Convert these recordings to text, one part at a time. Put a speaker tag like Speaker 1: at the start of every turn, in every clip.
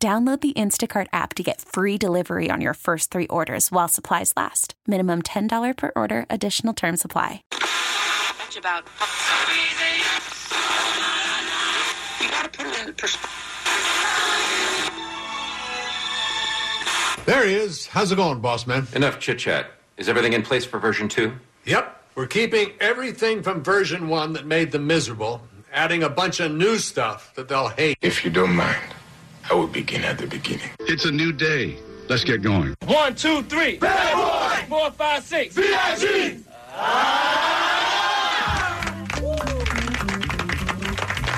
Speaker 1: Download the Instacart app to get free delivery on your first three orders while supplies last. Minimum $10 per order, additional term supply.
Speaker 2: much about. You gotta put it in perspective.
Speaker 3: There he is. How's it going, boss man?
Speaker 4: Enough chit chat. Is everything in place for version two?
Speaker 3: Yep. We're keeping everything from version one that made them miserable, adding a bunch of new stuff that they'll hate.
Speaker 5: If you don't mind, I will begin at the beginning.
Speaker 6: It's a new day. Let's get going.
Speaker 7: One, two, three. Bad boy. Four, five, six. VIG.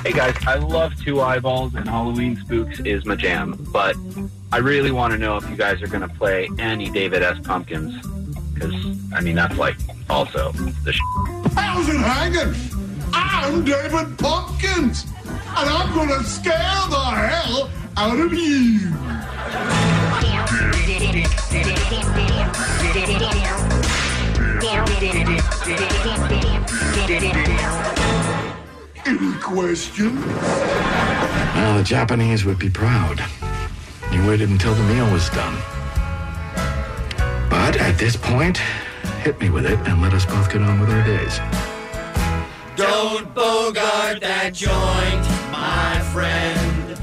Speaker 8: Hey guys, I love Two Eyeballs and Halloween Spooks is my jam, but I really want to know if you guys are going to play any David S. Pumpkins, because, I mean, that's like also the sh-
Speaker 9: How's it hanging? I'm David Pumpkins, and I'm gonna scare the hell out of you. Any question?
Speaker 10: Now, the Japanese would be proud. You waited until the meal was done. But at this point, hit me with it and let us both get on with our days.
Speaker 11: Don't bogart that joint, my friend.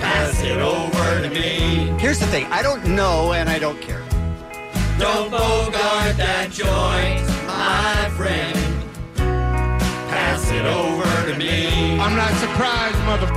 Speaker 11: Pass it over to me.
Speaker 12: Here's the thing I don't know and I don't care.
Speaker 11: Don't bogart that joint, my friend. Pass it over to me. I'm not surprised, mother.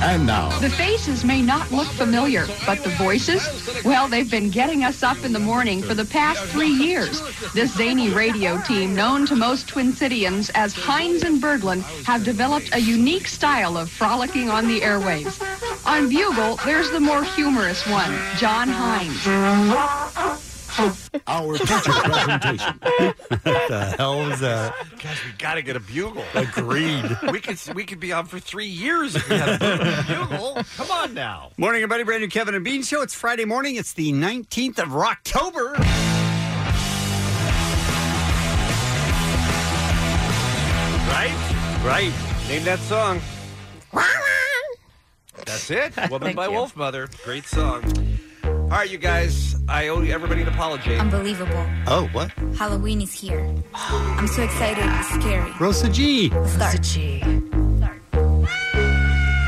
Speaker 6: And now,
Speaker 13: The faces may not look familiar, but the voices? Well, they've been getting us up in the morning for the past three years. This zany radio team, known to most Twin Cityans as Hines and Berglund, have developed a unique style of frolicking on the airwaves. On Bugle, there's the more humorous one, John Hines.
Speaker 14: Our feature presentation.
Speaker 15: what the hell was that?
Speaker 14: Guys, we got to get a bugle.
Speaker 15: Agreed.
Speaker 14: we could we could be on for three years if we had a bugle. Come on now.
Speaker 15: Morning, everybody. Brand new Kevin and Bean show. It's Friday morning. It's the 19th of October.
Speaker 14: Right? Right. Name that song. That's it. Woman
Speaker 16: Thank
Speaker 14: by
Speaker 16: you.
Speaker 14: Wolf Mother. Great song. All right, you guys. I owe everybody an apology.
Speaker 17: Unbelievable.
Speaker 15: Oh, what?
Speaker 17: Halloween is here. I'm so excited. It's scary.
Speaker 15: Rosa G.
Speaker 17: Start.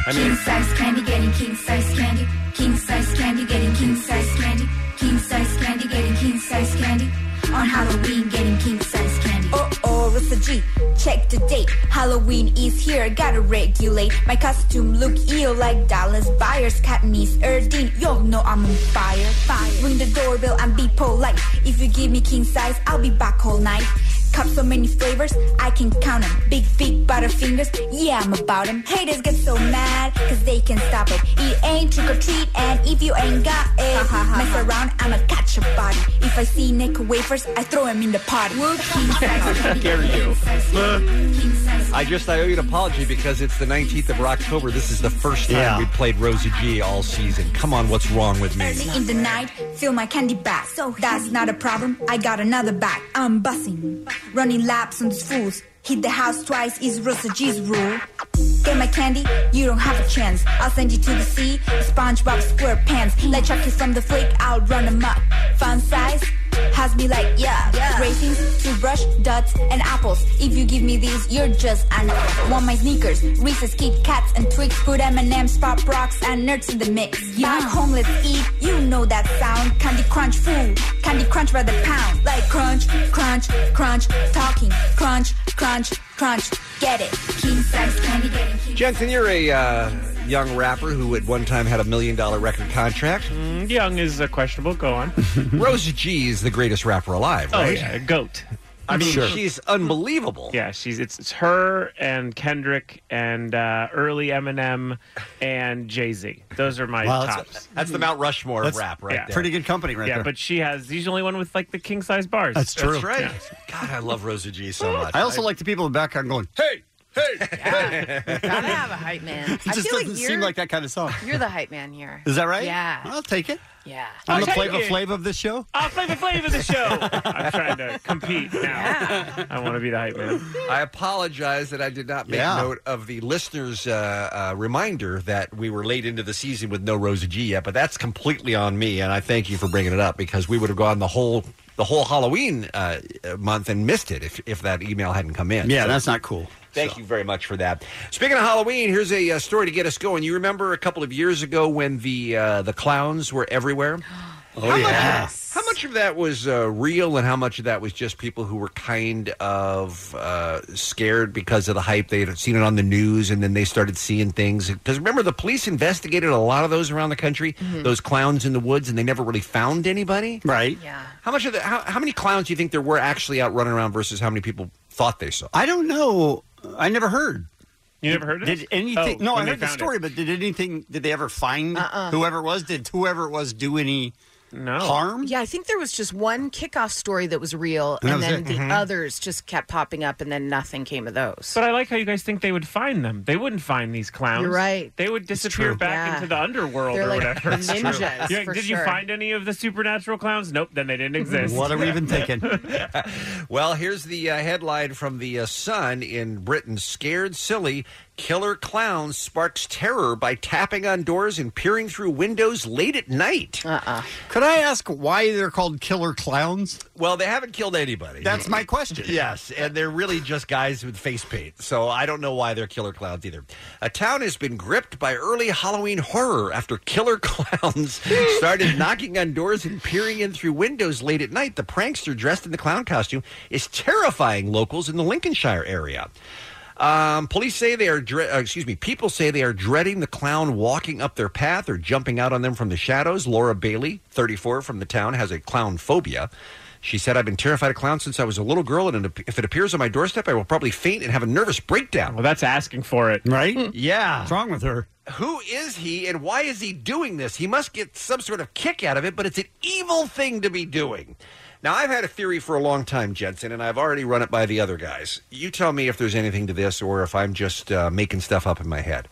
Speaker 15: I
Speaker 17: King size candy getting king size candy. King size candy getting king size candy. King size candy getting king size candy. On Halloween getting king size candy. Oh oh, Rosa G. Check the date. Halloween is here. Gotta regulate. My costume look ill like Dallas Buyers. Katniss Erdine. Y'all know I'm on fire. Fire. Ring the doorbell and be polite. If you give me king size, I'll be back all night. Cup so many flavors, I can count them. Big, big butterfingers, yeah, I'm about them. Haters get so mad, cause they can't stop it. It ain't trick or treat, and if you ain't got it, mess around, I'ma catch your body. If I see nickel wafers, I throw 'em in the pot.
Speaker 14: How dare you? I just I owe you an apology because it's the 19th of October. This is the first time
Speaker 15: Yeah.
Speaker 14: we played Rosie G all season. Come on, what's wrong with me?
Speaker 17: Early in the night, fill my candy bag. So that's not a problem. I got another bag. I'm bussing, running laps on these fools. Hit the house twice is Rosa G's rule. Get my candy, you don't have a chance. I'll send you to the sea, SpongeBob SquarePants. Let Chucky from the flake, I'll run him up. Fun size has me like yeah. Raisins, toothbrush, dots, and apples. If you give me these, you're just an. Want my sneakers, Reese's, Kit Kats, and Twix. Put M&M's, Pop Rocks, and nerds in the mix. Back home, let's eat. You know that sound. Candy Crunch food. Candy Crunch by the pound. Like crunch, crunch, crunch. Talking, crunch, crunch, crunch. Get it? King size candy. Get it.
Speaker 14: Jensen, you're a uh, young rapper who at one time had a million dollar record contract.
Speaker 18: Mm,
Speaker 14: young is uh, questionable. Go on. Rosie G is the greatest rapper alive,
Speaker 18: Oh,
Speaker 14: right?
Speaker 18: yeah,
Speaker 14: goat.
Speaker 19: I mean, she's unbelievable.
Speaker 18: Yeah, she's it's, it's her and Kendrick and uh, early Eminem and Jay Z. Those are my
Speaker 19: Wow,
Speaker 18: tops.
Speaker 19: that's, that's the Mount Rushmore
Speaker 18: That's-
Speaker 19: of rap right
Speaker 18: yeah.
Speaker 19: there.
Speaker 18: Pretty
Speaker 15: good company
Speaker 18: yeah, but she has. She's the only one with like the king size bars.
Speaker 15: That's true.
Speaker 19: That's right.
Speaker 18: Yeah.
Speaker 19: God, I love Rosa G so much.
Speaker 15: I also like the people in the background going, hey,
Speaker 20: Gotta have a hype man.
Speaker 15: it
Speaker 20: I
Speaker 15: just
Speaker 20: feel like
Speaker 15: doesn't
Speaker 20: you're,
Speaker 15: seem like that kind of song.
Speaker 20: You're the hype man here.
Speaker 15: Is that right?
Speaker 20: Yeah.
Speaker 15: I'll take it.
Speaker 20: Yeah.
Speaker 15: I'm
Speaker 20: I'll
Speaker 15: the
Speaker 20: take
Speaker 15: flavor
Speaker 20: it.
Speaker 15: flavor of this show.
Speaker 18: I'll flavor flavor of the show. I'm trying to compete now. I want to be the hype man.
Speaker 14: I apologize that I did not make
Speaker 18: Yeah.
Speaker 14: note of the listeners' uh, uh, reminder that we were late into the season with no Rosa G yet, but that's completely on me, and I thank you for bringing it up because we would have gone the whole the whole Halloween uh, uh, month and missed it if if that email hadn't come in.
Speaker 15: Yeah,
Speaker 14: So-
Speaker 15: that's not cool.
Speaker 14: Thank you very much for that. Speaking of Halloween, here's a uh, story to get us going. You remember a couple of years ago when the uh, the clowns were everywhere? Oh how
Speaker 15: yeah.
Speaker 14: Much, how much of that was uh, real, and how much of that was just people who were kind of uh, scared because of the hype? They had seen it on the news, and then they started seeing things. Because remember, the police investigated a lot of those around the country,
Speaker 20: Mhm.
Speaker 14: those clowns in the woods, and they never really found anybody.
Speaker 15: Mm-hmm. Right?
Speaker 20: Yeah.
Speaker 14: How much of the, how, how many clowns do you think there were actually out running around versus how many people thought they saw?
Speaker 15: I don't know. I never heard.
Speaker 18: You never heard of
Speaker 15: Did
Speaker 18: this?
Speaker 15: anything?
Speaker 18: Oh,
Speaker 15: no, I
Speaker 18: when they
Speaker 15: heard the
Speaker 18: found
Speaker 15: story, but did anything? Did they ever find
Speaker 20: Uh-uh.
Speaker 15: whoever it was? Did whoever it was do any harm?
Speaker 20: Oh. Yeah, I think there was just one kickoff story that was real, and,
Speaker 15: And that was
Speaker 20: then
Speaker 15: it.
Speaker 20: the
Speaker 15: Mhm.
Speaker 20: others just kept popping up, and then nothing came of those.
Speaker 18: But I like how you guys think they would find them. They wouldn't find these clowns.
Speaker 20: You're right.
Speaker 18: They would disappear
Speaker 20: true.
Speaker 18: back
Speaker 20: Yeah.
Speaker 18: into the underworld
Speaker 20: They're
Speaker 18: or
Speaker 20: like
Speaker 18: whatever.
Speaker 20: the It's true. ninjas,
Speaker 18: You're like,
Speaker 20: for
Speaker 18: Did you
Speaker 20: sure.
Speaker 18: find any of the supernatural clowns? Nope. Then they didn't exist.
Speaker 14: What are we even
Speaker 15: thinking?
Speaker 14: Well, here's the uh, headline from the uh, Sun in Britain: "Scared silly killer clown sparks terror by tapping on doors and peering through windows late at night."
Speaker 20: Uh-uh.
Speaker 15: Could I ask why they're called killer clowns?
Speaker 14: Well, they haven't killed anybody.
Speaker 15: That's my question.
Speaker 14: yes, and they're really just guys with face paint, so I don't know why they're killer clowns either. A town has been gripped by early Halloween horror after killer clowns started knocking on doors and peering in through windows late at night. The prankster dressed in the clown costume is terrifying locals in the Lincolnshire area. Um, police say they are, dre- uh, excuse me, people say they are dreading the clown walking up their path or jumping out on them from the shadows. Laura Bailey, 34, from the town, has a clown phobia. She said, I've been terrified of clowns since I was a little girl, and it- if it appears on my doorstep, I will probably faint and have a nervous breakdown. Hmm.
Speaker 18: Well, that's asking for it.
Speaker 15: Right?
Speaker 14: yeah. What's
Speaker 15: wrong with her?
Speaker 14: Who is he, and why is he doing this? He must get some sort of kick out of it, but it's an evil thing to be doing. Now, I've had a theory for a long time, Jensen, and I've already run it by the other guys. You tell me if there's anything to this or if I'm just uh, making stuff up in my head.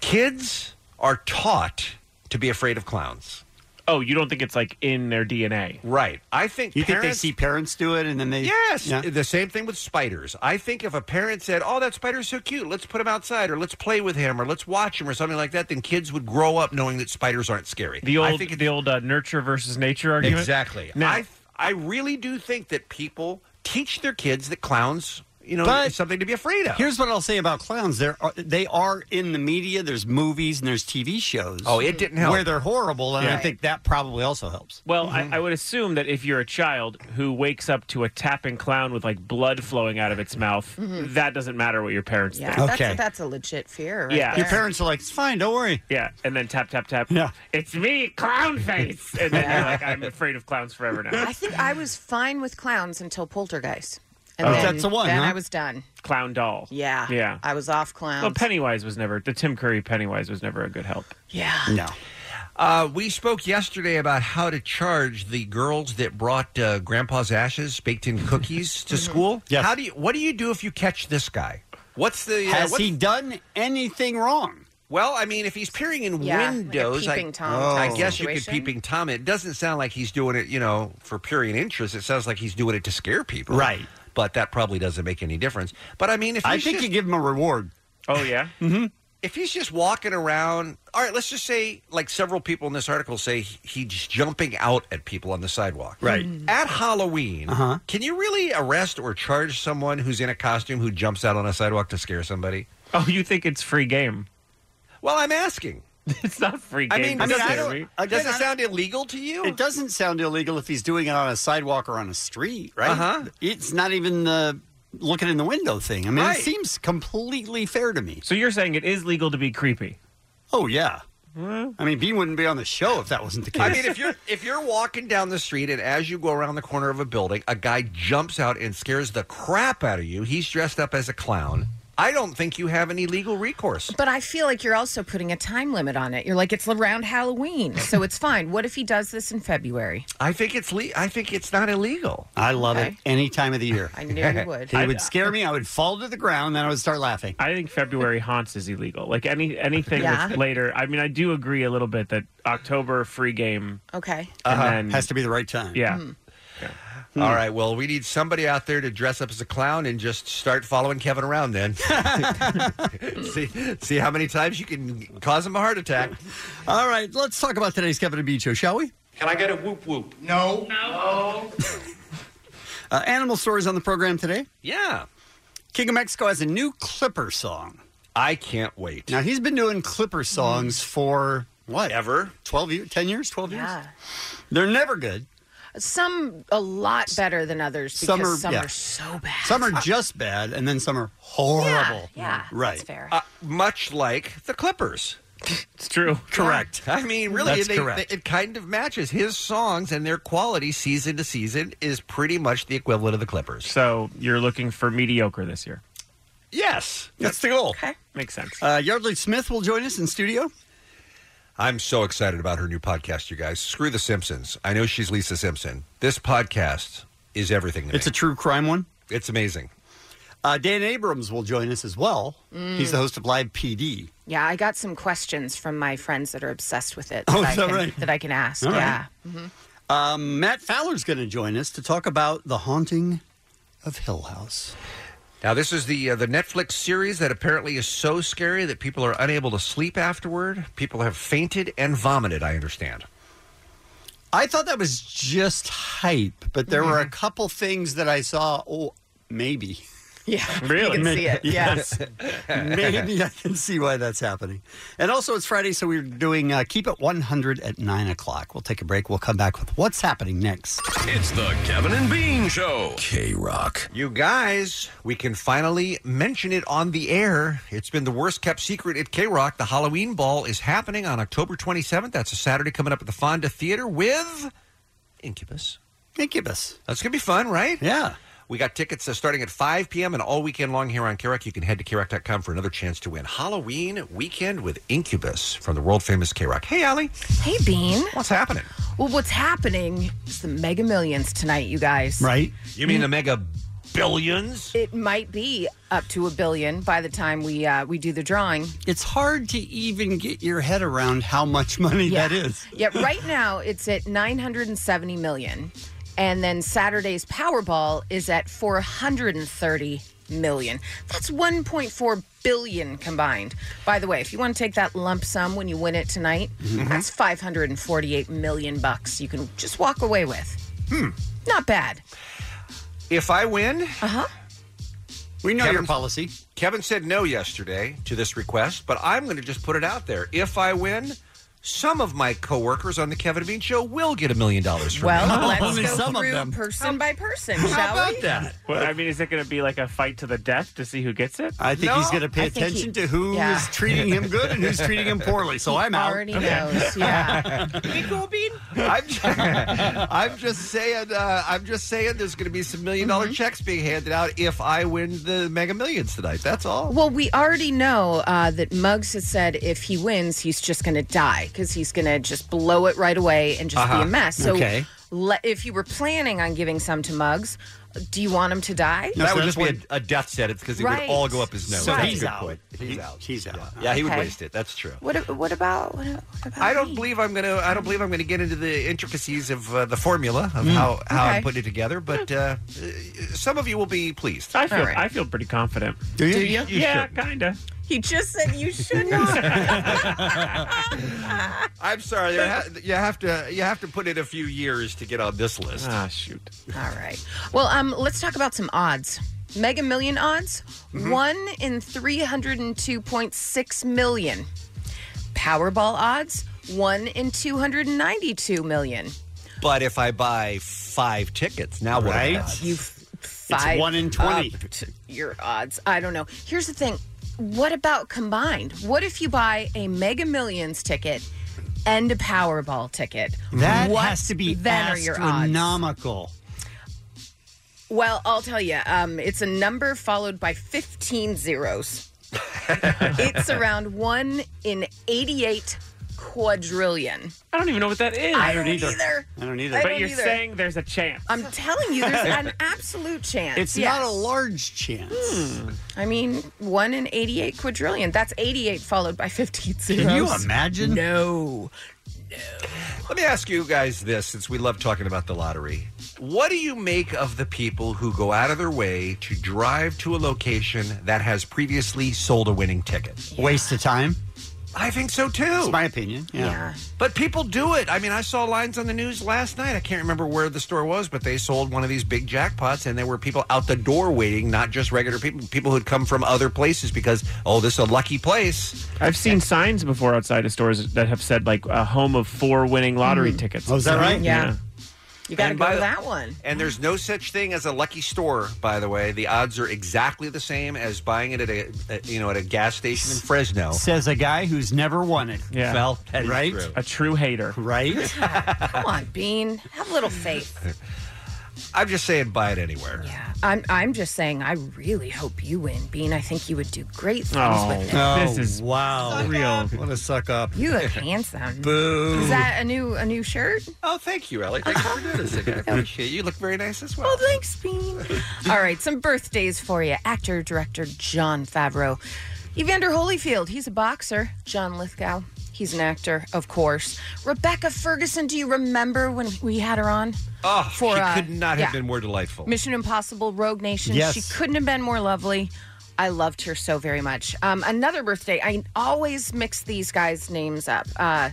Speaker 14: Kids are taught to be afraid of clowns.
Speaker 18: Oh, you don't think it's like in their DNA?
Speaker 14: Right. I think
Speaker 15: You think they
Speaker 14: parents-
Speaker 15: see parents do it and then they?
Speaker 14: Yes, the same thing with spiders. I think if a parent said, "Oh, that spider's so cute. Let's put him outside, or let's play with him, or let's watch him, or something like that," then kids would grow up knowing that spiders aren't scary.
Speaker 18: The
Speaker 14: I
Speaker 18: old,
Speaker 14: think
Speaker 18: the old uh, nurture versus nature argument.
Speaker 14: Exactly. I I really do think that people teach their kids that clowns, you know,
Speaker 15: But-
Speaker 14: is something to be afraid of.
Speaker 15: Here's what I'll say about clowns: they are they are in the media. There's movies and there's TV shows.
Speaker 14: Oh, it didn't help.
Speaker 15: Where they're horrible, and I
Speaker 18: Yeah.
Speaker 15: think that probably also helps.
Speaker 18: Well, I, I would assume that if you're a child who wakes up to a tapping clown with like blood flowing out of its mouth,
Speaker 20: Mhm.
Speaker 18: that doesn't matter what your parents
Speaker 20: yeah,
Speaker 18: think.
Speaker 20: that's, that's a legit fear. Right
Speaker 18: yeah,
Speaker 20: there.
Speaker 15: parents are like, "It's fine, don't worry."
Speaker 18: Yeah, and then tap tap tap. Yeah, it's me, clown face, and then you're like, I'm afraid of clowns forever now.
Speaker 20: I think I was fine with clowns until Poltergeist, and
Speaker 18: Oh.
Speaker 20: then,
Speaker 18: That's the one,
Speaker 20: Then
Speaker 18: huh?
Speaker 20: I was done.
Speaker 18: Clown doll.
Speaker 20: Yeah,
Speaker 18: yeah.
Speaker 20: I was off clowns.
Speaker 18: Well, Pennywise was never the Tim Curry Pennywise was never a good help.
Speaker 20: yeah.
Speaker 15: No.
Speaker 14: Uh, we spoke yesterday about how to charge the girls that brought uh, Grandpa's ashes, baked-in cookies
Speaker 15: Mm-hmm.
Speaker 14: to school. Yeah. How do you? What do you do if you catch this guy? What's the? uh,
Speaker 15: Has
Speaker 14: what's-
Speaker 15: he done anything wrong?
Speaker 14: Well, I mean, if he's peering in
Speaker 15: Yeah, like a
Speaker 14: windows, I,
Speaker 15: peeping Tom
Speaker 14: I
Speaker 15: type
Speaker 14: guess you could
Speaker 15: situation.
Speaker 14: peeping tom. It doesn't sound like he's doing it, you know, for purely interest. It sounds like he's doing it to scare people,
Speaker 15: Right.
Speaker 14: But that probably doesn't make any difference. But I mean, if
Speaker 15: I
Speaker 14: he's
Speaker 15: think
Speaker 14: just,
Speaker 15: you give him a reward.
Speaker 18: Oh yeah.
Speaker 15: Mm-hmm.
Speaker 14: if he's just walking around, all right, let's just say, like several people in this article say, he- he's jumping out at people on the sidewalk.
Speaker 15: Right.
Speaker 18: Mm-hmm.
Speaker 15: Mm.
Speaker 14: At Halloween, can you really arrest or charge someone who's in a costume who jumps out on a sidewalk to scare somebody?
Speaker 18: Oh, you think it's free game?
Speaker 14: Well, I'm asking.
Speaker 18: it's not free
Speaker 14: I mean, does it- does it sound illegal to you?
Speaker 15: It doesn't sound illegal if he's doing it on a sidewalk or on a street, right?
Speaker 14: Uh-huh.
Speaker 15: It's not even the looking in the window thing. I mean,
Speaker 18: Right.
Speaker 15: it seems completely fair to me.
Speaker 18: So you're saying it is legal to be creepy?
Speaker 15: Oh yeah. I mean, Bean wouldn't be on the show if that wasn't the case.
Speaker 14: Hmm? I mean, if you're if you're walking down the street and as you go around the corner of a building, a guy jumps out and scares the crap out of you. He's dressed up as a clown. I don't think you have any legal recourse.
Speaker 20: But I feel like you're also putting a time limit on it. You're like, it's around Halloween, so it's fine. What if he does this in February?
Speaker 14: I think it's le- I think it's not illegal.
Speaker 15: I love it
Speaker 20: Okay.
Speaker 15: any time of the year.
Speaker 20: I knew you would.
Speaker 15: It would scare me. I would fall to the ground, then I would start laughing.
Speaker 18: I think February haunts is illegal. Like any anything
Speaker 20: Yeah.
Speaker 18: that's later. I mean, I do agree a little bit that October free game
Speaker 20: Okay.
Speaker 14: Uh-huh.
Speaker 15: Uh-huh. has to be the right time.
Speaker 18: Yeah.
Speaker 20: Mm-hmm.
Speaker 15: Hmm.
Speaker 14: All right. Well, we need somebody out there to dress up as a clown and just start following Kevin around. Then see see how many times you can cause him a heart attack.
Speaker 15: All right, let's talk about today's Kevin and Bean show, shall we?
Speaker 14: Can I get a whoop whoop?
Speaker 15: No.
Speaker 10: No.
Speaker 15: Uh, animal stories on the program today.
Speaker 14: Yeah.
Speaker 15: King of Mexico has a new Clipper song.
Speaker 14: I can't wait.
Speaker 15: Now he's been doing Clipper
Speaker 20: Mm.
Speaker 15: songs for what? Ever? Twelve years? Ten years? Twelve
Speaker 20: Yeah.
Speaker 15: years? They're never good.
Speaker 20: Some a lot better than others because
Speaker 15: Some
Speaker 20: some
Speaker 15: are-
Speaker 20: are,
Speaker 15: yeah.
Speaker 20: so bad.
Speaker 15: Some are just bad, and then some are horrible.
Speaker 20: Yeah,
Speaker 15: right.
Speaker 20: that's fair.
Speaker 14: Uh, much like the Clippers.
Speaker 18: It's true.
Speaker 15: Correct.
Speaker 14: I mean, really,
Speaker 15: That's
Speaker 14: they-
Speaker 15: correct.
Speaker 14: they- it kind of matches his songs and their quality season to season is pretty much the equivalent of the Clippers.
Speaker 18: So you're looking for mediocre this year.
Speaker 14: Yes, that's the goal.
Speaker 18: Makes sense.
Speaker 15: Uh, Yardley Smith will join us in studio.
Speaker 14: I'm so excited about her new podcast, you guys. Screw the Simpsons. I know she's Lisa Simpson. This podcast is everything to
Speaker 15: It's
Speaker 14: me.
Speaker 15: a true crime one.
Speaker 14: it's amazing.
Speaker 15: Uh, Dan Abrams will join us as well.
Speaker 20: Mm.
Speaker 15: He's the host of Live PD.
Speaker 20: Yeah, I got some questions from my friends that are obsessed with it.
Speaker 15: Oh,
Speaker 20: that
Speaker 15: is
Speaker 20: I
Speaker 15: that
Speaker 20: can,
Speaker 15: right?
Speaker 20: That I can ask.
Speaker 15: All right.
Speaker 20: yeah. Mm-hmm.
Speaker 15: Um, Matt Fowler's going to join us to talk about the haunting of Hill House.
Speaker 14: Now, this is the uh, the Netflix series that apparently is so scary that people are unable to sleep afterward. People have fainted and vomited. I understand.
Speaker 15: I thought that was just hype, but there
Speaker 20: Mm-hmm.
Speaker 15: were a couple things that I saw. Oh, maybe.
Speaker 20: Yeah, Really? you can see it,
Speaker 15: Yes.
Speaker 20: yeah.
Speaker 15: maybe I can see why that's happening. And also, it's Friday, so we're doing uh, Keep It 100 at 9 o'clock. We'll take a break. We'll come back with what's happening next.
Speaker 14: It's the Kevin and Bean Show. K Rock. You guys, we can finally mention it on the air. It's been the worst kept secret at K Rock. The Halloween Ball is happening on October 27th. That's a Saturday coming up at the Fonda Theater with Incubus.
Speaker 15: Incubus.
Speaker 14: That's going to be fun, right?
Speaker 15: Yeah.
Speaker 14: We got tickets uh, starting at 5 p.m. and all weekend long here on K-Rock. You can head to KROC.com for another chance to win Halloween weekend with Incubus from the world famous K-Rock. Hey, Allie.
Speaker 20: Hey, Bean.
Speaker 14: What's happening?
Speaker 20: Well, what's happening is the Mega Millions tonight, you guys.
Speaker 14: You mean the mega billions?
Speaker 20: It might be up to a billion by the time we uh, we do the drawing.
Speaker 15: It's hard to even get your head around how much money that is.
Speaker 20: Yeah, right now it's at 970 million. And then Saturday's Powerball is at 430 million. That's 1.4 billion combined. By the way, if you want to take that lump sum when you win it tonight,
Speaker 10: Mhm.
Speaker 20: that's 548 million bucks you can just walk away with. Hmm. Not bad.
Speaker 14: If I win,
Speaker 20: uh-huh.
Speaker 15: We know your policy.
Speaker 14: Kevin said no yesterday to this request, but I'm going to just put it out there. If I win, some of my coworkers on the Kevin and Bean Show will get a million dollars from
Speaker 20: Well,
Speaker 14: me.
Speaker 20: let's go through person by person, shall
Speaker 14: How about
Speaker 20: we?
Speaker 14: that?
Speaker 18: Well, I mean, is it going to be like a fight to the death to see who gets it?
Speaker 15: I think he's going to pay attention to who is treating him good and who's treating him poorly. So
Speaker 18: He
Speaker 15: I'm out.
Speaker 18: already knows,
Speaker 20: yeah.
Speaker 14: I'm just, I'm just saying. Uh, I'm just saying. There's going to be some million
Speaker 20: Mm-hmm.
Speaker 14: dollar checks being handed out if I win the Mega Millions tonight. That's all.
Speaker 20: Well, we already know uh, that Muggs has said if he wins, he's just going to die because he's going to just blow it right away and just be
Speaker 10: Uh-huh.
Speaker 20: a mess. So,
Speaker 10: Okay.
Speaker 20: le- if you were planning on giving some to Muggs, do you want him to die?
Speaker 14: that would just be a, a death sentence because it
Speaker 20: Right.
Speaker 14: would all go up his nose.
Speaker 15: So
Speaker 14: That's a
Speaker 15: he's
Speaker 14: good
Speaker 15: out.
Speaker 14: point. He's out.
Speaker 15: He's out.
Speaker 14: Yeah, he would
Speaker 20: Okay.
Speaker 14: waste it. That's true.
Speaker 20: What, a- what about what, a- what about
Speaker 14: I don't believe I'm gonna. I don't believe I'm gonna get into the intricacies of uh, the formula of how how
Speaker 20: Okay.
Speaker 14: I'm putting it together. But uh, uh, some of you will be pleased.
Speaker 18: I feel I feel pretty confident.
Speaker 15: Do
Speaker 14: you? Do you? You
Speaker 18: yeah,
Speaker 14: shouldn't.
Speaker 18: kinda.
Speaker 20: He just said you should not.
Speaker 14: I'm sorry. There ha- you have to you have to put in a few years to get on this list.
Speaker 18: Ah, shoot.
Speaker 20: All right. Well, um, let's talk about some odds. Mega Million odds:
Speaker 14: Mm-hmm.
Speaker 20: one in three hundred and two point six million. Powerball odds: one in two hundred and ninety-two million.
Speaker 14: But if I buy five tickets, now what?
Speaker 20: Right? You
Speaker 14: it's
Speaker 20: Five up t- your odds. I don't know. Here's the thing: what about combined? What if you buy a Mega Millions ticket and a Powerball ticket?
Speaker 15: That
Speaker 20: what
Speaker 15: has to be
Speaker 20: then are your odds?
Speaker 15: astronomical.
Speaker 20: Well, I'll tell you, um, it's a number followed by 15 zeros. it's around one in 88 quadrillion.
Speaker 18: I don't even know what that is.
Speaker 20: I don't I don't either. either.
Speaker 15: I don't
Speaker 20: either. I
Speaker 18: but
Speaker 20: don't
Speaker 18: you're
Speaker 20: either.
Speaker 18: saying there's a chance.
Speaker 20: I'm telling you, there's an absolute chance.
Speaker 15: It's
Speaker 20: yes.
Speaker 15: not a large chance.
Speaker 14: Hmm.
Speaker 20: I mean, one in 88 quadrillion. That's 88 followed by 15 zeros.
Speaker 14: Can you imagine?
Speaker 20: No.
Speaker 14: Let me ask you guys this since we love talking about the lottery. What do you make of the people who go out of their way to drive to a location that has previously sold a winning ticket?
Speaker 15: Waste of time.
Speaker 14: I think so too.
Speaker 15: It's my opinion. Yeah.
Speaker 14: But people do it. I mean, I saw lines on the news last night. I can't remember where the store was, but they sold one of these big jackpots, and there were people out the door waiting, not just regular people, people who'd come from other places because, oh, this is a lucky place.
Speaker 18: I've seen signs before outside of stores that have said like a home of four winning
Speaker 20: Hmm.
Speaker 18: lottery tickets.
Speaker 14: Oh, is that right?
Speaker 18: Yeah.
Speaker 14: Yeah.
Speaker 20: You got to
Speaker 14: And
Speaker 20: go
Speaker 14: by
Speaker 20: to
Speaker 14: the-
Speaker 20: that one.
Speaker 14: And there's no such thing as a lucky store, by the way. The odds are exactly the same as buying it at a, at, you know, at a gas station in Fresno.
Speaker 15: Says a guy who's never won it.
Speaker 14: Yeah. Well, that is
Speaker 15: right?
Speaker 14: true.
Speaker 18: A true hater.
Speaker 15: Right?
Speaker 20: Come on, Bean. Have a little faith.
Speaker 14: I'm just saying, buy it anywhere. Yeah.
Speaker 20: I'm, I'm just saying, I really hope you win, Bean. I think you would do great things
Speaker 14: Oh.
Speaker 20: with it.
Speaker 18: is
Speaker 15: wow.
Speaker 18: real.
Speaker 15: What a suck up.
Speaker 20: You look handsome.
Speaker 15: Boo.
Speaker 20: Is that a new a new shirt?
Speaker 14: Oh, thank you, Ellie. Thanks for noticing. I appreciate it. You look very nice as well.
Speaker 20: Oh, thanks, Bean. All right, some birthdays for you. Actor, director John Favreau. Evander Holyfield, he's a boxer. John Lithgow, he's an actor, of course. Rebecca Ferguson, do you remember when we had her on?
Speaker 14: Oh,
Speaker 20: For,
Speaker 14: she
Speaker 20: uh,
Speaker 14: could not have
Speaker 20: yeah.
Speaker 14: been more delightful.
Speaker 20: Mission Impossible, Rogue Nation.
Speaker 14: Yes.
Speaker 20: She couldn't have been more lovely. I loved her so very much. Um, another birthday. I always mix these guys' names up. Uh,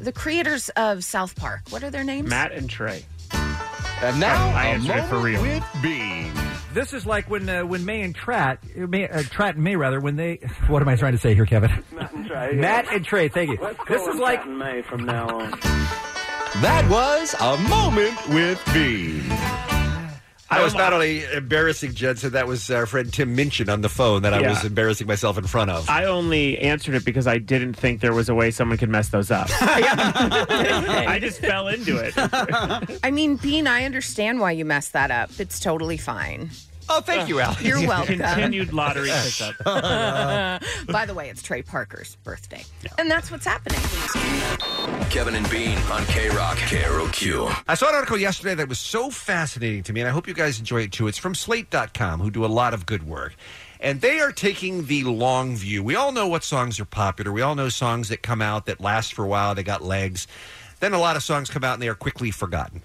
Speaker 20: the creators of South Park. What are their names?
Speaker 18: Matt and Trey.
Speaker 21: And now
Speaker 18: I
Speaker 21: a
Speaker 18: answered it for
Speaker 21: moment
Speaker 18: real.
Speaker 21: with Bean. This is like when uh, when May and Trat, uh, May, uh, Trat and May rather, when they. What am I trying to say here, Kevin? Matt and Trey, thank you. This is like
Speaker 22: May from now on.
Speaker 21: that was a moment with Bean.
Speaker 14: I
Speaker 18: Um,
Speaker 14: was not only embarrassing Jensen, that was our friend Tim Minchin on the phone that I
Speaker 18: Yeah.
Speaker 14: was embarrassing myself in front of.
Speaker 18: I only answered it because I didn't think there was a way someone could mess those up. I just fell into it.
Speaker 20: I mean, Bean, I understand why you messed that up. It's totally fine.
Speaker 14: Oh, thank you, Allie.
Speaker 20: You're welcome.
Speaker 18: Continued lottery pickup.
Speaker 20: By the way, it's Trey Parker's birthday. And that's what's happening.
Speaker 23: Kevin and Bean on K Rock KROQ.
Speaker 14: I saw an article yesterday that was so fascinating to me, and I hope you guys enjoy it too. It's from Slate.com, who do a lot of good work. And they are taking the long view. We all know what songs are popular. We all know songs that come out that last for a while, they got legs. Then a lot of songs come out and they are quickly forgotten.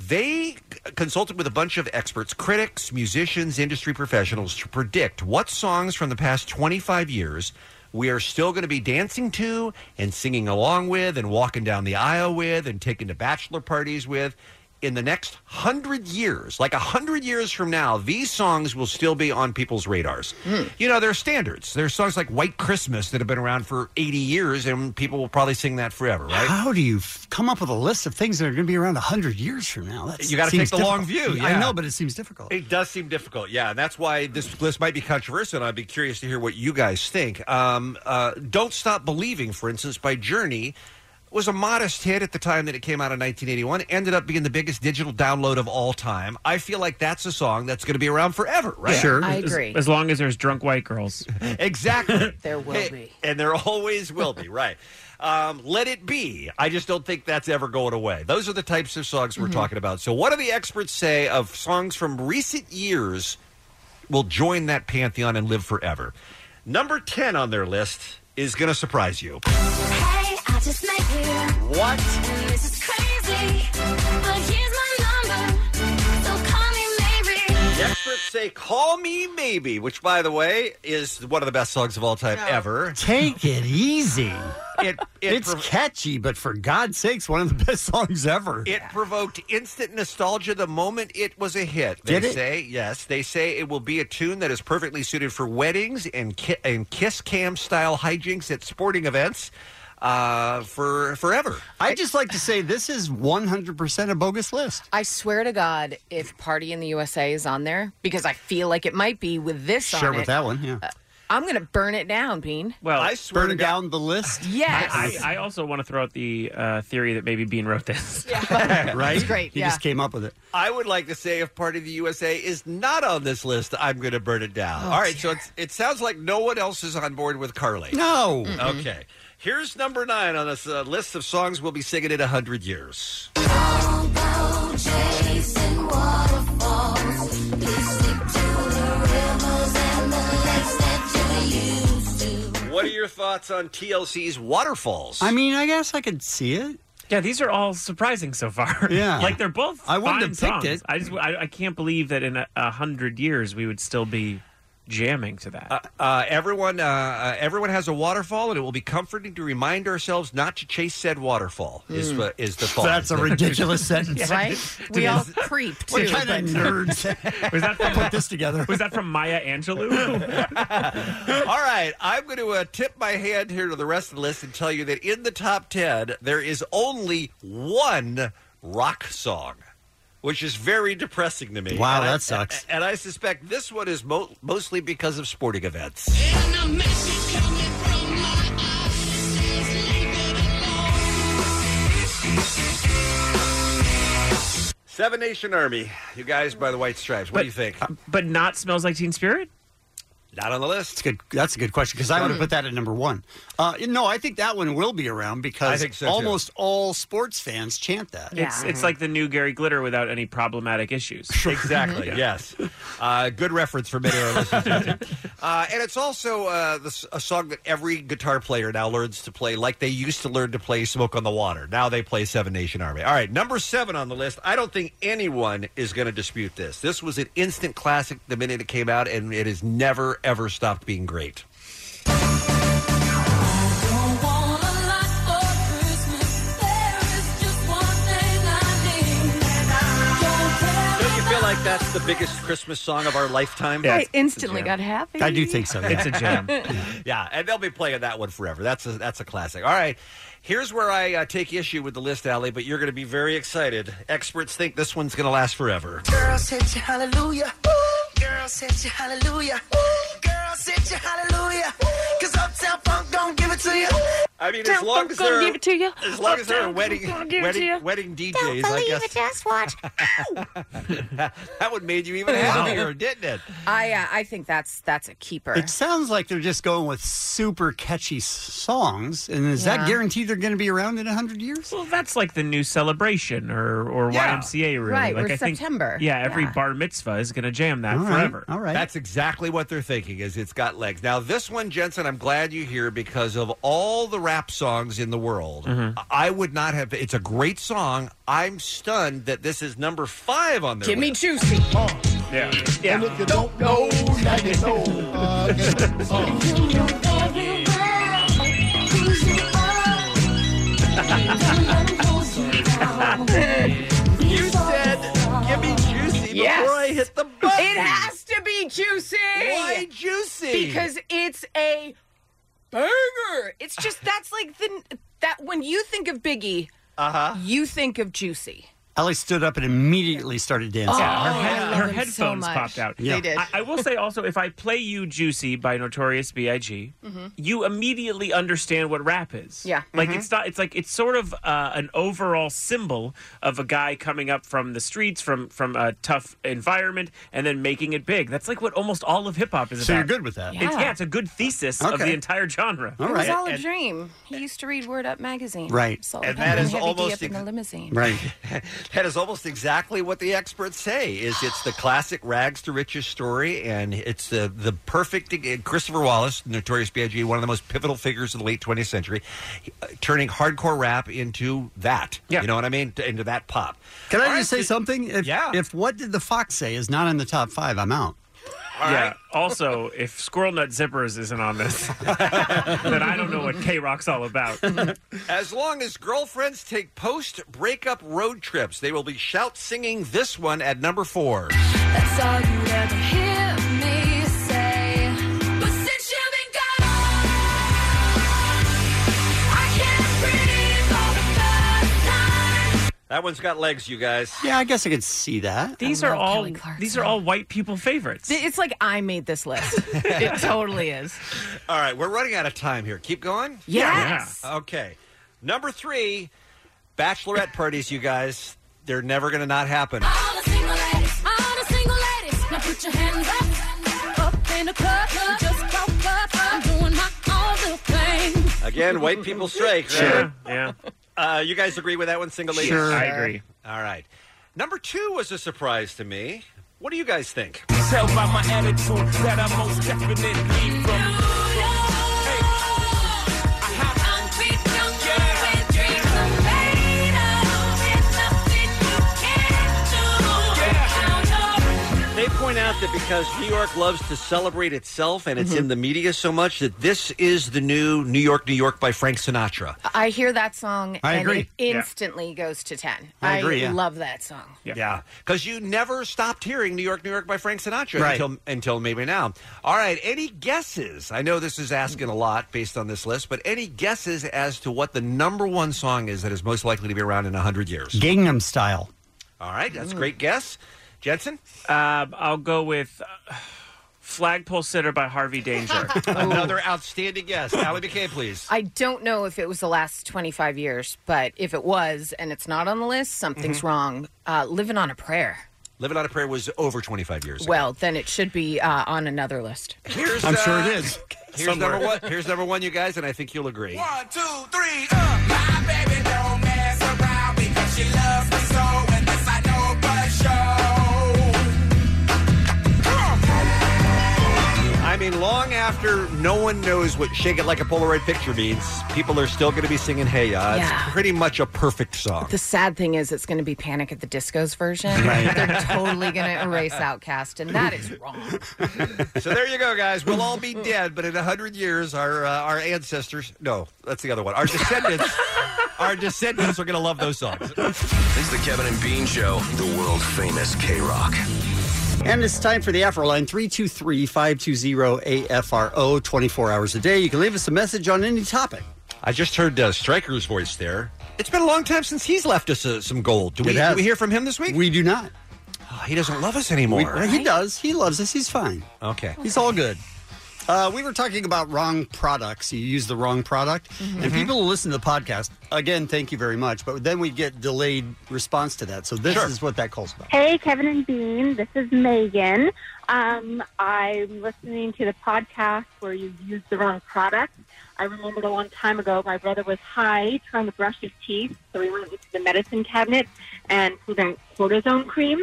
Speaker 14: They consulted with a bunch of experts, critics, musicians, industry professionals to predict what songs from the past 25 years we are still going to be dancing to and singing along with and walking down the aisle with and taking to bachelor parties with in the next 100 years. Like 100 years from now, these songs will still be on people's radars. You know, there are standards. There are songs like White Christmas that have been around for 80 years and people will probably sing that forever, right?
Speaker 15: How do you f- come up with a list of things that are going to be around 100 years from now? That
Speaker 14: You gotta
Speaker 15: seems
Speaker 14: take the long
Speaker 15: difficult.
Speaker 14: view,
Speaker 15: I
Speaker 14: yeah.
Speaker 15: know, but it seems difficult.
Speaker 14: It does seem difficult, yeah, and that's why this list might be controversial. And I'd be curious to hear what you guys think. Um, uh, "Don't Stop Believing," for instance, by Journey, was a modest hit at the time that it came out in 1981. Ended up being the biggest digital download of all time. I feel like that's a song that's going to be around forever, right?
Speaker 18: As- As, long as there's drunk white girls.
Speaker 14: Exactly.
Speaker 20: there
Speaker 14: will be. And there always will be, right. Um, let it be. I just don't think that's ever going away. Those are the types of songs we're talking about. So, what do the experts say of songs from recent years will join that pantheon and live forever? Number 10 on their list is going to surprise you.
Speaker 10: Hey, I just met you.
Speaker 14: What?
Speaker 10: This is crazy. But here's my number. So call me maybe.
Speaker 14: The experts say Call Me Maybe, which, by the way, is one of the best songs of all time ever.
Speaker 15: Take it easy.
Speaker 14: It,
Speaker 15: it's catchy, but for God's sakes, one of the best songs ever.
Speaker 14: It provoked instant nostalgia the moment it was a hit. They
Speaker 15: Did it?
Speaker 14: say yes. They say it will be a tune that is perfectly suited for weddings and ki- and kiss cam style hijinks at sporting events uh, for forever.
Speaker 15: I just like to say this is 100% a bogus list.
Speaker 20: I swear to God, if Party in the USA is on there, because I feel like it might be with this
Speaker 15: Sure,
Speaker 20: on
Speaker 15: with
Speaker 20: it,
Speaker 15: that one, yeah.
Speaker 20: I'm going to burn it down, Bean.
Speaker 18: Well, I
Speaker 20: swear Burn to God- down
Speaker 15: the list.
Speaker 20: Yes.
Speaker 18: I, I, I also want to throw out the uh, theory that maybe Bean wrote this.
Speaker 15: right?
Speaker 20: It's great,
Speaker 15: He
Speaker 20: yeah.
Speaker 15: just came up with it.
Speaker 14: I would like to say if Party of the USA is not on this list, I'm going to burn it down.
Speaker 15: Oh,
Speaker 14: All right, so it's, it sounds like no one else is on board with Carly.
Speaker 15: No.
Speaker 1: Mm-mm.
Speaker 14: Okay. Here's number nine on this uh, list of songs we'll be singing in 100 years.
Speaker 10: Chasing waterfalls, please stick to the rivers and the lakes that you use.
Speaker 14: What are your thoughts on TLC's Waterfalls?
Speaker 15: I mean, I guess I could see it.
Speaker 18: Yeah, these are all surprising so far.
Speaker 15: Yeah.
Speaker 18: like they're both.
Speaker 15: I wouldn't
Speaker 18: fine
Speaker 15: have picked
Speaker 18: songs.
Speaker 15: it.
Speaker 18: I just I, I can't believe that in a, a hundred years we would still be jamming to that.
Speaker 14: Uh, everyone, uh, uh, everyone has a waterfall, and it will be comforting to remind ourselves not to chase said waterfall. Is
Speaker 15: Mm.
Speaker 14: the is the thought?
Speaker 15: That's a ridiculous sentence.
Speaker 20: Right? We all creep, too.
Speaker 15: What kind of nerds
Speaker 18: was that from,
Speaker 15: put this together?
Speaker 18: Was that from Maya Angelou?
Speaker 14: All right, I'm going to uh, tip my hand here to the rest of the list and tell you that in the top ten there is only one rock song, which is very depressing to me.
Speaker 15: Wow,
Speaker 14: And I-
Speaker 15: that sucks.
Speaker 14: And I suspect this one is mo- mostly because of sporting events. Seven Nation Army, you guys by the White Stripes. What do you think?
Speaker 18: but not smells like Teen Spirit.
Speaker 14: Not on the list.
Speaker 15: That's good. That's a good question because I would have
Speaker 14: Mm.
Speaker 15: put that at number one. Uh, no, I think that one will be around because
Speaker 18: I think so, too.
Speaker 15: almost all sports fans chant that.
Speaker 18: It's it's like the new Gary Glitter without any problematic issues.
Speaker 14: Exactly. Yes. Uh, good reference for many of our listeners. Uh, and it's also uh, the, s- a song that every guitar player now learns to play, like they used to learn to play "Smoke on the Water." Now they play Seven Nation Army. All right, number seven on the list. I don't think anyone is going to dispute this. This was an instant classic the minute it came out, and it has never ever stopped being great.
Speaker 10: Don't want a lot for Christmas. There is just one thing I need. Don't care
Speaker 14: Don't you feel like that's the biggest Christmas song of our lifetime?
Speaker 20: I instantly got happy.
Speaker 14: yeah. yeah, and they'll be playing that one forever. That's a that's a classic. All right, here's where I uh, take issue with the list, Allie. But you're going to be very excited. Experts think this one's going to last forever.
Speaker 10: Girl said you hallelujah. Girl said you hallelujah. Girl said you hallelujah. Cause Uptown Funk don't give it to you.
Speaker 14: I mean, as long as there, as
Speaker 15: Oh,
Speaker 14: long as there are wedding wedding, wedding DJs, I guess
Speaker 10: just watch.
Speaker 14: that would made you even happier, didn't it?
Speaker 20: I uh, I think that's that's a keeper.
Speaker 15: It sounds like they're just going with super catchy s- songs. And is
Speaker 20: Yeah.
Speaker 15: that guaranteed they're going to be around in 100 years?
Speaker 18: Well, that's like the new celebration or or
Speaker 15: Yeah.
Speaker 18: YMCA really.
Speaker 15: Right,
Speaker 18: like
Speaker 15: or
Speaker 18: I think,
Speaker 15: September.
Speaker 18: Yeah, every
Speaker 15: Yeah.
Speaker 18: bar mitzvah is going to jam that
Speaker 14: All right,
Speaker 18: forever.
Speaker 15: All right.
Speaker 14: That's exactly what they're thinking is it's got legs. Now this one, Jensen, I'm glad you hear because of all the rap songs in the world, I would not have it's a great song. I'm stunned that this is number five on their
Speaker 20: Give me
Speaker 14: list.
Speaker 20: juicy.
Speaker 10: Uh,
Speaker 18: Yeah.
Speaker 14: Yeah.
Speaker 10: you don't know, now you know.
Speaker 14: You said, give me juicy
Speaker 20: Yes.
Speaker 14: before I hit the button.
Speaker 20: It has to be juicy.
Speaker 14: Why juicy?
Speaker 20: Because it's a burger. It's just that's like the that when you think of Biggie,
Speaker 14: uh-huh.
Speaker 20: you think of juicy.
Speaker 15: Ellie stood up and immediately started dancing.
Speaker 18: Yeah, her, head-
Speaker 20: Oh, I love
Speaker 18: her
Speaker 20: them so
Speaker 18: headphones
Speaker 20: much.
Speaker 18: popped out.
Speaker 15: They Yeah. did.
Speaker 18: I, I will say also, if I play you "Juicy" by Notorious B.I.G., you immediately understand what rap is.
Speaker 20: Mm-hmm. Yeah.
Speaker 18: Mm-hmm. like
Speaker 20: Mhm.
Speaker 18: it's not. It's like it's sort of uh, an overall symbol of a guy coming up from the streets, from from a tough environment, and then making it big. That's like what almost all of hip hop is
Speaker 15: So
Speaker 18: about.
Speaker 15: you're good with that?
Speaker 18: It's,
Speaker 20: Yeah.
Speaker 18: yeah, it's a good thesis of
Speaker 15: Okay.
Speaker 18: the entire genre.
Speaker 20: it was all a
Speaker 14: And-
Speaker 20: dream. He used to read Word Up magazine.
Speaker 14: Right.
Speaker 20: Saw
Speaker 14: And
Speaker 20: the
Speaker 14: that is
Speaker 20: heavy D
Speaker 14: almost
Speaker 20: up in
Speaker 14: ex-
Speaker 20: the limousine.
Speaker 15: Right.
Speaker 14: that is almost exactly what the experts say. Is it's the classic rags to riches story, and it's the the perfect. Christopher Wallace, notorious B.I.G., one of the most pivotal figures of the late 20th century, uh, turning hardcore rap into that. Yeah. you know what I mean, into that pop.
Speaker 15: Can I just say something? If, yeah. If what did the fox say is not in the top five, I'm out.
Speaker 18: yeah. Also, if Squirrel Nut Zippers isn't on this, then I don't know what K Rock's all about.
Speaker 14: As long as girlfriends take post breakup road trips, they will be shout singing this one at number four.
Speaker 10: That's all you ever hear me say. But since you've been gone, I can't breathe for the first time.
Speaker 14: That one's got legs, you guys.
Speaker 15: Yeah, I guess I could see that.
Speaker 18: These are all these are all white people favorites.
Speaker 20: It's like I made this list. it totally is.
Speaker 14: All right, we're running out of time here. Keep going.
Speaker 20: Yes.
Speaker 14: Okay. Number three, bachelorette parties. You guys, they're never going to not happen.
Speaker 24: All the single ladies, now put your hands up. Up in the club, just broke up. I'm doing my own little thing.
Speaker 14: Again, white people strike. Sure. Yeah. Uh, you guys agree with that one, single ladies?
Speaker 18: Sure. I agree.
Speaker 14: All right. Number two was a surprise to me. What do you guys think?
Speaker 25: Mm-hmm. Tell by my attitude that I most definitely from.
Speaker 14: They point out that because New York loves to celebrate itself and it's
Speaker 15: Mm-hmm.
Speaker 14: in the media so much that this is the new New York, New York by Frank Sinatra.
Speaker 15: Uh,
Speaker 20: I hear that song
Speaker 14: I
Speaker 20: and
Speaker 14: agree.
Speaker 20: it
Speaker 14: Yeah.
Speaker 20: instantly goes to 10.
Speaker 14: I agree, yeah.
Speaker 20: love that song.
Speaker 14: Yeah, because you never stopped hearing "New York, New York" by Frank Sinatra
Speaker 15: Right.
Speaker 14: until until maybe now. All right, any guesses? I know this is asking a lot based on this list, but any guesses as to what the number one song is that is most likely to be around in hundred years?
Speaker 15: Gangnam Style.
Speaker 14: All right, that's a great guess, Jensen.
Speaker 18: Um, I'll go with uh, Flagpole Sitter by Harvey Danger.
Speaker 14: Another outstanding guess, Allie McKay, please.
Speaker 20: I don't know if it was the last 25 years, but if it was and it's not on the list, something's
Speaker 14: Mhm.
Speaker 20: wrong. Uh, Living on a Prayer.
Speaker 14: Living on a Prayer was over twenty five years. ago.
Speaker 20: Well, then it should be uh, on another list.
Speaker 14: Here's, uh,
Speaker 20: I'm
Speaker 15: sure it is.
Speaker 14: Here's
Speaker 15: Somewhere.
Speaker 14: number one. Here's number one, you guys, and I think you'll agree.
Speaker 25: One, two, three, uh. up. My baby don't mess around because she loves me so, and this I know for sure.
Speaker 14: I mean, long after no one knows what "Shake It Like a Polaroid Picture" means, people are still going to be singing "Hey Ya." It's
Speaker 20: Yeah.
Speaker 14: pretty much a perfect song.
Speaker 20: The sad thing is, it's going to be Panic at the Disco's version.
Speaker 14: Right.
Speaker 20: They're totally going to erase Outcast, and that is wrong.
Speaker 14: so there you go, guys. We'll all be dead, but in a hundred years, our uh, our ancestors. No, that's the other one. Our descendants. our descendants are going to love those songs.
Speaker 23: It's the Kevin and Bean Show, the world famous K Rock.
Speaker 15: And it's time for the Afro line 323 520 AFRO 24 hours a day. You can leave us a message on any topic.
Speaker 14: I just heard uh, Stryker's voice there. It's been a long time since he's left us uh, some gold. Do we,
Speaker 15: It has.
Speaker 14: do we hear from him this week? Ah,
Speaker 15: We do not.
Speaker 14: he doesn't love us anymore.
Speaker 15: We- well, he does. He loves us. He's fine.
Speaker 14: Okay.
Speaker 15: He's all good. Uh, we were talking about wrong products. You use the wrong product,
Speaker 14: Mm-hmm.
Speaker 15: and people listen to the podcast. Again, thank you very much. But then we get delayed response to that. So this is what that calls about.
Speaker 9: Hey, Kevin and Bean. This is Megan. Um, I'm listening to the podcast where you used the wrong product. I remembered a long time ago, my brother was high trying to brush his teeth, so he went into the medicine cabinet and pulled out cortisone cream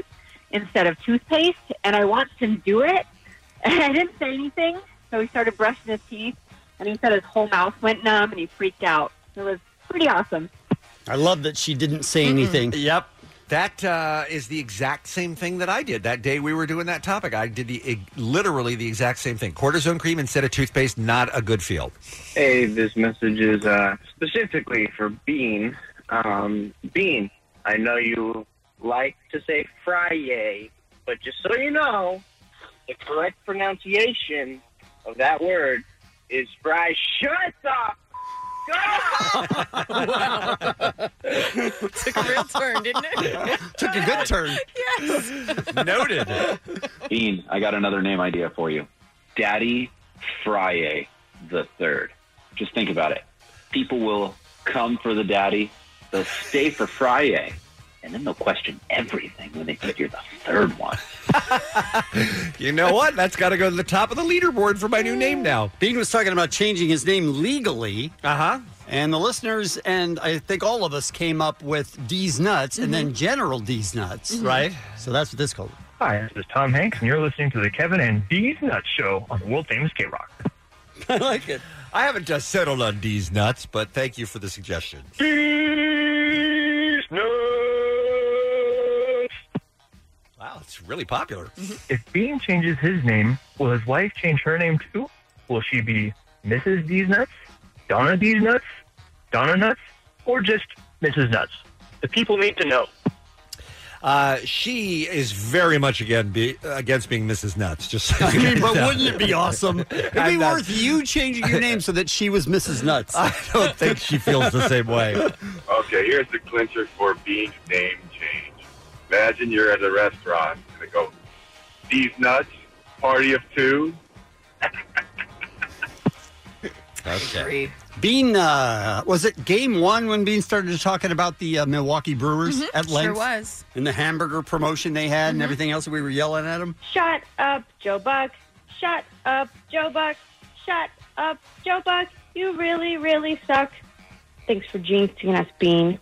Speaker 9: instead of toothpaste. And I watched him do it, and I didn't say anything. So he started brushing his teeth, and he said his whole mouth went numb, and he freaked out. It was pretty awesome.
Speaker 15: I love that she didn't say anything.
Speaker 14: Mm-hmm. Yep. That uh, is the exact same thing that I did that day we were doing that topic. I did the ig- literally the exact same thing. Cortisone cream instead of toothpaste, not a good feel.
Speaker 11: Hey, this message is uh, specifically for Bean. Um, Bean, I know you like to say Friday, but just so you know, the correct pronunciation of that word is fry. Shut up!
Speaker 20: Took a real turn, didn't it?
Speaker 15: Took a good turn.
Speaker 20: Yes.
Speaker 14: Noted.
Speaker 8: Bean, I got another name idea for you. Daddy Frye the Third. Just think about it. People will come for the daddy. They'll stay for Frye, and then they'll question everything when they think you're the third one.
Speaker 14: You know what? That's got to go to the top of the leaderboard for my new name now.
Speaker 15: Bean was talking about changing his name legally.
Speaker 14: Uh huh.
Speaker 15: And the listeners and I think all of us came up with D's nuts and
Speaker 14: Mm-hmm.
Speaker 15: then General D's nuts.
Speaker 26: Mhm.
Speaker 15: Right. So that's what this called.
Speaker 26: Hi, this is Tom Hanks, and you're listening to the Kevin and Bees Nuts Show on the world famous K Rock.
Speaker 14: I like it. I haven't just settled on these nuts, but thank you for the suggestion. Wow, it's really popular.
Speaker 26: If Bean changes his name, will his wife change her name too? Will she be Mrs. Bees Nuts, Donna Bees Nuts, Donna Nuts, or just Mrs. Nuts? The people need to know.
Speaker 14: Uh, she is very much again be, against being Mrs. Nuts. Just so
Speaker 15: I
Speaker 14: you
Speaker 15: mean, but
Speaker 14: know.
Speaker 15: wouldn't it be awesome? It'd be
Speaker 14: I'm not-
Speaker 15: worth you changing your name so that she was Mrs. Nuts.
Speaker 14: I don't think she feels the same way.
Speaker 26: Okay,
Speaker 27: Okay, here's the clincher for being name change. Imagine you're at a restaurant and they go, "These nuts, party of two.
Speaker 15: Okay. Bean, uh, was it game one when Bean started talking about the uh, Milwaukee Brewers
Speaker 20: Mhm,
Speaker 15: at
Speaker 20: sure
Speaker 15: length?
Speaker 20: was.
Speaker 15: And the hamburger promotion they had and everything else that we were yelling at him?
Speaker 22: Shut up, Joe Buck. Shut up, Joe Buck. Shut up, Joe Buck. You really, really suck. Thanks for jinxing us, Bean.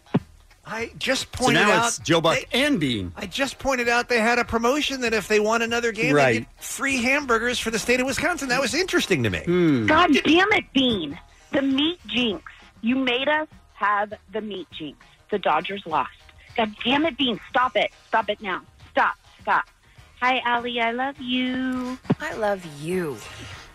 Speaker 14: I just
Speaker 15: So
Speaker 14: pointed
Speaker 15: now
Speaker 14: out
Speaker 15: it's Joe Buck and Bean.
Speaker 14: I just pointed out they had a promotion that if they won another game,
Speaker 15: Right.
Speaker 14: they get free hamburgers for the state of Wisconsin. That was interesting to me.
Speaker 15: Hmm.
Speaker 9: God damn it, Bean. The meat jinx. You made us have the meat jinx. The Dodgers lost. God damn it, Bean. Stop it. Stop it now. Stop. Stop. Hi, Allie. I love you.
Speaker 20: I love you.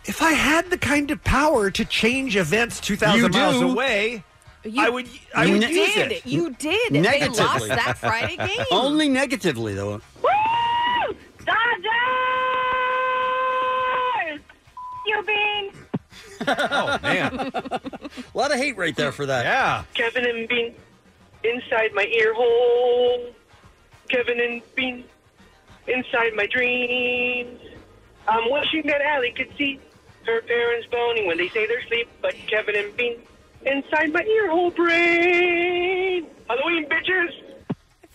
Speaker 14: If I had the kind of power to change events 2,000
Speaker 20: You
Speaker 14: miles
Speaker 20: do.
Speaker 14: away,
Speaker 20: You-
Speaker 14: I would, I
Speaker 15: You
Speaker 14: would
Speaker 15: ne-
Speaker 14: use
Speaker 20: did.
Speaker 14: it.
Speaker 20: You Oh, did.
Speaker 15: Negatively.
Speaker 20: They lost that Friday game.
Speaker 15: Only negatively, though.
Speaker 9: Woo! Dodgers! You, Bean.
Speaker 15: oh, man. A lot of hate right there for that.
Speaker 14: Yeah.
Speaker 6: Kevin and Bean inside my ear hole. Kevin and Bean inside my dreams. I'm wishing that Allie could see her parents boning when they say they're asleep, but Kevin and Bean inside my ear hole brain. Halloween bitches.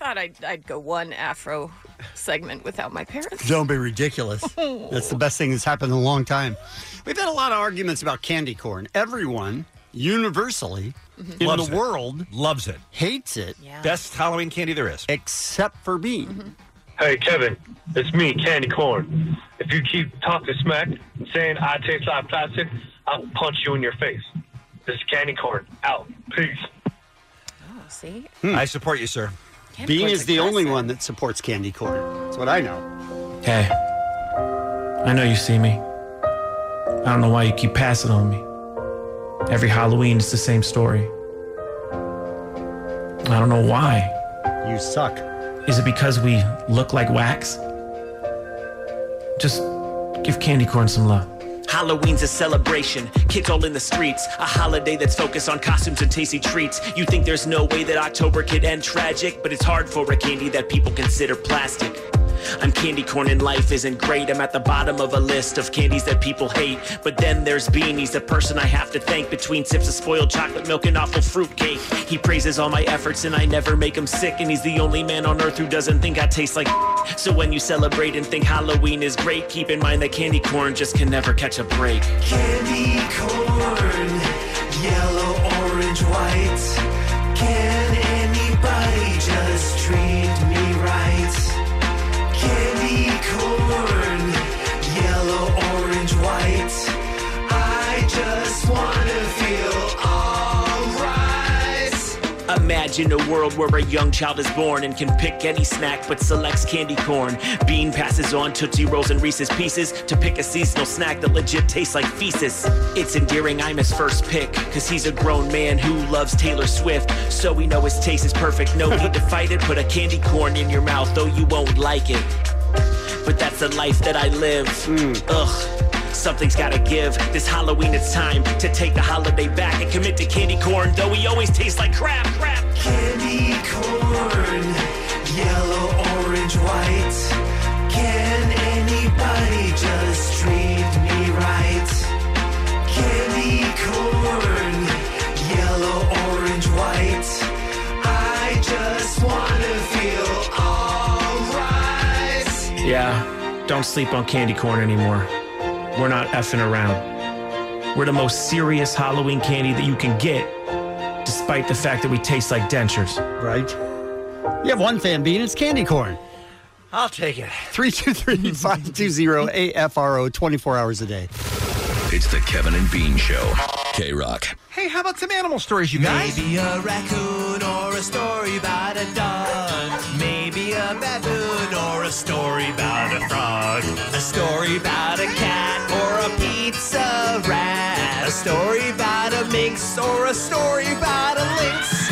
Speaker 20: I thought I'd, I'd go one Afro segment without my parents. Oh.
Speaker 15: Don't be ridiculous. That's the best thing that's happened in a long time. We've had a lot of arguments about candy corn. Everyone, universally, in
Speaker 14: Loves
Speaker 15: the
Speaker 14: it.
Speaker 15: world,
Speaker 14: loves it,
Speaker 15: hates it.
Speaker 14: Best Halloween candy there is.
Speaker 15: Except for Bean.
Speaker 6: Mm-hmm. Hey, Kevin, it's me, Candy Corn. If you keep talking smack and saying I taste like plastic, I'll punch you in your face. This is Candy Corn. Out. Peace.
Speaker 20: Oh, see?
Speaker 14: I support you, sir.
Speaker 20: Candy
Speaker 15: Bean
Speaker 20: corn's
Speaker 15: is the only one that supports candy corn. That's what I know.
Speaker 28: Hey, I know you see me. I don't know why you keep passing on me. Every Halloween, it's the same story. I don't know why.
Speaker 15: You suck.
Speaker 28: Is it because we look like wax? Just give candy corn some love.
Speaker 25: Halloween's a celebration, kids all in the streets. A holiday that's focused on costumes and tasty treats. You think there's no way that October could end tragic, but it's hard for a candy that people consider plastic. I'm candy corn and life isn't great. I'm at the bottom of a list of candies that people hate. But then there's Beanie's, the person I have to thank between sips of spoiled chocolate milk and awful fruitcake. He praises all my efforts and I never make him sick. And he's the only man on earth who doesn't think I taste like. So when you celebrate and think Halloween is great, keep in mind that candy corn just can never catch a break.
Speaker 11: Candy corn, yellow, orange, white. Can anybody just treat me right? Candy corn, yellow, orange, white. I just wanna feel alright.
Speaker 25: Imagine a world where a young child is born and can pick any snack but selects candy corn. Bean passes on Tootsie Rolls and Reese's Pieces to pick a seasonal snack that legit tastes like feces. It's endearing I'm his first pick, cause he's a grown man who loves Taylor Swift. So we know his taste is perfect, no need to fight it. Put a candy corn in your mouth, though you won't like it. But that's the life that I live. Ugh. Something's gotta give. This Halloween, it's time to take the holiday back and commit to candy corn, though we always taste like crap, crap.
Speaker 11: Candy corn, yellow, orange, white. Can anybody just treat me right? Candy corn, yellow, orange, white. I just wanna feel alright.
Speaker 28: Yeah, don't sleep on candy corn anymore. We're not effing around. We're the most serious Halloween candy that you can get, despite the fact that we taste like dentures.
Speaker 15: Right? You have one fan, Bean. It's candy corn.
Speaker 14: I'll take it.
Speaker 15: 323 520 AFRO 24 hours a day.
Speaker 23: It's the Kevin and Bean Show. K Rock.
Speaker 14: Hey, how about some animal stories, you guys?
Speaker 11: Maybe a raccoon or a story about a dog. Maybe a baboon or a story about a frog. A story about a cat or a pizza rat. A story about a minx or a story about a lynx.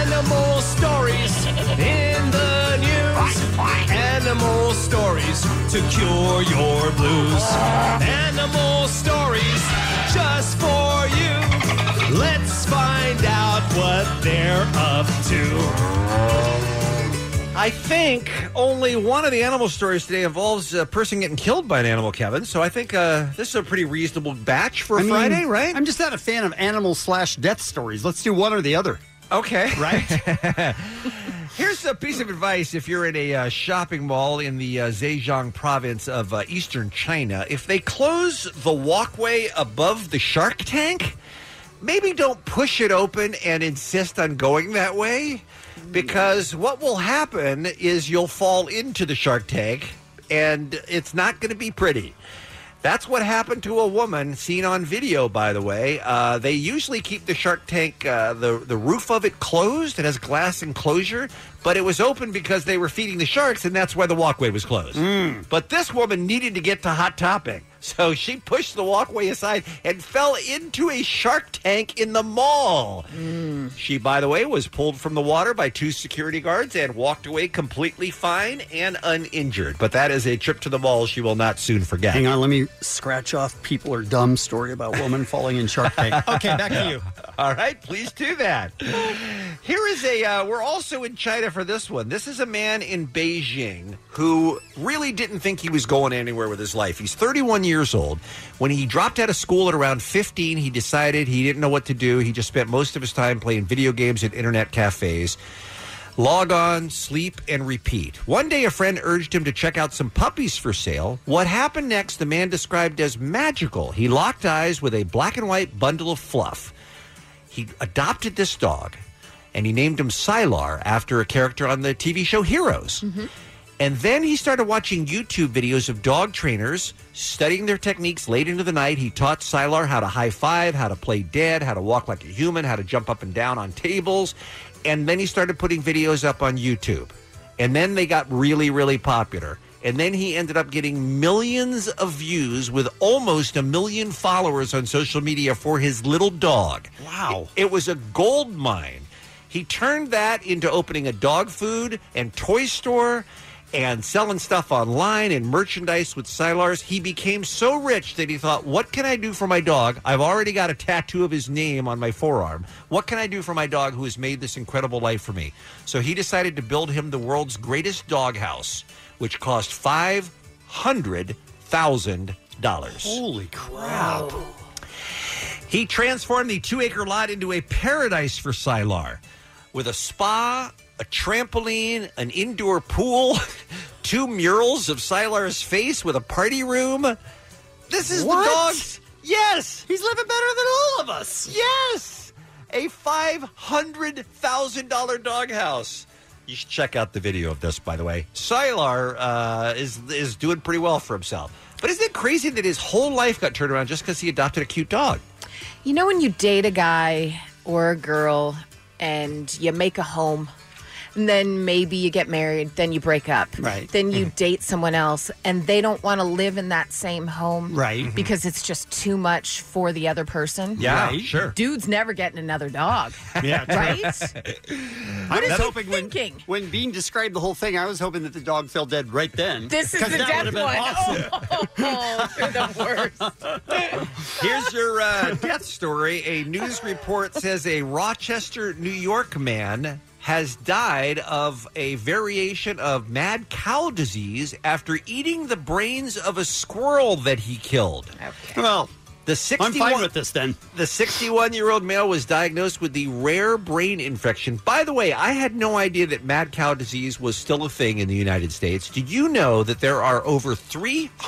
Speaker 11: Animal stories in the news. Animal stories to cure your blues. Animal stories just for you. Let's find out out what they're up to.
Speaker 14: I think only one of the animal stories today involves a person getting killed by an animal, Kevin. So I think uh, this is a pretty reasonable batch for a
Speaker 15: I mean,
Speaker 14: Friday, right?
Speaker 15: I'm just not a fan of animal slash death stories. Let's do one or the other.
Speaker 14: Okay. Right? Here's a piece of advice if you're in a uh, shopping mall in the uh, Zhejiang province of uh, eastern China. If they close the walkway above the shark tank, maybe don't push it open and insist on going that way because what will happen is you'll fall into the shark tank and it's not going to be pretty. That's what happened to a woman seen on video, by the way. Uh, they usually keep the shark tank, uh, the, the roof of it closed. It has glass enclosure, but it was open because they were feeding the sharks, and that's why the walkway was closed. But this woman needed to get to Hot Topping, so she pushed the walkway aside and fell into a shark tank in the mall. She, by the way, was pulled from the water by two security guards and walked away completely fine and uninjured. But that is a trip to the mall she will not soon forget.
Speaker 15: Hang on, let me scratch off people are dumb story about woman falling in Shark Tank.
Speaker 14: Yeah. All right, please do that. Here is a. Uh, we're also in China for this one. This is a man in Beijing who really didn't think he was going anywhere with his life. He's 31 years old. When he dropped out of school at around 15, he decided he didn't know what to do. He just spent most of his time playing video games at internet cafes. Log on, sleep, and repeat. One day, a friend urged him to check out some puppies for sale. What happened next, the man described as magical. He locked eyes with a black and white bundle of fluff. He adopted this dog and he named him Sylar after a character on the TV show Heroes. And then he started watching YouTube videos of dog trainers studying their techniques late into the night. He taught Sylar how to high five, how to play dead, how to walk like a human, how to jump up and down on tables. And then he started putting videos up on YouTube. And then they got really, really popular. And then he ended up getting millions of views with almost a million followers on social media for his little dog. Wow. It, it was a gold mine. He turned that into opening a dog food and toy store and selling stuff online and merchandise with Silars. He became so rich that he thought, what can I do for my dog? I've already got a tattoo of his name on my forearm. What can I do for my dog who has made this incredible life for me? So he decided to build him the world's greatest dog house, which cost $500,000.
Speaker 15: Holy crap.
Speaker 14: He transformed the two acre lot into a paradise for Sylar with a spa, a trampoline, an indoor pool, two murals of Sylar's face with a party room. This is
Speaker 1: What?
Speaker 14: the dog's. Yes! He's living better than all of us! Yes! A $500,000 doghouse. You should check out the video of this, by the way. Sylar uh, is, is doing pretty well for himself. But isn't it crazy that his whole life got turned around just because he adopted a cute dog?
Speaker 20: You know when you date a guy or a girl and you make a home and then maybe you get married, then you break up.
Speaker 15: Right. Mm-hmm.
Speaker 20: Then you date someone else and they don't want to live in that same home.
Speaker 15: Right. Mhm.
Speaker 20: Because it's just too much for the other person.
Speaker 15: Yeah, Right. sure.
Speaker 20: Dude's never getting another dog.
Speaker 15: right. I
Speaker 20: is
Speaker 15: was
Speaker 20: he
Speaker 15: hoping when, when Bean described the whole thing, I was hoping that the dog fell dead right then.
Speaker 20: This is
Speaker 15: 'Cause
Speaker 20: the
Speaker 15: that
Speaker 20: death
Speaker 15: would've been
Speaker 20: one.
Speaker 15: awesome.
Speaker 20: Oh, you're the worst.
Speaker 14: Here's your uh, death story. A news report says a Rochester, New York man has died of a variation of mad cow disease after eating the brains of a squirrel that he killed. Well, the 61
Speaker 15: with this then.
Speaker 14: The 61 year old male was diagnosed with the rare brain infection. By the way, I had no idea that mad cow disease was still a thing in the United States. Did you know that there are over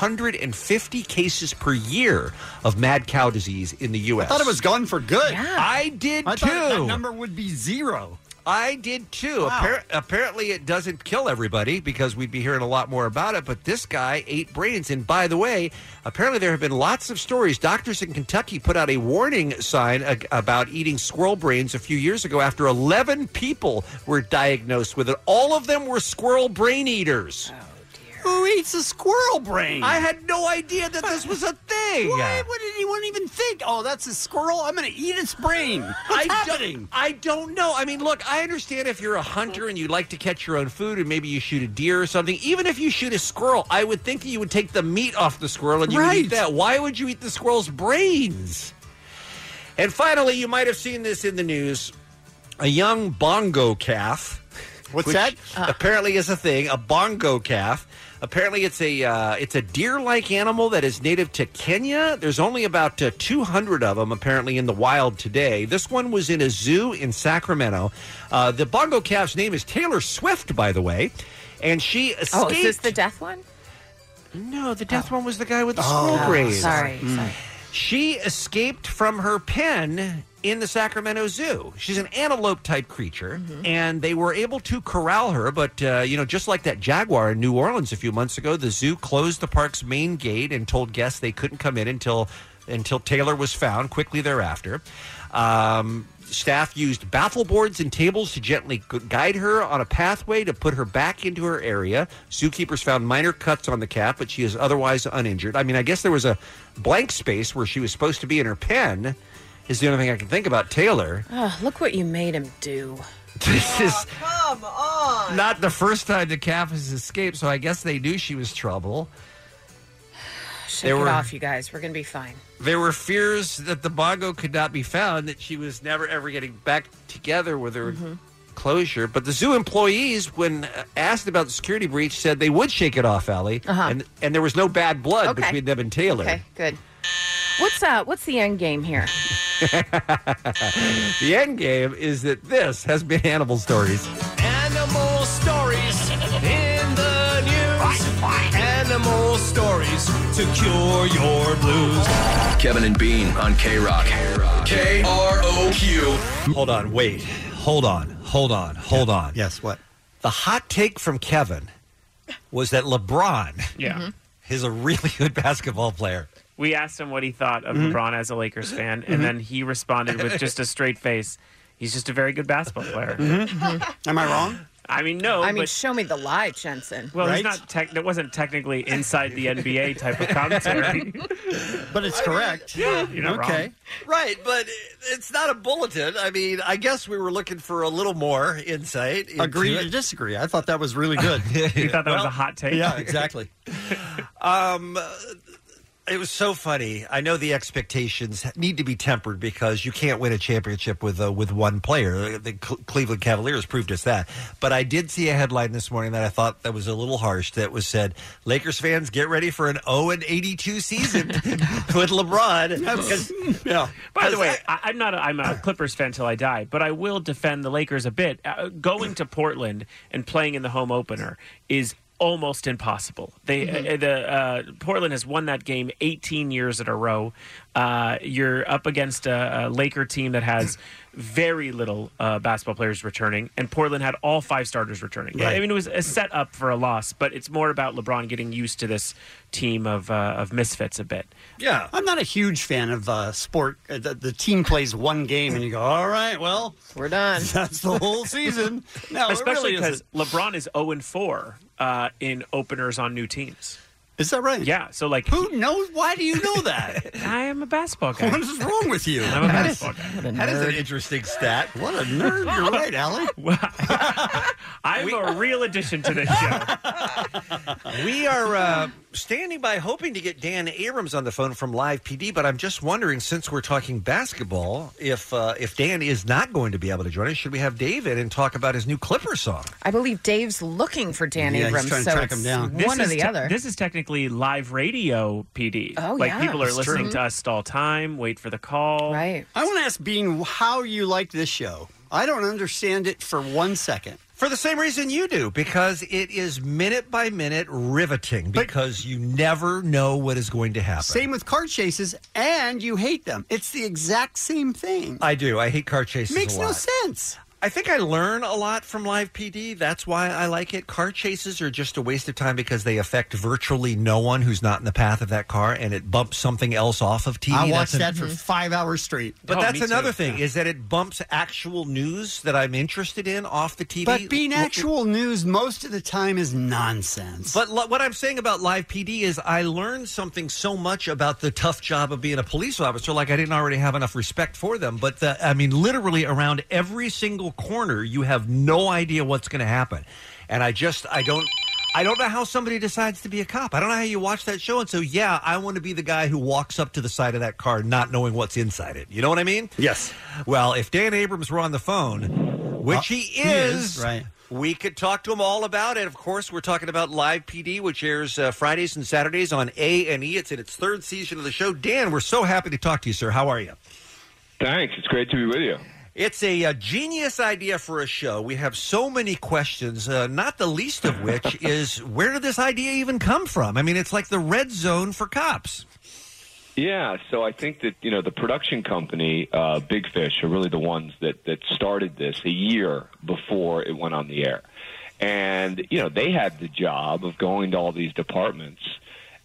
Speaker 14: 350 cases per year of mad cow disease in the U.S.?
Speaker 15: I thought it was gone for good.
Speaker 14: I did
Speaker 15: I
Speaker 14: too.
Speaker 15: thought that number would be zero.
Speaker 14: I did too.
Speaker 15: Wow.
Speaker 14: Appar- apparently, it doesn't kill everybody because we'd be hearing a lot more about it. But this guy ate brains. And by the way, apparently, there have been lots of stories. Doctors in Kentucky put out a warning sign a- about eating squirrel brains a few years ago after 11 people were diagnosed with it. All of them were squirrel brain eaters.
Speaker 15: Who eats a squirrel brain?
Speaker 14: I had no idea that this was a thing.
Speaker 15: Why would anyone even think? Oh, that's a squirrel. I'm going to eat its brain. What's
Speaker 14: I
Speaker 15: happening?
Speaker 14: Don't, I don't know. I mean, look, I understand if you're a hunter and you like to catch your own food and maybe you shoot a deer or something. Even if you shoot a squirrel, I would think that you would take the meat off the squirrel and you would
Speaker 15: Right.
Speaker 14: eat that. Why would you eat the squirrel's brains? And finally, you might have seen this in the news. a young bongo calf.
Speaker 15: What's
Speaker 14: which
Speaker 15: that?
Speaker 20: Uh.
Speaker 14: Apparently, is a thing. A bongo calf. Apparently, it's a uh, it's a deer-like animal that is native to Kenya. There's only about uh, 200 of them apparently in the wild today. This one was in a zoo in Sacramento. Uh, the bongo calf's name is Taylor Swift, by the way, and she escaped.
Speaker 20: Oh, is this the death one?
Speaker 14: No, the death one was the guy with the
Speaker 20: Oh.
Speaker 14: scroll braid.
Speaker 20: Sorry,
Speaker 14: Mm.
Speaker 20: sorry.
Speaker 14: She escaped from her pen in the Sacramento Zoo. She's an antelope type creature, and they were able to corral her. But, uh, you know, just like that jaguar in New Orleans a few months ago, the zoo closed the park's main gate and told guests they couldn't come in until until Taylor was found quickly thereafter. Um, staff used baffle boards and tables to gently gu- guide her on a pathway to put her back into her area. Zookeepers found minor cuts on the calf, but she is otherwise uninjured. I mean, I guess there was a blank space where she was supposed to be in her pen. Is the only thing I can think about Taylor.
Speaker 20: Oh, look what you made him do.
Speaker 14: This is
Speaker 26: Oh, Come on.
Speaker 14: not the first time the calf has escaped, so I guess they knew she was trouble.
Speaker 20: Shake
Speaker 14: They
Speaker 20: it
Speaker 14: were-
Speaker 20: off, you guys. We're gonna be fine.
Speaker 14: There were fears that the bongo could not be found, that she was never ever getting back together with her
Speaker 20: Mm-hmm.
Speaker 14: closure. But the zoo employees, when uh, asked about the security breach, said they would shake it off, Allie, and and there was no bad blood
Speaker 20: Uh-huh. Okay.
Speaker 14: between them and Taylor.
Speaker 20: Okay, good. What's uh what's the end game here?
Speaker 14: the end game is that this has been Animal Stories.
Speaker 11: Animal stories in the news. Animal stories to cure your blues.
Speaker 23: Kevin and Bean on K Rock. K R O Q.
Speaker 14: Hold on, wait. Hold on, hold on, hold on.
Speaker 15: Yes, what?
Speaker 14: The hot take from Kevin was that LeBron
Speaker 18: Yeah.
Speaker 14: is a really good basketball player.
Speaker 18: We asked him what he thought of
Speaker 15: Mm-hmm.
Speaker 14: Mhm.
Speaker 18: LeBron as a Lakers fan,
Speaker 14: Mhm.
Speaker 18: and then he responded with just a straight face. He's just a very good basketball player.
Speaker 15: Mm-hmm. Am I wrong?
Speaker 18: I mean, no.
Speaker 20: I mean,
Speaker 18: but,
Speaker 20: show me the lie, Jensen.
Speaker 18: well, he's not. Tech, that wasn't technically inside the NBA type of commentary.
Speaker 15: but it's correct.
Speaker 18: yeah, you're not
Speaker 15: Okay.
Speaker 18: wrong.
Speaker 14: Right, but it's not a bulletin. I mean, I guess we were looking for a little more insight. into
Speaker 15: Agree
Speaker 14: it.
Speaker 15: to disagree. I thought that was really good.
Speaker 14: You thought that was a hot take?
Speaker 15: Yeah, exactly.
Speaker 14: Um, uh, it was so funny. I know the expectations need to be tempered because you can't win a championship with uh, with one player. The Cl- Cleveland Cavaliers proved us that. But I did see a headline this morning that I thought that was a little harsh. That was said, "Lakers fans get ready for an 0 and 82 season with LeBron." 'Cause- yeah.
Speaker 18: By the way, I, I'm not. A, I'm a Clippers fan till I die, but I will defend the Lakers a bit. Uh, going to Portland and playing in the home opener is almost impossible. They
Speaker 29: Mhm.
Speaker 18: uh, the uh, Portland has won that game 18 years in a row. Uh, you're up against a, a Laker team that has very little uh, basketball players returning, and Portland had all five starters returning.
Speaker 29: Right.
Speaker 18: I mean, it was a setup for a loss, but it's more about LeBron getting used to this team of uh, of misfits a bit.
Speaker 14: Yeah.
Speaker 15: I'm not a huge fan of uh, sport. Uh, the, the team plays one game and you go, all right, well,
Speaker 20: we're done.
Speaker 15: That's the whole season. No,
Speaker 18: especially because
Speaker 15: because.
Speaker 18: LeBron is 0 and 4 uh, in openers on new teams.
Speaker 15: Is that right?
Speaker 18: Yeah. So like,
Speaker 15: who knows? Why do you know that?
Speaker 18: I am a basketball guy.
Speaker 15: What is wrong with you?
Speaker 18: I'm a basketball guy.
Speaker 14: that is an interesting stat.
Speaker 15: What a nerd! You're right, Allie.
Speaker 18: I'm a real addition to this show.
Speaker 14: we are uh, standing by hoping to get Dan Abrams on the phone from Live PD, but I'm just wondering, since we're talking basketball, if uh, if Dan is not going to be able to join us, should we have Dave in and talk about his new Clipper song?
Speaker 20: I believe Dave's looking for Dan Abrams, so it's one or
Speaker 18: is
Speaker 20: the
Speaker 18: te-
Speaker 20: other.
Speaker 18: This is technically live radio PD.
Speaker 20: Oh,
Speaker 18: like
Speaker 20: yeah.
Speaker 18: people are
Speaker 20: It's
Speaker 18: listening
Speaker 20: true.
Speaker 18: to us all time, wait for the call.
Speaker 20: Right.
Speaker 15: I want to ask Bean how you like this show. I don't understand it for one second.
Speaker 14: For the same reason you do, because it is minute by minute riveting, because you never know what is going to happen.
Speaker 15: Same with car chases, and you hate them. It's the exact same thing.
Speaker 14: I do. I hate car chases.
Speaker 15: Makes
Speaker 14: a
Speaker 15: no
Speaker 14: lot.
Speaker 15: sense.
Speaker 14: I think I learn a lot from live PD. That's why I like it. Car chases are just a waste of time because they affect virtually no one who's not in the path of that car, and it bumps something else off of TV.
Speaker 15: I
Speaker 14: That's Oh,
Speaker 15: watched
Speaker 14: an-
Speaker 15: that
Speaker 20: Mm-hmm.
Speaker 15: for five hours straight. Oh,
Speaker 14: But that's another thing is that it bumps actual news that I'm interested in off the TV.
Speaker 15: But being
Speaker 14: Look-
Speaker 15: actual news most of the time is nonsense.
Speaker 14: But lo- what I'm saying about live PD is I learned something so much about the tough job of being a police officer. Like I didn't already have enough respect for them, but the, I mean, literally around every single corner, you have no idea what's going to happen. And I just, I don't. I don't know how somebody decides to be a cop. I don't know how you watch that show and so yeah, I want to be the guy who walks up to the side of that car not knowing what's inside it. You know what I mean? Yes. Well, if Dan Abrams were on the phone, which
Speaker 15: Uh,
Speaker 14: he
Speaker 15: he
Speaker 14: is.
Speaker 15: is, right.
Speaker 14: We could talk to him all about it. Of course, we're talking about Live PD, which airs uh, Fridays and Saturdays on A and E. It's in its third season of the show. Dan, we're so happy to talk to you, sir. How are you?
Speaker 26: Thanks. It's great to be with you.
Speaker 14: It's a, uh genius idea for a show. We have so many questions, uh, not the least of which is where did this idea even come from? I mean, it's like the red zone for cops.
Speaker 26: Yeah, so I think that you know the production company, uh, Big Fish, are really the ones that that started this a year before it went on the air, and you know they had the job of going to all these departments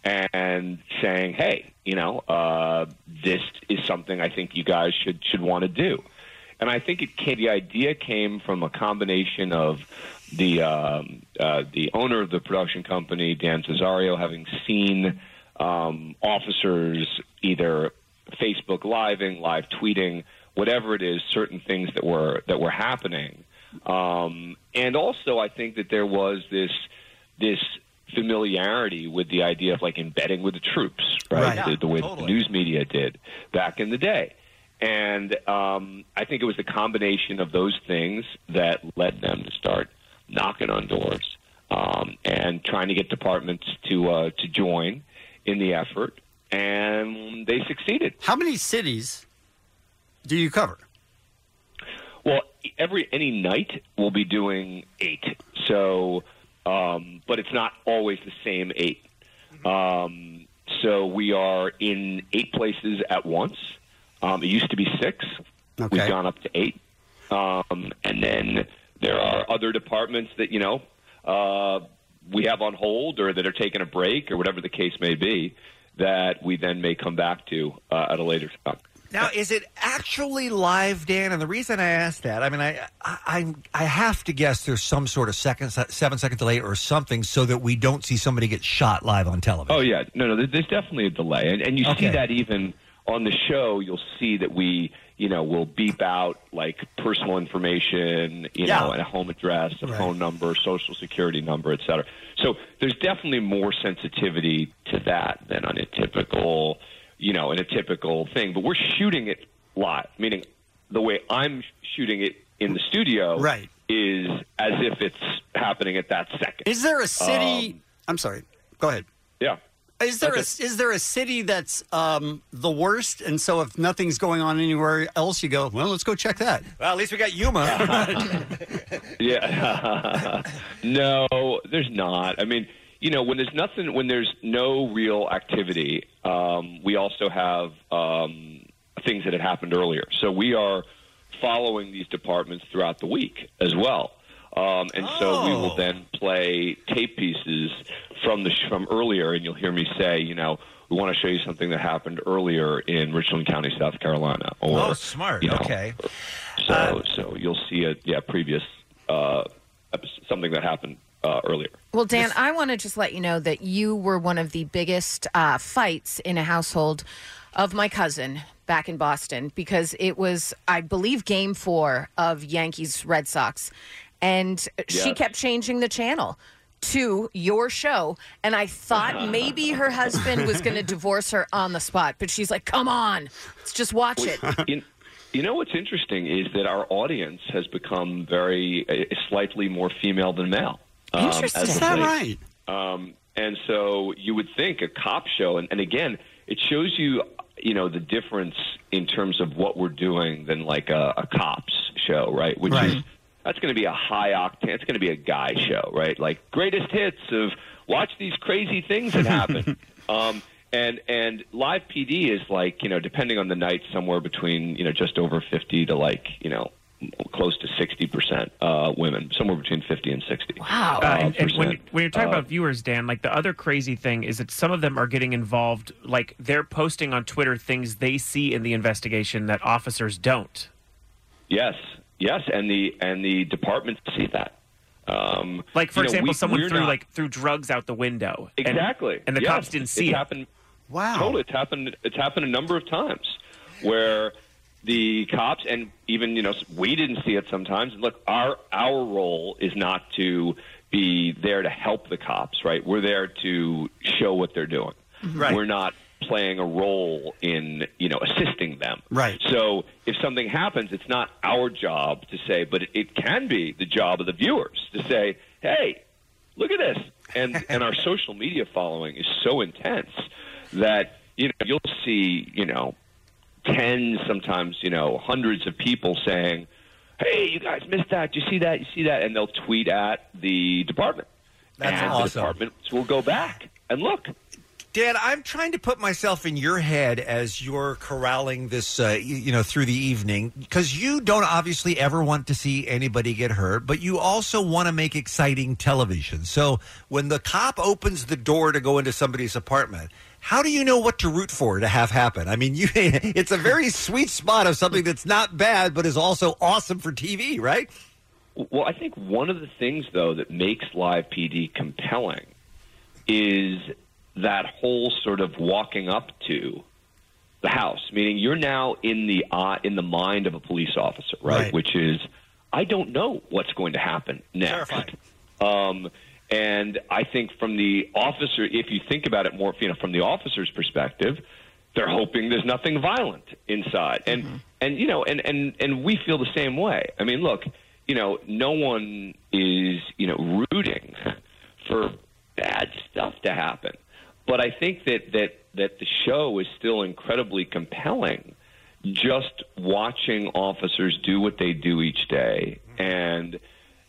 Speaker 26: and saying, hey, you know, uh, this is something I think you guys should should want to do, and I think it came, the idea came from a combination of the um, uh, the owner of the production company, Dan Cesario, having seen um, officers either Facebook living, live tweeting, whatever it is, certain things that were that were happening, um, and also I think that there was this this familiarity with the idea of like embedding with the troops, right?
Speaker 29: Right.
Speaker 26: The, the way that
Speaker 29: Totally.
Speaker 26: the news media did back in the day. And um, I think it was the combination of those things that led them to start knocking on doors um, and trying to get departments to uh, to join in the effort, and they succeeded.
Speaker 15: How many cities do you cover?
Speaker 26: Well, every any night we'll be doing eight. So, um, but it's not always the same eight.
Speaker 15: Mm-hmm.
Speaker 26: Um, so we are in eight places at once. Um, it used to be six. We've gone up to eight, um, and then there are other departments that you know uh, we have on hold or that are taking a break or whatever the case may be. That we then may come back to uh, at a later time.
Speaker 14: Now, is it actually live, Dan? And the reason I asked that, I mean, I, I, I'm- I have to guess there's some sort of second, seven second delay or something, so that we don't see somebody get shot live on television.
Speaker 26: Oh yeah, no, no. there- There's definitely a delay, and, and you
Speaker 14: Okay.
Speaker 26: see that even on the show. You'll see that we, you know, will beep out like personal information, you
Speaker 29: Yeah.
Speaker 26: know, and a home address, a phone number, social security number, et cetera. So there's definitely more sensitivity to that than on a typical, you know, in a typical thing. But we're shooting it live, meaning the way I'm shooting it in the studio,
Speaker 15: Right.
Speaker 26: is as if it's happening at that second.
Speaker 15: Is there a
Speaker 26: Um,
Speaker 15: city? I'm sorry. Go ahead.
Speaker 26: yeah.
Speaker 15: Is there
Speaker 26: Okay.
Speaker 15: a, is there a city that's um, the worst? And so if nothing's going on anywhere else, you go, well, let's go check that.
Speaker 14: Well, at least we got Yuma.
Speaker 26: Yeah. no, there's not. I mean, you know, when there's nothing, when there's no real activity, um, we also have um, things that had happened earlier. So we are following these departments throughout the week as well. Um, and so we
Speaker 14: Oh.
Speaker 26: will then play tape pieces from the sh- from earlier, and you'll hear me say, you know, we want to show you something that happened earlier in Richland County, South Carolina. Or,
Speaker 14: oh, smart.
Speaker 26: you know,
Speaker 14: okay. Uh,
Speaker 26: so, so you'll see a yeah previous uh, episode, something that happened uh, earlier.
Speaker 20: Well, Dan, I want to just let you know that you were one of the biggest uh, fights in a household of my cousin back in Boston because it was, I believe, game four of Yankees Red Sox. And she
Speaker 30: Yes.
Speaker 20: kept changing the channel to your show. And I thought maybe her husband was going to divorce her on the spot. But she's like, come on, let's just watch it.
Speaker 26: you, you know what's interesting is that our audience has become very uh, slightly more female than male. um,
Speaker 29: Interesting.
Speaker 26: as
Speaker 29: Is
Speaker 26: of
Speaker 29: that
Speaker 26: late. Um, and so you would think a cop show, and, and again, it shows you you know the difference in terms of what we're doing than like a, a cops show, right? Which is that's going to be a high octane. It's going to be a guy show, right? Like greatest hits of watch these crazy things that happen. um, and and live PD is like you know depending on the night somewhere between you know just over fifty to like you know close to sixty percent uh, women, somewhere between fifty and sixty. Wow.
Speaker 18: Uh, and, and when, when you're
Speaker 26: Uh,
Speaker 18: talking about viewers, Dan, like the other crazy thing is that some of them are getting involved. Like they're posting on Twitter things they see in the investigation that officers don't.
Speaker 26: Yes, yes, and the and the departments see that. Um,
Speaker 18: Like for
Speaker 26: you know,
Speaker 18: example,
Speaker 26: we-
Speaker 18: someone
Speaker 26: we're
Speaker 18: threw
Speaker 26: not-
Speaker 18: like threw drugs out the window. and-
Speaker 26: exactly,
Speaker 18: and, the
Speaker 26: Yes,
Speaker 18: cops didn't see
Speaker 26: it's
Speaker 18: it.
Speaker 26: Happened,
Speaker 15: wow,
Speaker 26: totally, it's happened. It's happened a number of times where the cops and even you know we didn't see it sometimes. And look, our our role is not to be there to help the cops, right? We're there to show what they're doing.
Speaker 29: Mhm. Right.
Speaker 26: Mm-hmm. We're not playing a role in you know assisting them.
Speaker 15: Right.
Speaker 26: So if something happens, it's not our job to say, but it, it can be the job of the viewers to say, "Hey, look at this." And and our social media following is so intense that you know you'll see you know tens, sometimes you know hundreds of people saying, "Hey, you guys missed that. You see that? You see that?" And they'll tweet at the department.
Speaker 14: That's
Speaker 26: and The
Speaker 14: awesome.
Speaker 26: department will go back and look.
Speaker 14: Dan, I'm trying to put myself in your head as you're corralling this, uh, y- you know, through the evening because you don't obviously ever want to see anybody get hurt, but you also want to make exciting television. So when the cop opens the door to go into somebody's apartment, how do you know what to root for to have happen? I mean, you, it's a very sweet spot of something that's not bad, but is also awesome for TV, right?
Speaker 26: Well, I think one of the things, though, that makes live PD compelling is that whole sort of walking up to the house, meaning you're now in the uh, in the mind of a police officer, right? Which is, I don't know what's going to happen next. Um, and I think from the officer, if you think about it more, you know, from the officer's perspective, they're hoping there's nothing violent inside, and and you know, and and and we feel the same way. I mean, look, you know, no one is you know rooting for bad stuff to happen, but I think that that that the show is still incredibly compelling just watching officers do what they do each day and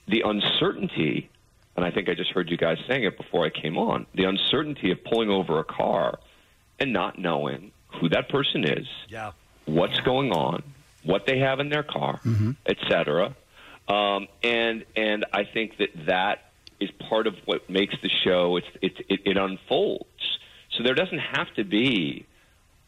Speaker 26: the uncertainty and I think I just heard you guys saying it before I came on the uncertainty of pulling over a car and not knowing who that person is,
Speaker 14: Yeah.
Speaker 26: what's going on, what they have in their car, etc. Um, and and I think that that is part of what makes the show. It's, it's it, it unfolds. So there doesn't have to be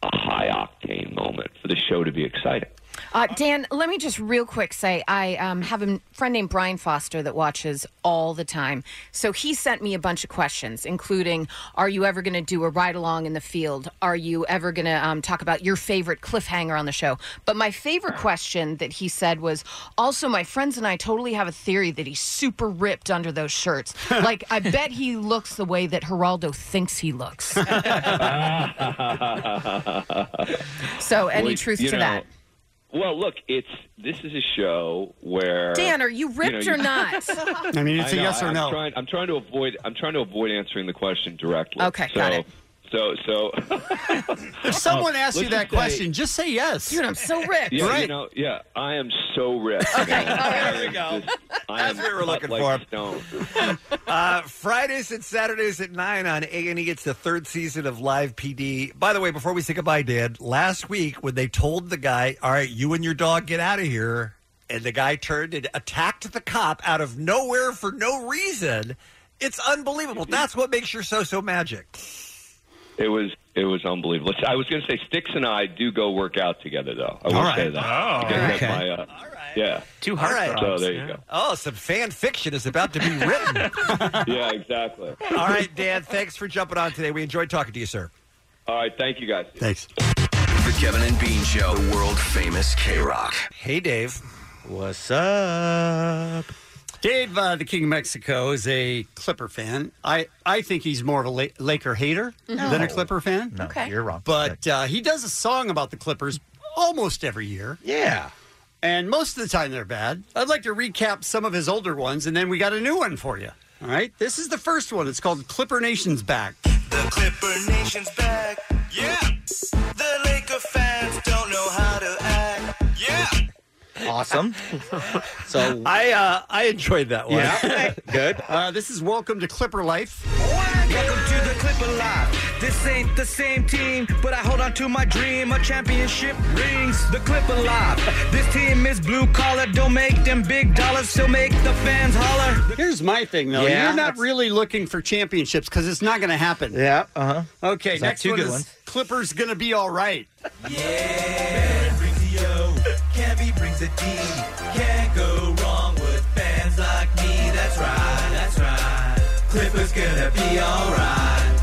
Speaker 26: a high octane moment for the show to be exciting.
Speaker 20: Uh, Dan, let me just real quick say I um, have a friend named Brian Foster that watches all the time. So he sent me a bunch of questions, including Are you ever going to do a ride along in the field? Are you ever going to um, talk about your favorite cliffhanger on the show? But my favorite question that he said was Also, my friends and I totally have a theory that he's super ripped under those shirts. like, I bet he looks the way that Geraldo thinks he looks. So, any
Speaker 26: Well,
Speaker 20: truth
Speaker 26: you
Speaker 20: to
Speaker 26: know,
Speaker 20: that?
Speaker 26: Well, look, it's this is a show where
Speaker 20: Dan, are you ripped
Speaker 26: know,
Speaker 20: or not?
Speaker 15: I mean, it's a
Speaker 26: know,
Speaker 15: yes or
Speaker 26: I'm
Speaker 15: no.
Speaker 26: Trying, I'm trying to avoid. I'm trying to avoid answering the question directly.
Speaker 20: Okay,
Speaker 26: so,
Speaker 20: got it.
Speaker 26: So, so
Speaker 15: If someone
Speaker 26: Uh,
Speaker 15: asks you
Speaker 26: let's
Speaker 15: that
Speaker 26: just say-
Speaker 15: question, just say yes.
Speaker 20: Dude, I'm so ripped.
Speaker 26: yeah, you know, yeah, I am so ripped. Okay, there we go. That's
Speaker 14: what we're looking
Speaker 26: like
Speaker 14: for.
Speaker 26: Stone.
Speaker 14: uh, Fridays and Saturdays at nine on A and E. It's the third season of Live PD. By the way, before we say goodbye, Dan, last week when they told the guy, "All right, you and your dog get out of here," and the guy turned and attacked the cop out of nowhere for no reason. It's unbelievable. That's what makes your so so magic.
Speaker 26: It was it was unbelievable. I was going to say Sticks and I do go work out together though. I will
Speaker 14: right.
Speaker 26: say that.
Speaker 14: Oh,
Speaker 26: Because that's
Speaker 14: okay.
Speaker 26: my, uh, Yeah.
Speaker 14: Two
Speaker 26: All right.
Speaker 14: heartthrobs,
Speaker 26: So there you
Speaker 14: yeah.
Speaker 26: go.
Speaker 14: Oh, some fan fiction is about to be written.
Speaker 26: yeah, exactly.
Speaker 14: All right, Dan. Thanks for jumping on today. We enjoyed talking to you, sir.
Speaker 26: All right, thank you guys.
Speaker 15: Thanks.
Speaker 23: The Kevin and Bean Show, the world famous K Rock.
Speaker 14: Hey, Dave.
Speaker 15: What's up? Dave, uh, the King of Mexico, is a Clipper fan. I, I think he's more of a La- Laker hater
Speaker 29: No.
Speaker 15: than a Clipper fan.
Speaker 29: No, Okay. you're wrong.
Speaker 15: But uh, he does a song about the Clippers almost every year.
Speaker 29: Yeah.
Speaker 15: And most of the time they're bad. I'd like to recap some of his older ones, and then we got a new one for you. All right. This is the first one. It's called Clipper Nation's Back.
Speaker 29: The Clipper Nation's back. Yeah. The Laker fans don't know how to act. Yeah.
Speaker 15: Awesome.
Speaker 29: So-
Speaker 15: I uh, I enjoyed that
Speaker 29: one.
Speaker 15: Yeah. Good. Uh, this is Welcome to Clipper Life.
Speaker 29: Welcome to the Clipper Life. This ain't the same team, but I hold on to my dream. A championship rings the Clipper Life. This team is blue collar, don't make them big dollars, still make the fans holler.
Speaker 15: Here's my thing, though.
Speaker 29: Yeah.
Speaker 15: You're not really looking for championships because it's not going to happen.
Speaker 29: Yeah,
Speaker 15: Uh huh. Okay.
Speaker 29: Is that
Speaker 15: next
Speaker 29: two
Speaker 15: one
Speaker 29: good
Speaker 15: is
Speaker 29: ones?
Speaker 15: Clippers going to be all right.
Speaker 29: Kevy brings a D. Can't go wrong with fans like me. That's right, that's right. Clippers gonna be alright.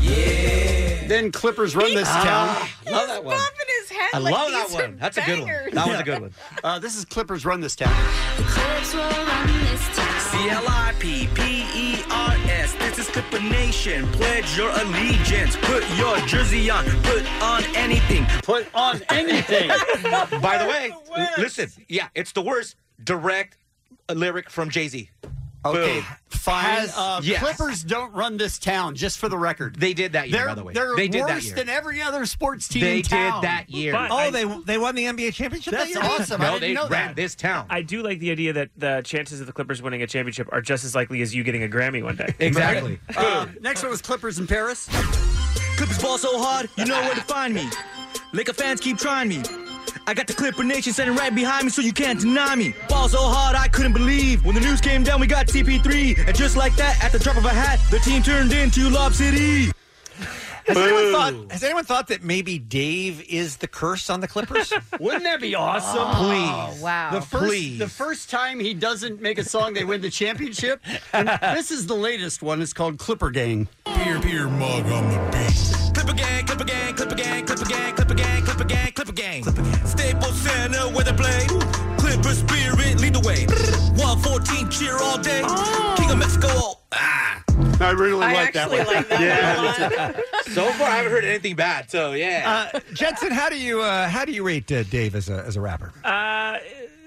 Speaker 29: Yeah.
Speaker 15: Then Clippers run this town.
Speaker 29: love that one.
Speaker 20: his head
Speaker 29: I like love that these are one. That's a good one. bangers. That one's a
Speaker 15: good one. Uh, this is Clippers run this town.
Speaker 29: C L I P P E R S. Yes, this is Clipper Nation. Pledge your allegiance. Put your jersey on. Put on anything. Put on anything.
Speaker 30: By the way, l- listen, yeah, it's the worst direct lyric from Jay Z.
Speaker 15: Okay, fine. uh,
Speaker 30: yes.
Speaker 15: Clippers don't run this town. Just for the record, they
Speaker 30: did that year,
Speaker 15: They're,
Speaker 30: by the way.
Speaker 15: they're
Speaker 30: They did that
Speaker 15: worse
Speaker 30: year.
Speaker 15: than every other sports team.
Speaker 30: They
Speaker 15: in
Speaker 30: did
Speaker 15: town.
Speaker 30: that year.
Speaker 18: But
Speaker 30: oh,
Speaker 18: I-
Speaker 30: they they won the NBA championship.
Speaker 15: That's
Speaker 30: that year?
Speaker 15: awesome.
Speaker 30: No, they ran this town.
Speaker 18: I do like the idea that the chances of the Clippers winning a championship are just as likely as you getting a Grammy one day.
Speaker 30: Exactly.
Speaker 15: Um, next one was Clippers in Paris.
Speaker 31: Clippers ball so hard, you know where to find me. Laker fans keep trying me. I got the Clipper Nation standing right behind me, so you can't deny me. Ball so hard, I couldn't believe. When the news came down, we got CP3. And just like that, at the drop of a hat, the team turned into Lob City.
Speaker 30: Has anyone, thought, has anyone thought that maybe Dave is the curse on the Clippers?
Speaker 15: Wouldn't that be awesome?
Speaker 29: Oh,
Speaker 20: Oh,
Speaker 30: Please.
Speaker 15: The first,
Speaker 30: Please.
Speaker 15: the first time he doesn't make a song, they win the championship. And this is the latest one. It's called Clipper Gang. Beer, beer mug on the
Speaker 31: Clipper gang, Clipper gang, Clipper gang, Clipper gang, Clipper gang, Clipper gang, Clipper gang. Staples Center where they play. Clipper spirit lead the way. 114 cheer all day.
Speaker 30: Oh.
Speaker 31: King of Mexico. all- Ah.
Speaker 15: I really
Speaker 31: I like that actually one. like that
Speaker 30: yeah. so far, I haven't heard anything bad. So yeah.
Speaker 31: Uh,
Speaker 30: Jensen, how do you uh, how do you rate uh, Dave as a as a rapper?
Speaker 18: Uh,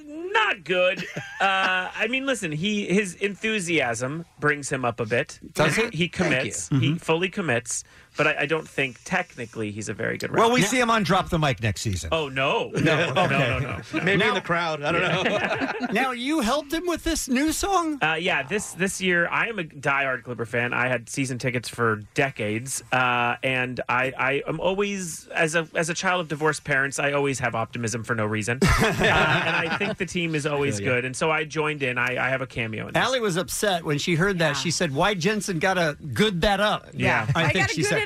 Speaker 18: not good. Uh, I mean, listen, he his enthusiasm brings him up a bit.
Speaker 30: Does it?
Speaker 18: He commits.
Speaker 30: Thank you. Mm-hmm.
Speaker 18: He fully commits. But I, I don't think technically he's a very good rapper.
Speaker 30: Well, we see him on Drop the Mic next season.
Speaker 18: Oh no!
Speaker 30: No,
Speaker 18: no,
Speaker 30: okay.
Speaker 18: no, no, no.
Speaker 30: Maybe in the crowd. I don't
Speaker 15: know. now you helped him with this new song.
Speaker 18: Uh, yeah, this this year I am a diehard Clipper fan. I had season tickets for decades, uh, and I, I am always as a as a child of divorced parents, I always have optimism for no reason, uh, and I think the team is always
Speaker 15: Yeah, yeah.
Speaker 18: good. And so I joined in. I, I have a cameo in.
Speaker 15: Allie was upset when she heard that. She said, "Why Jensen got to good that up?"
Speaker 18: Yeah.
Speaker 15: I,
Speaker 18: I
Speaker 15: think
Speaker 18: gotta
Speaker 15: she
Speaker 18: good
Speaker 15: said.
Speaker 18: it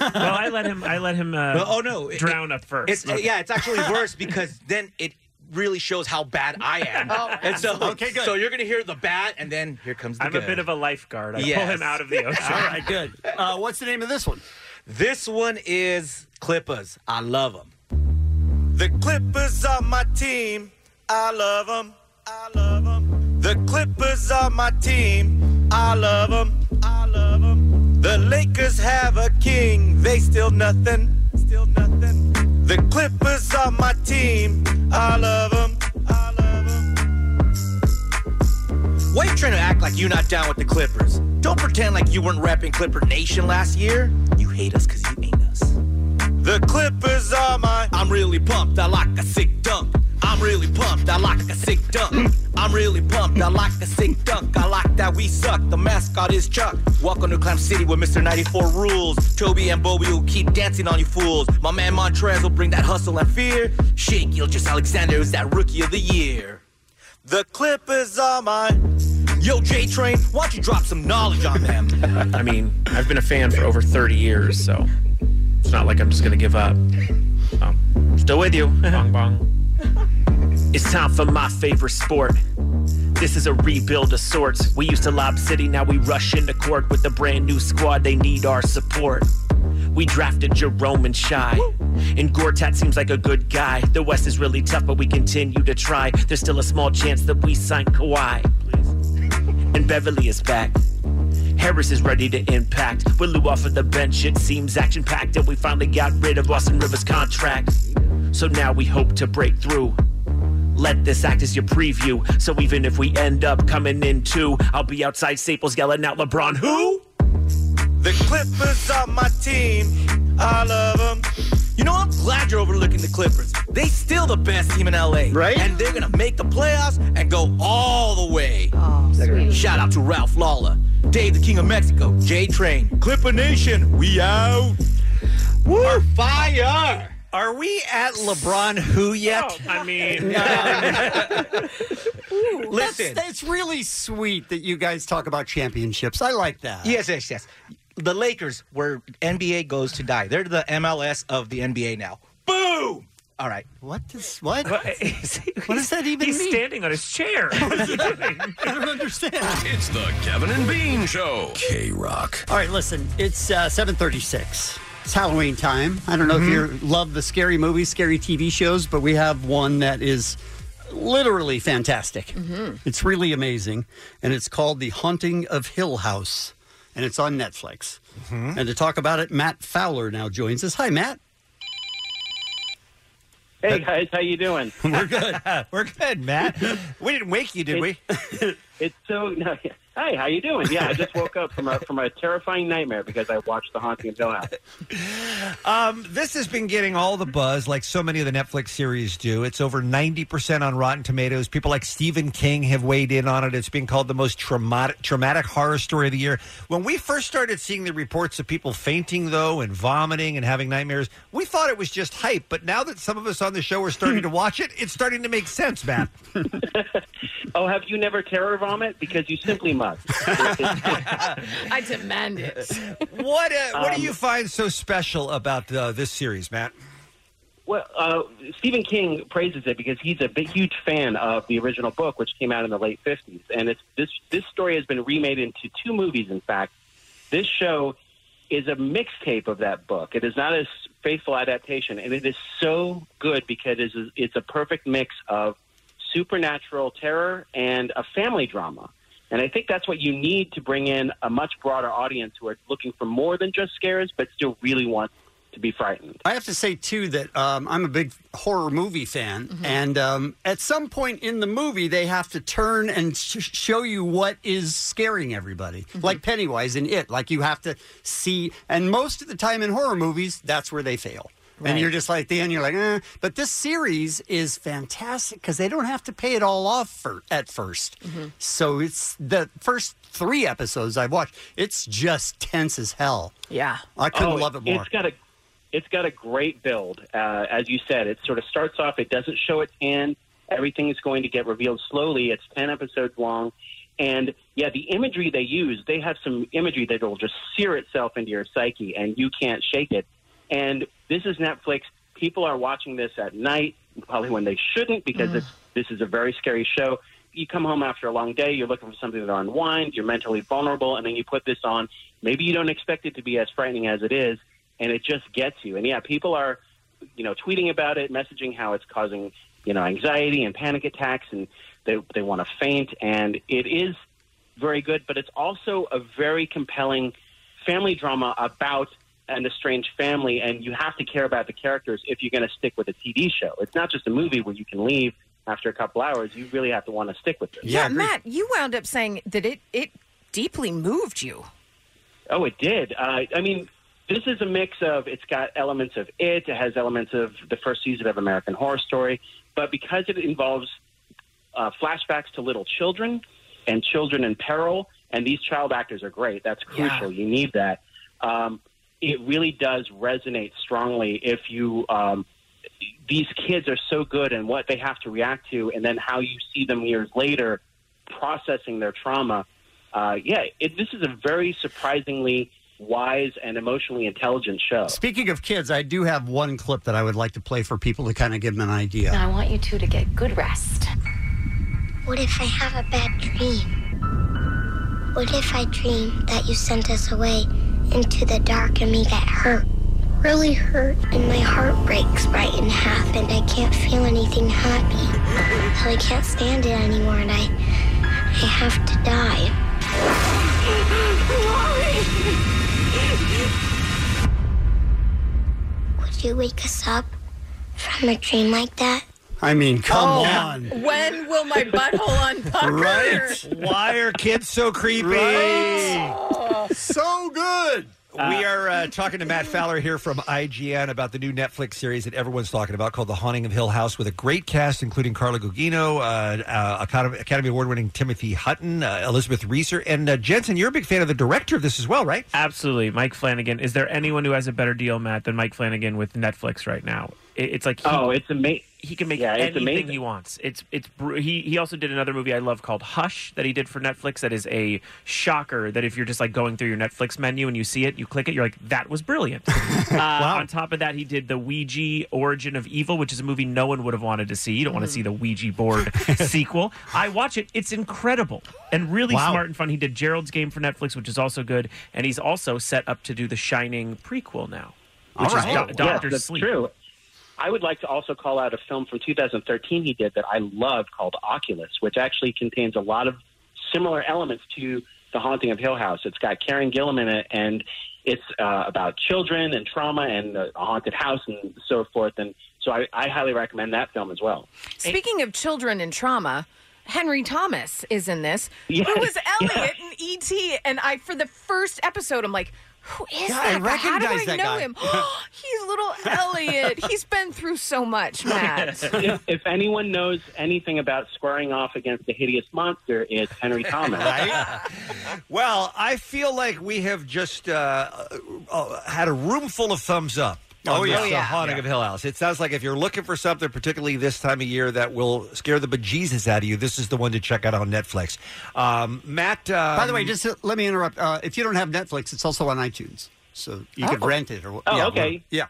Speaker 18: well, I let him. I let him. Uh,
Speaker 30: Well, oh, no. It-
Speaker 18: drown up first.
Speaker 30: It's yeah, it's actually worse because then it really shows how bad I am.
Speaker 18: Oh,
Speaker 30: and so
Speaker 18: okay, good.
Speaker 30: so you're gonna hear the bad, and then here comes the
Speaker 18: I'm
Speaker 30: good.
Speaker 18: a bit of a lifeguard. I pull
Speaker 30: Yes.
Speaker 18: him out of the ocean.
Speaker 30: All right,
Speaker 15: good. Uh, what's the name of this one?
Speaker 30: This one is Clippers. I love them.
Speaker 31: The Clippers are my team. I love them. I love them. The Clippers are my team. I love them. I love them. The Lakers have a king. They still nothing. Still nothing. The Clippers are my team. I love them.
Speaker 30: Why you trying to act like you're not down with the Clippers? Don't pretend like you weren't repping Clipper Nation last year. You hate us because you ain't us.
Speaker 31: The Clippers are my. I'm really pumped. I like a sick dunk. I'm really pumped. I like a sick dunk. I'm really pumped. I like a sick dunk. I like that we suck. The mascot is Chuck. Welcome to Clam City with Mr. 94 rules. Toby and Bobby will keep dancing on you fools. My man Montrez will bring that hustle and fear. Shake Gilgis Alexander is that rookie of the year. The Clippers are mine. Yo, J Train, why don't you drop some knowledge on them?
Speaker 18: I mean, I've been a fan for over 30 years, so it's not like I'm just going to give up. Um, still with you. bong bong. It's time for my favorite sport. This is a rebuild of sorts. We used to lob city, now we rush into court with a brand new squad. They need our support. We drafted Jerome and Shy. And Gortat seems like a good guy. The West is really tough, but we continue to try. There's still a small chance that we sign Kawhi. And Beverly is back. Harris is ready to impact. With Lou off of the bench, it seems action packed, and we finally got rid of Austin Rivers' contract. So now we hope to break through. Let this act as your preview. So even if we end up coming in two, I'll be outside Staples yelling out LeBron, who?
Speaker 31: The Clippers are my team. I love them. You know, I'm glad you're overlooking the Clippers. They still the best team in LA. Right? And they're gonna make the playoffs and go all the way. Shout out to Ralph Lawler, Dave the King of Mexico, J Train, Clipper Nation, we out. We're fire!
Speaker 30: Are we at LeBron who yet?
Speaker 18: Oh, I mean,
Speaker 15: Listen, that's, that's really sweet that you guys talk about championships. I like that.
Speaker 30: Yes, yes, yes. The Lakers, where NBA goes to die. They're the MLS of the NBA now. Boom! All right.
Speaker 15: What does what?
Speaker 18: what
Speaker 15: does that even
Speaker 30: he's
Speaker 15: mean?
Speaker 18: standing on his chair.
Speaker 15: I don't understand.
Speaker 23: It's the Kevin and Bean Show. K Rock.
Speaker 15: All right, listen. It's uh, seven thirty-six. It's Halloween time. I don't know
Speaker 30: Mm-hmm.
Speaker 15: if you love the scary movies, scary TV shows, but we have one that is literally
Speaker 20: Mm-hmm.
Speaker 15: fantastic. It's really amazing, and it's called The Haunting of Hill House. and it's on Netflix.
Speaker 11: Hmm.
Speaker 15: And to talk about it, Matt Fowler now joins us. Hi, Matt.
Speaker 8: Hey guys, how you doing?
Speaker 15: We're good.
Speaker 8: We're good, Matt. We didn't wake you, did we? it's so. No, yeah. hey, how you doing? Yeah, I just woke up from a from a terrifying nightmare because I watched The Haunting of Hill House.
Speaker 14: Um, this has been getting all the buzz, like so many of the Netflix series do. It's over 90% on Rotten Tomatoes. People like Stephen King have weighed in on it. It's been called the most traumatic, traumatic horror story of the year. When we first started seeing the reports of people fainting, though, and vomiting and having nightmares, we thought it was just hype. But now that some of us on the show are starting to watch it, it's starting to make sense, Matt.
Speaker 8: Oh, have you never terror vomit? Because you simply must.
Speaker 20: I demand it.
Speaker 14: what uh, what do
Speaker 8: Um,
Speaker 14: you find so special about uh, this series, Matt?
Speaker 8: Well, uh, Stephen King praises it because he's a big, huge fan of the original book, which came out in the late fifties, and it's this this story has been remade into two movies. In fact, this show is a mixtape of that book. It is not a s- faithful adaptation, and it is so good because it's a, it's a perfect mix of supernatural terror and a family drama. And I think that's what you need to bring in a much broader audience who are looking for more than just scares, but still really want to be frightened.
Speaker 15: I have to say too that um, I'm a big horror movie fan, and um, at some point in the movie, they have to turn and sh- show you what is scaring everybody, like Pennywise in it. Like you have to see, and most of the time in horror movies, that's where they fail.
Speaker 10: Right.
Speaker 15: And you're just like the end. You're like, eh. but this series is fantastic because they don't have to pay it all off for, at 1st
Speaker 10: Mhm.
Speaker 15: So it's the first three episodes I've watched. It's just tense as hell.
Speaker 20: Yeah,
Speaker 15: I couldn't love it more.
Speaker 8: Oh, It's got a, it's got a great build. Uh, as you said, it sort of starts off. It doesn't show its hand. Everything is going to get revealed slowly. It's ten episodes long, and yeah, the imagery they use. They have some imagery that will just sear itself into your psyche, and you can't shake it. And this is Netflix. People are watching this at night, probably when they shouldn't, because it's, this is a very scary show. You come home after a long day, you're looking for something to unwind, you're mentally vulnerable, and then you put this on. Maybe you don't expect it to be as frightening as it is, and it just gets you. And yeah, people are, you know, tweeting about it, messaging how it's causing, you know, anxiety and panic attacks, and they they want to faint. And it is very good, but it's also a very compelling family drama about an estranged family, and you have to care about the characters if you're going to stick with a TV show. It's not just a movie where you can leave after a couple hours. You really have to want to stick with it.
Speaker 20: yeah Matt, you wound up saying that it it deeply moved you.
Speaker 8: Oh, it did. Uh, I mean, this is a mix of it's got elements of it, it has elements of the first season of American Horror Story, but because it involves uh, flashbacks to little children and children in peril, and these child actors are great. That's crucial. You need that. Um, it really does resonate strongly if you. Um, these kids are so good and what they have to react to, and then how you see them years later processing their trauma. Uh, yeah, it, this is a very surprisingly wise and emotionally intelligent show.
Speaker 15: Speaking of kids, I do have one clip that I would like to play for people to kind of give them an idea.
Speaker 13: Now I want you two to get good rest.
Speaker 19: What if I have a bad dream? What if I dream that you sent us away into the dark and we get hurt? Really hurt, and my heart breaks right in half, and I can't feel anything happy. Till I can't stand it anymore, and I, I have to die. Would you wake us up from a dream like that?
Speaker 15: I mean, come
Speaker 13: Oh.
Speaker 15: on.
Speaker 13: When will my
Speaker 20: butthole unpucker?
Speaker 14: Right? Why are kids so creepy?
Speaker 20: Oh.
Speaker 15: so good.
Speaker 14: we are uh, talking to Matt Fowler here from IGN about the new Netflix series that everyone's talking about called The Haunting of Hill House with a great cast, including Carla Gugino, uh, uh, Academy, Academy Award winning Timothy Hutton, uh, Elizabeth Reeser, and uh, Jensen. You're a big fan of the director of this as well, right?
Speaker 18: Absolutely. Mike Flanagan. Is there anyone who has a better deal, Matt, than Mike Flanagan with Netflix right now? It- It's like he,
Speaker 8: Oh, it's amazing.
Speaker 18: He can make
Speaker 8: Yeah, it's
Speaker 18: anything
Speaker 8: amazing.
Speaker 18: he wants. It's it's br- he he also did another movie I love called Hush that he did for Netflix. That is a shocker. That if you're just like going through your Netflix menu and you see it, you click it, you're like, that was brilliant. uh, On top of that, he did the Ouija Origin of Evil, which is a movie no one would have wanted to see. You don't want to
Speaker 8: Mm-hmm.
Speaker 18: see the Ouija board sequel. I watch it; it's incredible and really
Speaker 17: Wow.
Speaker 18: smart and fun. He did Gerald's Game for Netflix, which is also good, and he's also set up to do the Shining prequel now, which is Do- Doctor
Speaker 8: yes, that's
Speaker 18: Sleep.
Speaker 8: true. I would like to also call out a film from 2013 he did that I loved called Oculus, which actually contains a lot of similar elements to The Haunting of Hill House. It's got Karen Gillan in it, and it's uh, about children and trauma and uh, a haunted house and so forth. And so I, I highly recommend that film as well.
Speaker 20: Speaking of children and trauma, Henry Thomas is in this.
Speaker 8: Yes.
Speaker 20: Who was Elliot in E.T. And I, for the first episode, I'm like, who is
Speaker 1: Yeah, I
Speaker 20: that? guy? How do I
Speaker 1: recognize that
Speaker 20: know
Speaker 1: guy."
Speaker 20: him? He's little Elliot. He's been through so much, Matt.
Speaker 8: if, if anyone knows anything about squaring off against a hideous monster, it's Henry Thomas.
Speaker 14: Right? Well, I feel like we have just uh, uh, had a room full of thumbs up.
Speaker 8: Oh,
Speaker 14: on
Speaker 8: yeah.
Speaker 14: this,
Speaker 8: Oh,
Speaker 14: The
Speaker 8: yeah.
Speaker 14: Haunting
Speaker 8: Yeah.
Speaker 14: of Hill House. It sounds like if you're looking for something, particularly this time of year, that will scare the bejesus out of you, this is the one to check out on Netflix. Um, Matt. Um,
Speaker 15: By the way, just uh, let me interrupt. Uh, if you don't have Netflix, it's also on iTunes, so you can
Speaker 14: Oh.
Speaker 15: rent it or what-
Speaker 14: Oh,
Speaker 15: yeah,
Speaker 14: okay.
Speaker 15: yeah.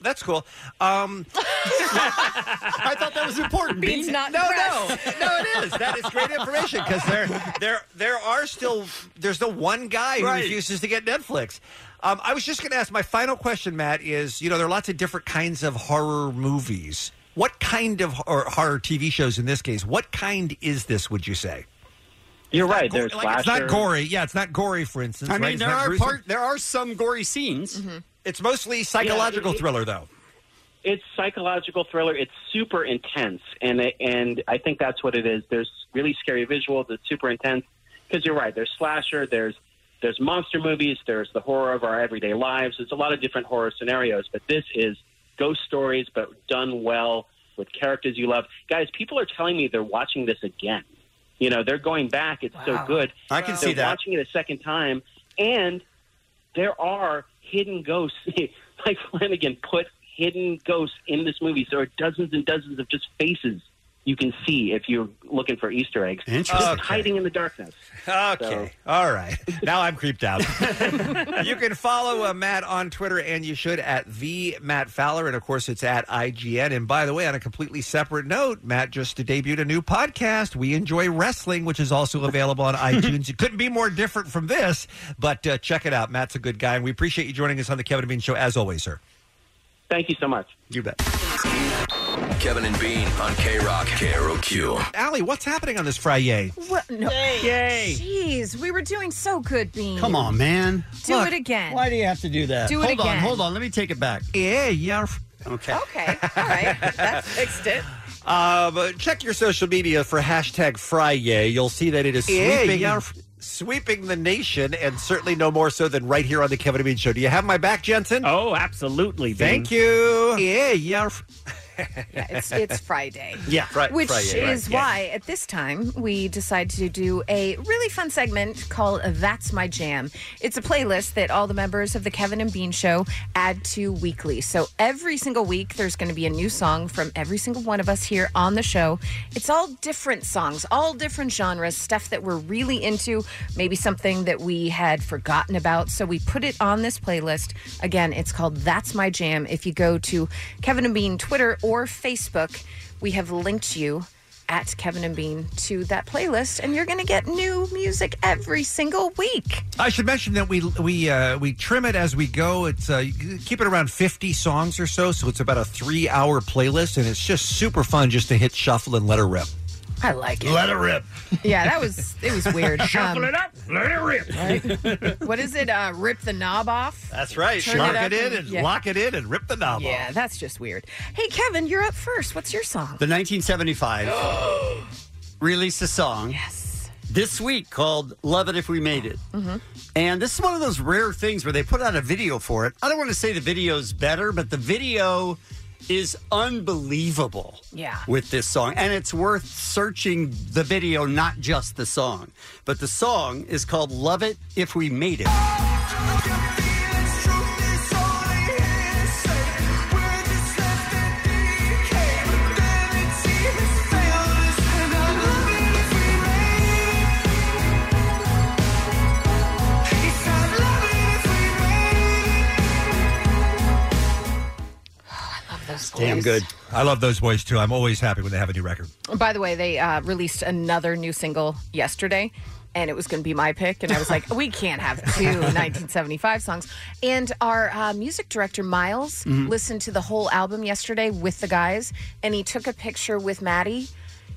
Speaker 14: That's cool. Um,
Speaker 15: I thought that was important.
Speaker 14: Beans
Speaker 15: Bean.
Speaker 14: not No, no. No, it is. That is great information because there, there, there are still there's the one guy who
Speaker 15: Right.
Speaker 14: refuses to get Netflix. Um, I was just going to ask. My final question, Matt, is you know there are lots of different kinds of horror movies. What kind of or horror TV shows in this case? What kind is this? Would you say?
Speaker 8: You're right.
Speaker 14: Gore-
Speaker 8: There's
Speaker 14: like, it's not
Speaker 8: slashers.
Speaker 14: gory. Yeah, it's not gory. For instance,
Speaker 15: I mean,
Speaker 14: right? It's
Speaker 15: there
Speaker 14: not
Speaker 15: are
Speaker 14: gruesome.
Speaker 15: part, there are some gory scenes.
Speaker 20: Mm-hmm.
Speaker 14: It's mostly psychological
Speaker 8: Yeah, it-
Speaker 14: thriller, though.
Speaker 8: It's psychological thriller. It's super intense, and it, and I think that's what it is. There's really scary visuals. It's super intense because you're right. There's slasher. There's there's monster movies. There's the horror of our everyday lives. There's a lot of different horror scenarios, but this is ghost stories, but done well with characters you love. Guys, people are telling me they're watching this again. You know, they're going back. It's
Speaker 15: Wow.
Speaker 8: so good.
Speaker 15: I can
Speaker 8: They're
Speaker 15: see that.
Speaker 8: Watching it a second time, and there are hidden ghosts. Mike Flanagan put hidden ghosts in this movie. So there are dozens and dozens of just faces you can see if you're looking for Easter eggs.
Speaker 14: Interesting.
Speaker 8: Just Hiding in the darkness.
Speaker 14: Okay. All right. Now I'm creeped out. you can follow uh, Matt on Twitter, and you should at the Matt Fowler, and of course it's at IGN. And by the way, on a completely separate note, Matt just debuted a new podcast, We Enjoy Wrestling, which is also available on iTunes. It couldn't be more different from this, but uh, check it out. Matt's a good guy, and we appreciate you joining us on the Kevin and Bean Show as always, sir.
Speaker 8: Thank you so much.
Speaker 14: You bet.
Speaker 23: Kevin and Bean on K Rock KROQ.
Speaker 14: Allie, what's happening on this Friday?
Speaker 20: What? No.
Speaker 14: Yay.
Speaker 20: Jeez, we were doing so good, Bean.
Speaker 15: Come on, man.
Speaker 20: Do it again.
Speaker 15: Why do you have to do that?
Speaker 20: Do it
Speaker 15: hold on,
Speaker 20: again.
Speaker 15: hold on. Let me take it back.
Speaker 14: Yeah, yeah.
Speaker 15: Okay. Um,
Speaker 20: Okay. All right. That fixed it.
Speaker 14: Uh, but check your social media for hashtag Friday. You'll see that it is
Speaker 1: Yeah,
Speaker 14: sweeping,
Speaker 1: yeah.
Speaker 14: sweeping the nation, and certainly no more so than right here on the Kevin and Bean Show. Do you have my back, Jensen?
Speaker 18: Oh, absolutely.
Speaker 14: Thank you. Yeah, yeah.
Speaker 20: Yeah, it's, it's Friday.
Speaker 14: Yeah, Fri-
Speaker 20: Which
Speaker 14: Friday,
Speaker 20: is
Speaker 14: right, yeah.
Speaker 20: why at this time we decide to do a really fun segment called That's My Jam. It's a playlist that all the members of the Kevin and Bean Show add to weekly. So every single week there's going to be a new song from every single one of us here on the show. It's all different songs, all different genres, stuff that we're really into, maybe something that we had forgotten about. So we put it on this playlist. Again, it's called That's My Jam. If you go to Kevin and Bean Twitter or Facebook, we have linked you at Kevin and Bean to that playlist, and you're going to get new music every single week.
Speaker 14: I should mention that we we uh, we trim it as we go. It's uh, you keep it around fifty songs or so, so it's about a three-hour playlist, and it's just super fun just to hit shuffle and let her rip.
Speaker 20: I like it.
Speaker 14: Let it rip.
Speaker 20: Yeah, that was it was weird.
Speaker 14: Shuffle it
Speaker 20: up,
Speaker 14: let it rip.
Speaker 20: What is it? Uh, rip the knob off.
Speaker 14: That's right.
Speaker 20: Turn it
Speaker 14: Shark
Speaker 20: up
Speaker 14: it, in
Speaker 20: and-
Speaker 14: and,
Speaker 20: yeah.
Speaker 14: lock it in and rip the knob
Speaker 20: Yeah,
Speaker 14: off.
Speaker 20: that's just weird. Hey, Kevin, you're up first. What's your song?
Speaker 15: The 1975 released a song this week called Love It If We Made It.
Speaker 20: Mm-hmm.
Speaker 15: And this is one of those rare things where they put out a video for it. I don't want to say the video's better, but the video is unbelievable
Speaker 20: Yeah.
Speaker 15: with this song. And it's worth searching the video, not just the song. But the song is called Love It If We Made It.
Speaker 14: Damn good. I love those boys too. I'm always happy when they have a new record.
Speaker 20: By the way, they uh, released another new single yesterday. And it was going to be my pick. And I was like, we can't have two 1975 songs. And our uh, music director, Miles,
Speaker 18: Mm-hmm.
Speaker 1: Mhm.
Speaker 20: listened to the whole album yesterday with the guys. And he took a picture with Maddie.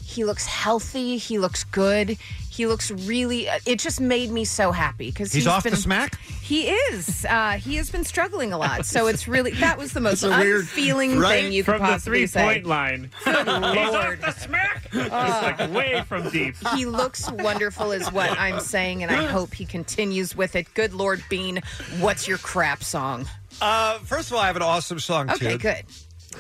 Speaker 20: He looks healthy. He looks good. He looks really. uh, It just made me so happy because
Speaker 32: He's off the
Speaker 20: been,
Speaker 32: smack?
Speaker 20: He is. Uh, he has been struggling a lot, so it's really that was the most
Speaker 18: That's a weird-
Speaker 20: unfeeling
Speaker 18: right?
Speaker 20: thing you
Speaker 18: From
Speaker 20: could
Speaker 18: the
Speaker 20: possibly say.
Speaker 18: three-point line.
Speaker 20: Good
Speaker 18: He's
Speaker 20: lord.
Speaker 18: off the smack. It's like way from deep.
Speaker 20: He looks wonderful, is what I'm saying, and I hope he continues with it. Good Lord, Bean, what's your crap song?
Speaker 14: Uh, first of all, I have an awesome song too.
Speaker 20: Okay, good.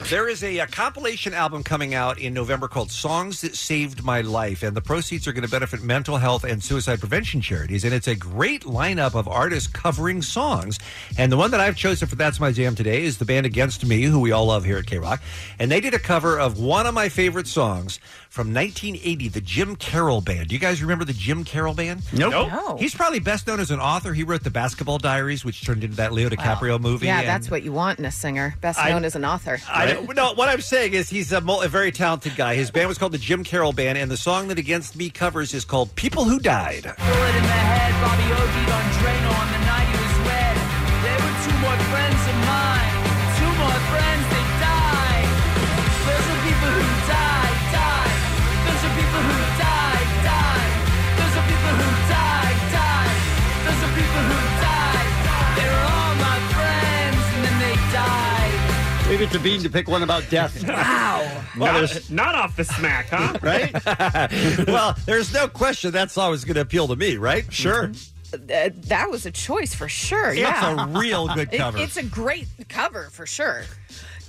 Speaker 14: There is a, a compilation album coming out in November called Songs That Saved My Life, and the proceeds are going to benefit mental health and suicide prevention charities. And it's a great lineup of artists covering songs. And the one that I've chosen for That's My Jam today is the band Against Me, who we all love here at K Rock. And they did a cover of one of my favorite songs from 1980, the Jim Carroll Band. Do you guys remember the Jim Carroll Band?
Speaker 20: Nope. No.
Speaker 14: He's probably best known as an author. He wrote the Basketball Diaries, which turned into that Leo DiCaprio movie.
Speaker 20: Yeah,
Speaker 14: and-
Speaker 20: that's what you want in a singer, best
Speaker 14: I-
Speaker 20: known as an author.
Speaker 14: I don't, no, what I'm saying is he's a, mul- a very talented guy. His band was called the Jim Carroll Band, and the song that Against Me covers is called People Who Died.
Speaker 11: head, Bobby OD'd on Drano on the night he was wed. They were two more friends of mine. Two more friends, they died. Those are people who die, die. Those are people who die, die. Those are people who die, die. Those are people who die. They were all my friends, and then they died.
Speaker 15: Leave it to Bean to pick one about death.
Speaker 11: Wow.
Speaker 14: not,
Speaker 18: not off the smack, huh?
Speaker 14: right? well, there's no question that song is going to appeal to me, right? Sure.
Speaker 20: Uh, that was a choice for sure.
Speaker 14: It's
Speaker 20: yeah.
Speaker 14: a real good
Speaker 20: It-
Speaker 15: cover.
Speaker 20: it's a great cover for sure.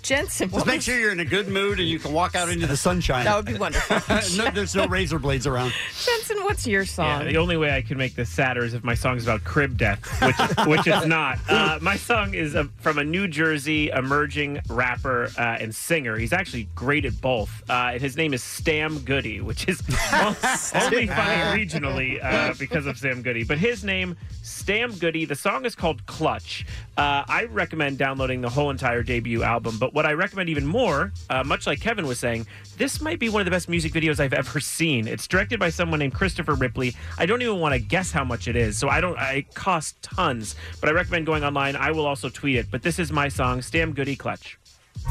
Speaker 20: Jensen, what
Speaker 15: Just make
Speaker 20: was-
Speaker 15: sure you're in a good mood and you can walk out into the sunshine.
Speaker 20: That would be wonderful.
Speaker 15: no, there's no razor blades around.
Speaker 20: Jensen, what's your
Speaker 18: Yeah,
Speaker 20: song?
Speaker 18: the only way I could make this sadder is if my song's about crib death, which which it's not. Uh, my song is uh from a New Jersey emerging rapper uh, and singer. He's actually great at both, uh, and his name is Stam Goody, which is on- only funny regionally uh, because of Sam Goody. But his name, Stam Goody. The song is called Clutch. Uh, I recommend downloading the whole entire debut album. But what I recommend even more, uh, much like Kevin was saying, this might be one of the best music videos I've ever seen. It's directed by someone named Christopher Ripley. I don't even want to guess how much it is. So I don't. I, it costs tons. But I recommend going online. I will also tweet it. But this is my song, Stam Goody Clutch.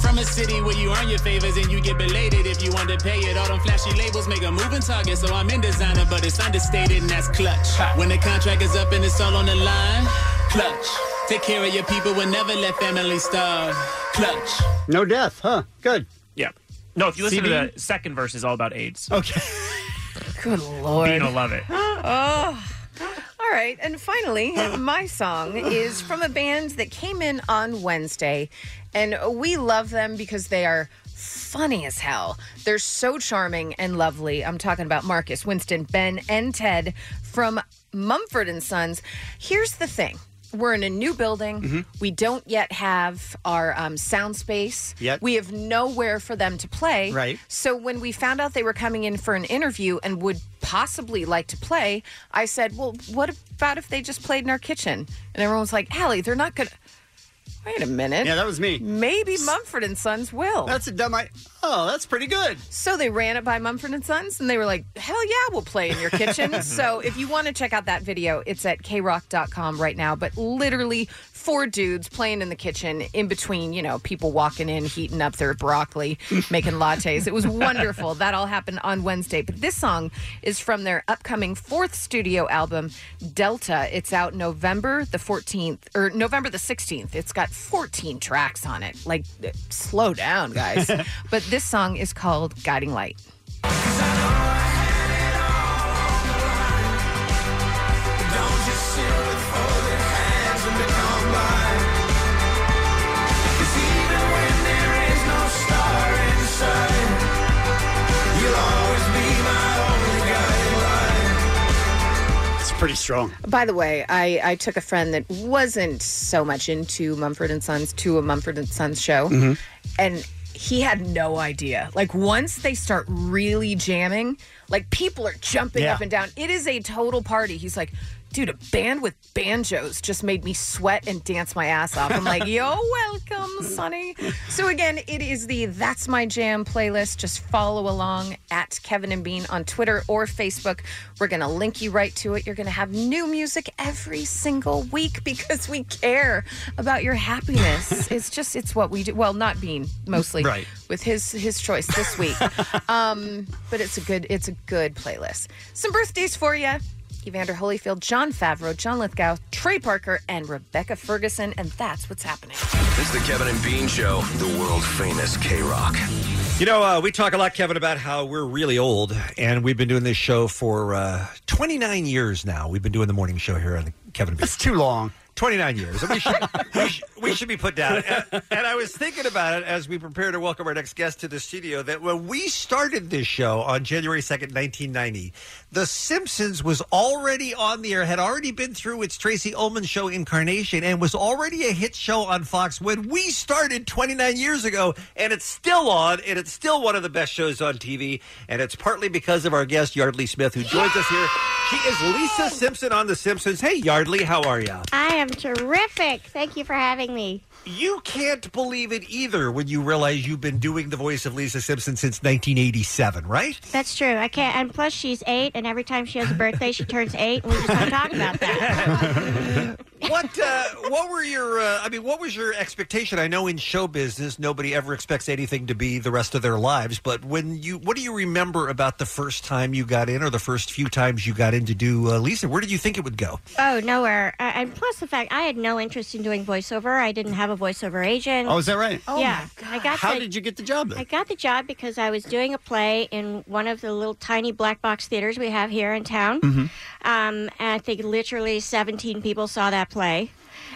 Speaker 25: From a city where you earn your favors and you get belated if you underpay it. All them flashy labels make a moving target, so I'm in designer, but it's understated and that's clutch. When the contract is up and it's all on the line, clutch. Take care of your people and never let family starve. Clutch.
Speaker 15: No death, huh? Good.
Speaker 18: Yeah. No, if you listen
Speaker 15: CD?
Speaker 18: to the second verse, is all about AIDS.
Speaker 15: Okay.
Speaker 20: Good lord.
Speaker 18: Bean'll love it.
Speaker 20: oh. All right. And finally, my song is from a band that came in on Wednesday. And we love them because they are funny as hell. They're so charming and lovely. I'm talking about Marcus, Winston, Ben, and Ted from Mumford and Sons. Here's the thing. We're in a new building. We don't yet have our um, sound space.
Speaker 15: Yet.
Speaker 20: We have nowhere for them to play.
Speaker 15: Right.
Speaker 20: So when we found out they were coming in for an interview and would possibly like to play, I said, "Well, what about if they just played in our kitchen?" And everyone was like, "Allie, they're not gonna." Wait a minute.
Speaker 15: Yeah, that was me.
Speaker 20: Maybe Mumford and Sons will.
Speaker 15: That's a dumb. I- oh, that's pretty good.
Speaker 20: So they ran it by Mumford and Sons, and they were like, "Hell yeah, we'll play in your kitchen." so if you want to check out that video, it's at krock.com right now. But literally, four dudes playing in the kitchen, in between, you know, people walking in, heating up their broccoli, making lattes. It was wonderful. That all happened on Wednesday. But this song is from their upcoming fourth studio album, Delta. It's out November the 14th or November the 16th. It's got 14 tracks on it. Like, slow down, guys. but this song is called Guiding Light.
Speaker 31: Don't just sit with folded hands and become blind. 'Cause even when there is no star in sight, you'll always be my only guiding light.
Speaker 15: It's pretty strong.
Speaker 20: By the way, I, I took a friend that wasn't so much into Mumford and Sons to a Mumford and Sons show,
Speaker 30: Mm-hmm.
Speaker 15: Mhm.
Speaker 20: and he had no idea. Like once they start really jamming, like people are jumping
Speaker 15: Yeah.
Speaker 20: up and down. It is a total party. He's like, Dude, a band with banjos just made me sweat and dance my ass off. I'm like, yo, welcome, Sonny. So, again, it is the That's My Jam playlist. Just follow along at Kevin and Bean on Twitter or Facebook. We're going to link you right to it. You're going to have new music every single week because we care about your happiness. it's just, it's what we do. Well, not Bean mostly.
Speaker 15: Right.
Speaker 20: With his his choice this week. um, but it's a good it's a good playlist. Some birthdays for you. Evander Holyfield, John Favreau, John Lithgow, Trey Parker, and Rebecca Ferguson, and that's what's happening.
Speaker 23: It's the Kevin and Bean Show, the world famous K Rock.
Speaker 14: You know, uh, we talk a lot, Kevin, about how we're really old, and we've been doing this show for uh, 29 years now. We've been doing the morning show here on the Kevin. That's
Speaker 15: too long.
Speaker 14: 29 years. We should, we should, we should be put down. And, and I was thinking about it as we prepare to welcome our next guest to the studio that when we started this show on January 2nd, 1990, The Simpsons was already on the air, had already been through its Tracy Ullman show incarnation, and was already a hit show on Fox when we started 29 years ago, and it's still on, and it's still one of the best shows on TV, and it's partly because of our guest, Yardley Smith, who joins us here. She is Lisa Simpson on The Simpsons. Hey, Yardley, how are you?
Speaker 27: I am terrific. Thank you for having me.
Speaker 14: You can't believe it either when you realize you've been doing the voice of Lisa Simpson since 1987, right?
Speaker 27: That's true. I can't. And plus, she's eight, and every time she has a birthday, she turns eight, and we just don't talk about that.
Speaker 14: what uh, what were your uh, I mean what was your expectation? I know in show business nobody ever expects anything to be the rest of their lives, but when you what do you remember about the first time you got in or the first few times you got in to do uh, Lisa? Where did you think it would go?
Speaker 27: Oh, nowhere. Uh, and plus, the fact I had no interest in doing voiceover. I didn't have a voiceover agent.
Speaker 15: Oh, is that right? Oh,
Speaker 27: yeah.
Speaker 15: my
Speaker 27: I got
Speaker 15: How
Speaker 27: the-
Speaker 15: did you get the job then?
Speaker 27: I got the job because I was doing a play in one of the little tiny black box theaters we have here in town.
Speaker 15: Mhm.
Speaker 14: Mm-hmm.
Speaker 27: Um, and I think literally 17 people saw that play.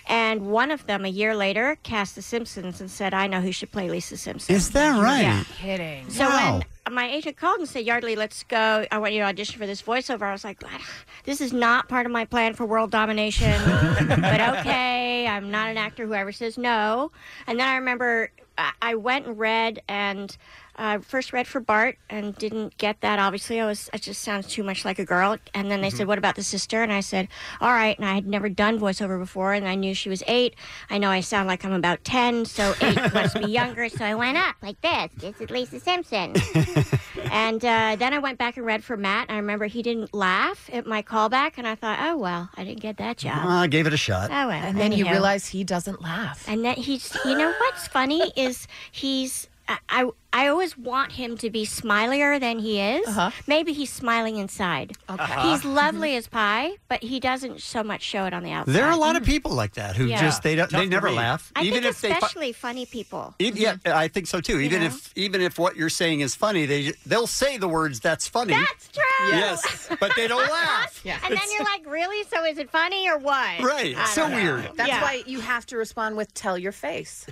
Speaker 27: And one of them, a year later, cast The Simpsons and said, I know who should play Lisa Simpson.
Speaker 15: Is that right?
Speaker 27: Yeah.
Speaker 20: Kidding.
Speaker 27: So when my agent called and said, Yardley, let's go. I want you to audition for this voiceover. I was like, "Ah, this is not part of my plan for world domination, but okay. I'm not an actor, whoever says no. And then I remember I, I went and read and uh, first read for Bart and didn't get that. Obviously, I was, it just sounds too much like a girl. And then they said,
Speaker 10: Mhm.
Speaker 27: what about the sister? And I said, all right. And I had never done voiceover before. And I knew she was eight. I know I sound like I'm about 10, so eight must be younger. So I went up like this. This is Lisa Simpson. And uh, then I went back and read for Matt. And I remember he didn't laugh at my callback, and I thought, oh well, I didn't get that job.
Speaker 15: Ah, I gave it a shot.
Speaker 27: oh well.
Speaker 20: And then he
Speaker 27: anyhow.
Speaker 20: realized he doesn't laugh.
Speaker 27: And then he's, you know, what's funny is he's. I, I I always want him to be smilier than he is. Maybe he's smiling inside.
Speaker 15: Uh-huh. Okay. Uh-huh.
Speaker 27: He's lovely as pie, but he doesn't so much show it on the outside.
Speaker 15: There are a lot of people like that who
Speaker 27: Yeah.
Speaker 15: just they don't they never laugh,
Speaker 27: I
Speaker 15: even
Speaker 27: think
Speaker 15: if they. fi-
Speaker 27: especially Mm-hmm. funny people.
Speaker 15: Ev- Yeah, I think so too. Even
Speaker 27: know?
Speaker 15: if even if what you're saying is funny, they they'll say the words "that's funny."
Speaker 27: That's true.
Speaker 15: Yes, but they don't laugh.
Speaker 27: And then
Speaker 15: It's-
Speaker 27: you're like, really? So is it funny or what?
Speaker 15: Right.
Speaker 27: I
Speaker 15: So
Speaker 27: don't know.
Speaker 15: weird.
Speaker 20: That's
Speaker 27: Yeah.
Speaker 20: why you have to respond with "tell your face."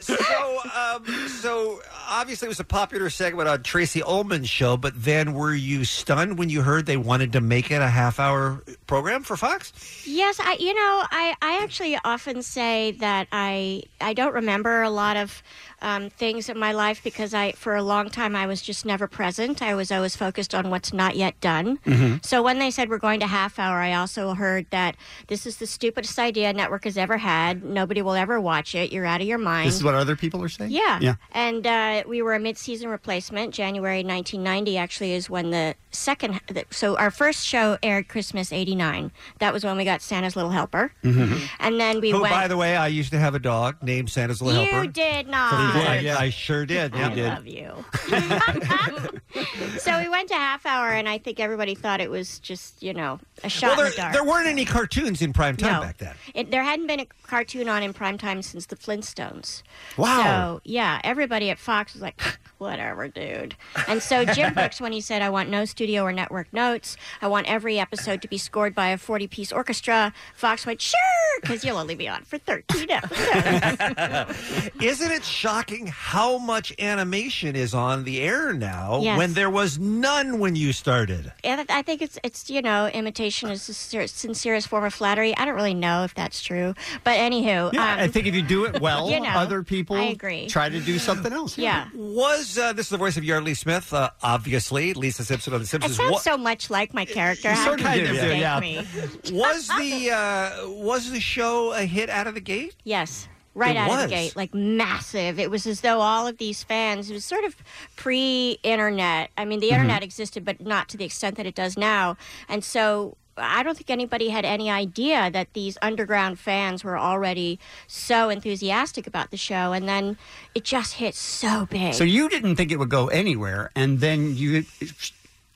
Speaker 14: so, um, so obviously, it was a popular segment on Tracy Ullman's show. But then, were you stunned when you heard they wanted to make it a half-hour program for Fox?
Speaker 27: Yes, I you know, I, I actually often say that I I don't remember a lot of um, things in my life because I for a long time I was just never present. I was always focused on what's not yet done.
Speaker 14: Mm-hmm.
Speaker 10: Mhm.
Speaker 27: So when they said we're going to half hour, I also heard that this is the stupidest idea a network has ever had. Nobody will ever watch it. You're out of your mind.
Speaker 15: This is what other people are saying.
Speaker 27: Yeah.
Speaker 15: Yeah.
Speaker 27: And uh, we were a mid-season replacement. January 1990 actually is when the second. The, so our first show aired Christmas '89. That was when we got Santa's Little Helper, Mm-hmm. and then we
Speaker 14: Who,
Speaker 27: went.
Speaker 14: Oh, by the way, I used to have a dog named Santa's Little
Speaker 27: you
Speaker 14: Helper.
Speaker 27: did
Speaker 14: So
Speaker 27: not.
Speaker 14: I, I sure did.
Speaker 27: I
Speaker 14: You did.
Speaker 27: love you. so we went to half hour, and I think everybody thought it was just you know a shot
Speaker 14: well, there,
Speaker 27: in the dark.
Speaker 14: there weren't any cartoons in prime time
Speaker 27: No.
Speaker 14: back then.
Speaker 27: It, there hadn't been a cartoon on in prime time since the Flintstones.
Speaker 14: Wow.
Speaker 27: So yeah, everybody at Fox was like, whatever, dude. And so Jim Brooks, when he said, "I want no studio or network notes. I want every episode to be scored by a forty-piece orchestra," Fox went, "Sure, because you'll only be on for 13 hours.
Speaker 14: Isn't it shocking how much animation is on the air now
Speaker 27: Yes.
Speaker 14: when there was none when you started?
Speaker 27: And I think it's it's you know imitation is the sincere- sincerest form of flattery. I don't really know if that's true, but anywho,
Speaker 15: Yeah,
Speaker 27: um,
Speaker 15: I think if you do it well,
Speaker 27: you know,
Speaker 15: other people
Speaker 27: I agree.
Speaker 15: try to do something else.
Speaker 27: Yeah.
Speaker 14: Was uh, this is the voice of Yardley Smith? Uh, obviously, Lisa Simpson on The
Speaker 27: It
Speaker 14: Simpsons.
Speaker 27: sounds
Speaker 14: What-
Speaker 27: so much like my character.
Speaker 14: You
Speaker 27: How
Speaker 14: sort of
Speaker 27: can
Speaker 14: do,
Speaker 27: you
Speaker 14: yeah.
Speaker 27: mistake
Speaker 14: Yeah.
Speaker 27: me?
Speaker 14: was the uh, was the show a hit out of the gate?
Speaker 27: Yes. Right
Speaker 14: It
Speaker 27: out of
Speaker 14: was.
Speaker 27: the gate, like massive. It was as though all of these fans, it was sort of pre internet. I mean, the
Speaker 9: Mhm.
Speaker 14: Mm-hmm.
Speaker 27: internet existed, but not to the extent that it does now. And so I don't think anybody had any idea that these underground fans were already so enthusiastic about the show. And then it just hit so big.
Speaker 15: So you didn't think it would go anywhere, and then you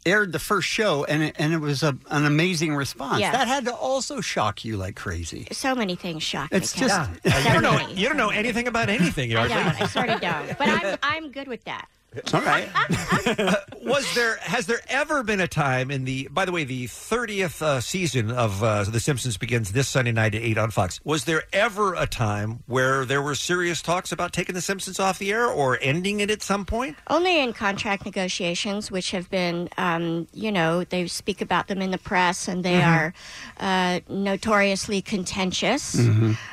Speaker 15: aired the first show, and it, and it was a, an amazing response.
Speaker 27: Yes.
Speaker 15: That had to also shock you like crazy.
Speaker 27: So many things shocked
Speaker 15: It's
Speaker 27: me. Ken.
Speaker 15: just
Speaker 14: you don't know you don't know anything about anything,
Speaker 27: I
Speaker 14: Yardley.
Speaker 27: don't. I sort of don't. But I'm, I'm good with that.
Speaker 14: All right. Was there has there ever been a time in the by the way the thirtieth uh, season of uh, The Simpsons begins this Sunday night at eight on Fox? Was there ever a time where there were serious talks about taking The Simpsons off the air or ending it at some point?
Speaker 27: Only in contract negotiations, which have been, um, you know, they speak about them in the press and they
Speaker 9: Mhm.
Speaker 27: are
Speaker 14: Mm-hmm.
Speaker 27: uh, notoriously contentious.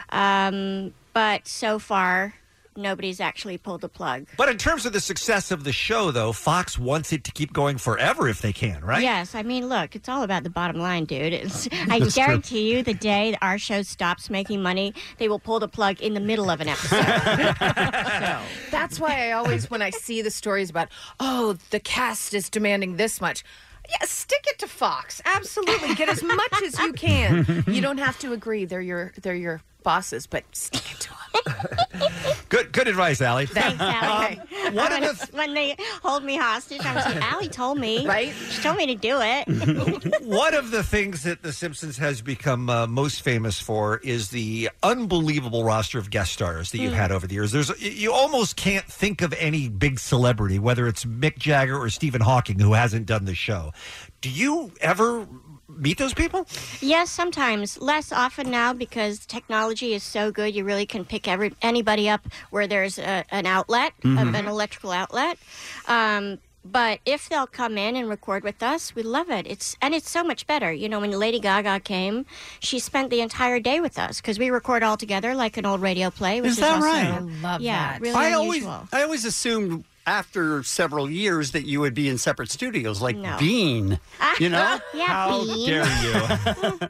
Speaker 27: Um, but so far, nobody's actually pulled the plug.
Speaker 14: But in terms of the success of the show, though, Fox wants it to keep going forever if they can, right?
Speaker 27: Yes, I mean, look, it's all about the bottom line, dude. It's, I
Speaker 14: That's true.
Speaker 27: guarantee you, the day that our show stops making money, they will pull the plug in the middle of an episode.
Speaker 20: That's why I always, when I see the stories about, oh, the cast is demanding this much. Yeah, stick it to Fox. Absolutely, get as much as you can. You don't have to agree; they're your they're your bosses, but stick it to
Speaker 14: Good, good advice, Allie.
Speaker 27: Thanks, Allie.
Speaker 14: one
Speaker 27: when, when they hold me hostage, I'm like, Allie told me. Right? She told me to do it.
Speaker 14: One of the things that The Simpsons has become uh, most famous for is the unbelievable roster of guest stars that you've
Speaker 10: Hmm.
Speaker 14: had over the years. There's you almost can't think of any big celebrity, whether it's Mick Jagger or Stephen Hawking, who hasn't done the show. Do you ever meet those people?
Speaker 27: Yes, sometimes. Less often now because technology is so good, you really can pick every anybody up where there's a, an outlet, a-
Speaker 15: Mm-hmm.
Speaker 9: Mhm.
Speaker 27: an electrical outlet. Um, but if they'll come in and record with us, we love it. It's and it's so much better. You know, when Lady Gaga came, she spent the entire day with us because we record all together like an old radio play. Which
Speaker 15: Is
Speaker 27: is,
Speaker 15: that
Speaker 27: also-
Speaker 15: right? I
Speaker 20: love
Speaker 27: yeah, Really
Speaker 15: I always
Speaker 27: unusual.
Speaker 15: I always assumed after several years that you would be in separate studios like
Speaker 27: No.
Speaker 15: Bean. You know?
Speaker 27: Yeah, Bean.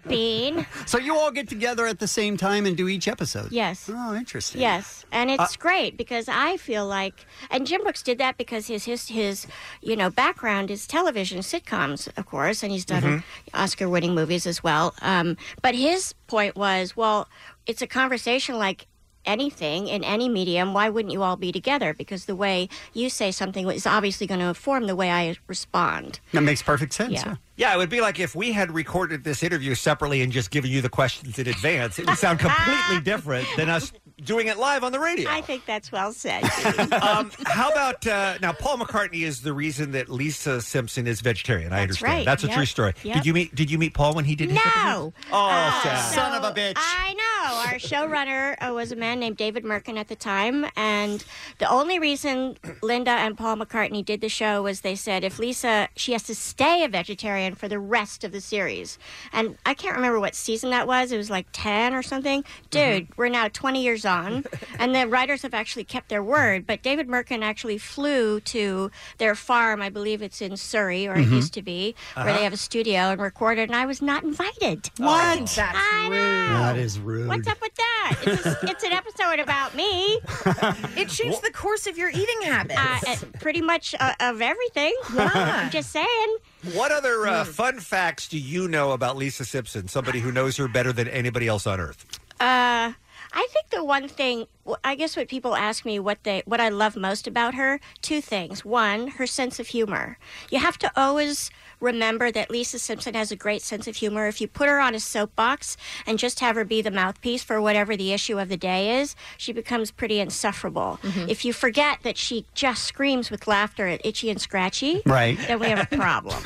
Speaker 27: Bean.
Speaker 15: so you all get together at the same time and do each episode.
Speaker 27: Yes.
Speaker 15: Oh, interesting.
Speaker 27: Yes, and it's
Speaker 15: Uh,
Speaker 27: great because I feel like, and Jim Brooks did that because his his his you know background is television sitcoms, of course, and he's done Oscar-winning movies as well. Um, but his point was, well, it's a conversation like anything in any medium. Why wouldn't you all be together? Because the way you say something is obviously going to inform the way I respond.
Speaker 15: That makes perfect sense.
Speaker 27: Yeah. yeah.
Speaker 14: Yeah, it would be like if we had recorded this interview separately and just given you the questions in advance. It would sound completely different than us doing it live on the radio.
Speaker 27: I think that's well said.
Speaker 14: um, how about uh, now? Paul McCartney is the reason that Lisa Simpson is vegetarian. I understand.
Speaker 27: right.
Speaker 14: That's a
Speaker 27: Yep.
Speaker 14: true story.
Speaker 27: Yep.
Speaker 14: Did you meet? Did you meet Paul when he did? His
Speaker 27: No.
Speaker 14: episode? Oh, sad.
Speaker 15: son of a bitch.
Speaker 27: Uh, I know. Our showrunner uh, was a man named David Merkin at the time, and the only reason Linda and Paul McCartney did the show was they said if Lisa, she has to stay a vegetarian for the rest of the series. And I can't remember what season that was. It was like ten or something.
Speaker 15: Mm-hmm.
Speaker 27: Dude, we're now twenty years on, and the writers have actually kept their word. But David Merkin actually flew to their farm. I believe it's in Surrey, or
Speaker 15: Mm-hmm.
Speaker 27: it
Speaker 9: Mhm.
Speaker 27: used to be, where
Speaker 9: Uh-huh.
Speaker 27: they have a studio and recorded, and I was not invited.
Speaker 15: Oh, What?
Speaker 27: That's I know.
Speaker 15: That is rude.
Speaker 27: What's up with that? It's, a- it's an episode about me.
Speaker 20: it changed the course of your eating habits.
Speaker 27: Uh, uh, pretty much uh, of everything. I'm just saying.
Speaker 14: What other
Speaker 27: Hmm.
Speaker 14: uh, fun facts do you know about Lisa Simpson? Somebody who knows her better than anybody else on earth.
Speaker 27: Uh, I think the one thing, w- I guess, what people ask me what they, what I love most about her, two things. One, her sense of humor. You have to always remember that Lisa Simpson has a great sense of humor. If you put her on a soapbox and just have her be the mouthpiece for whatever the issue of the day is, she becomes pretty insufferable. If you forget that she just screams with laughter at Itchy and Scratchy,
Speaker 9: Right.
Speaker 27: then we have a problem.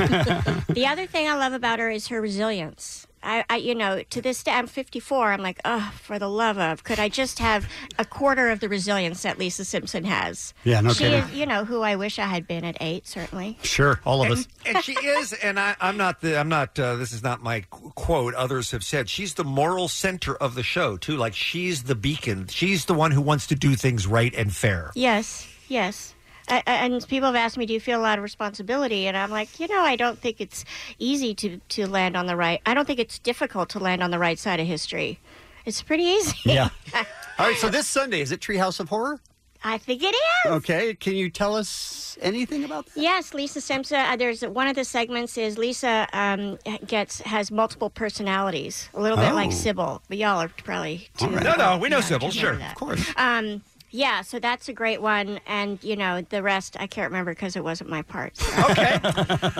Speaker 27: the other thing I love about her is her resilience. I, I, you know, to this day, I'm 54. I'm like, oh, for the love of, could I just have a quarter of the resilience that Lisa Simpson has?
Speaker 15: Yeah, no
Speaker 27: she
Speaker 15: kidding.
Speaker 27: is, you know, who I wish I had been at eight, certainly.
Speaker 15: Sure, all of
Speaker 14: and,
Speaker 15: us.
Speaker 14: and she is, and I, I'm not. The, I'm not. Uh, this is not my qu- quote. Others have said she's the moral center of the show too. Like she's the beacon. She's the one who wants to do things right and fair.
Speaker 27: Yes, yes. I, I- and people have asked me, do you feel a lot of responsibility? And I'm like, you know, I don't think it's easy to, to land on the right. I don't think it's difficult to land on the right side of history. It's pretty easy.
Speaker 15: Yeah. All right. So this Sunday is it Treehouse of Horror?
Speaker 27: I think it is.
Speaker 15: Okay. Can you tell us anything about that?
Speaker 27: Yes, Lisa Simpson. Uh, there's one of the segments is Lisa um, gets has multiple personalities, a little bit like
Speaker 14: Oh.
Speaker 27: Sybil. But y'all are probably too.
Speaker 14: No, no, we know
Speaker 27: yeah,
Speaker 14: Sybil.
Speaker 27: too
Speaker 14: Sure,
Speaker 27: into that.
Speaker 14: of course.
Speaker 27: Um, yeah, so that's a great one, and you know the rest I can't remember because it wasn't my part. Uh, Okay.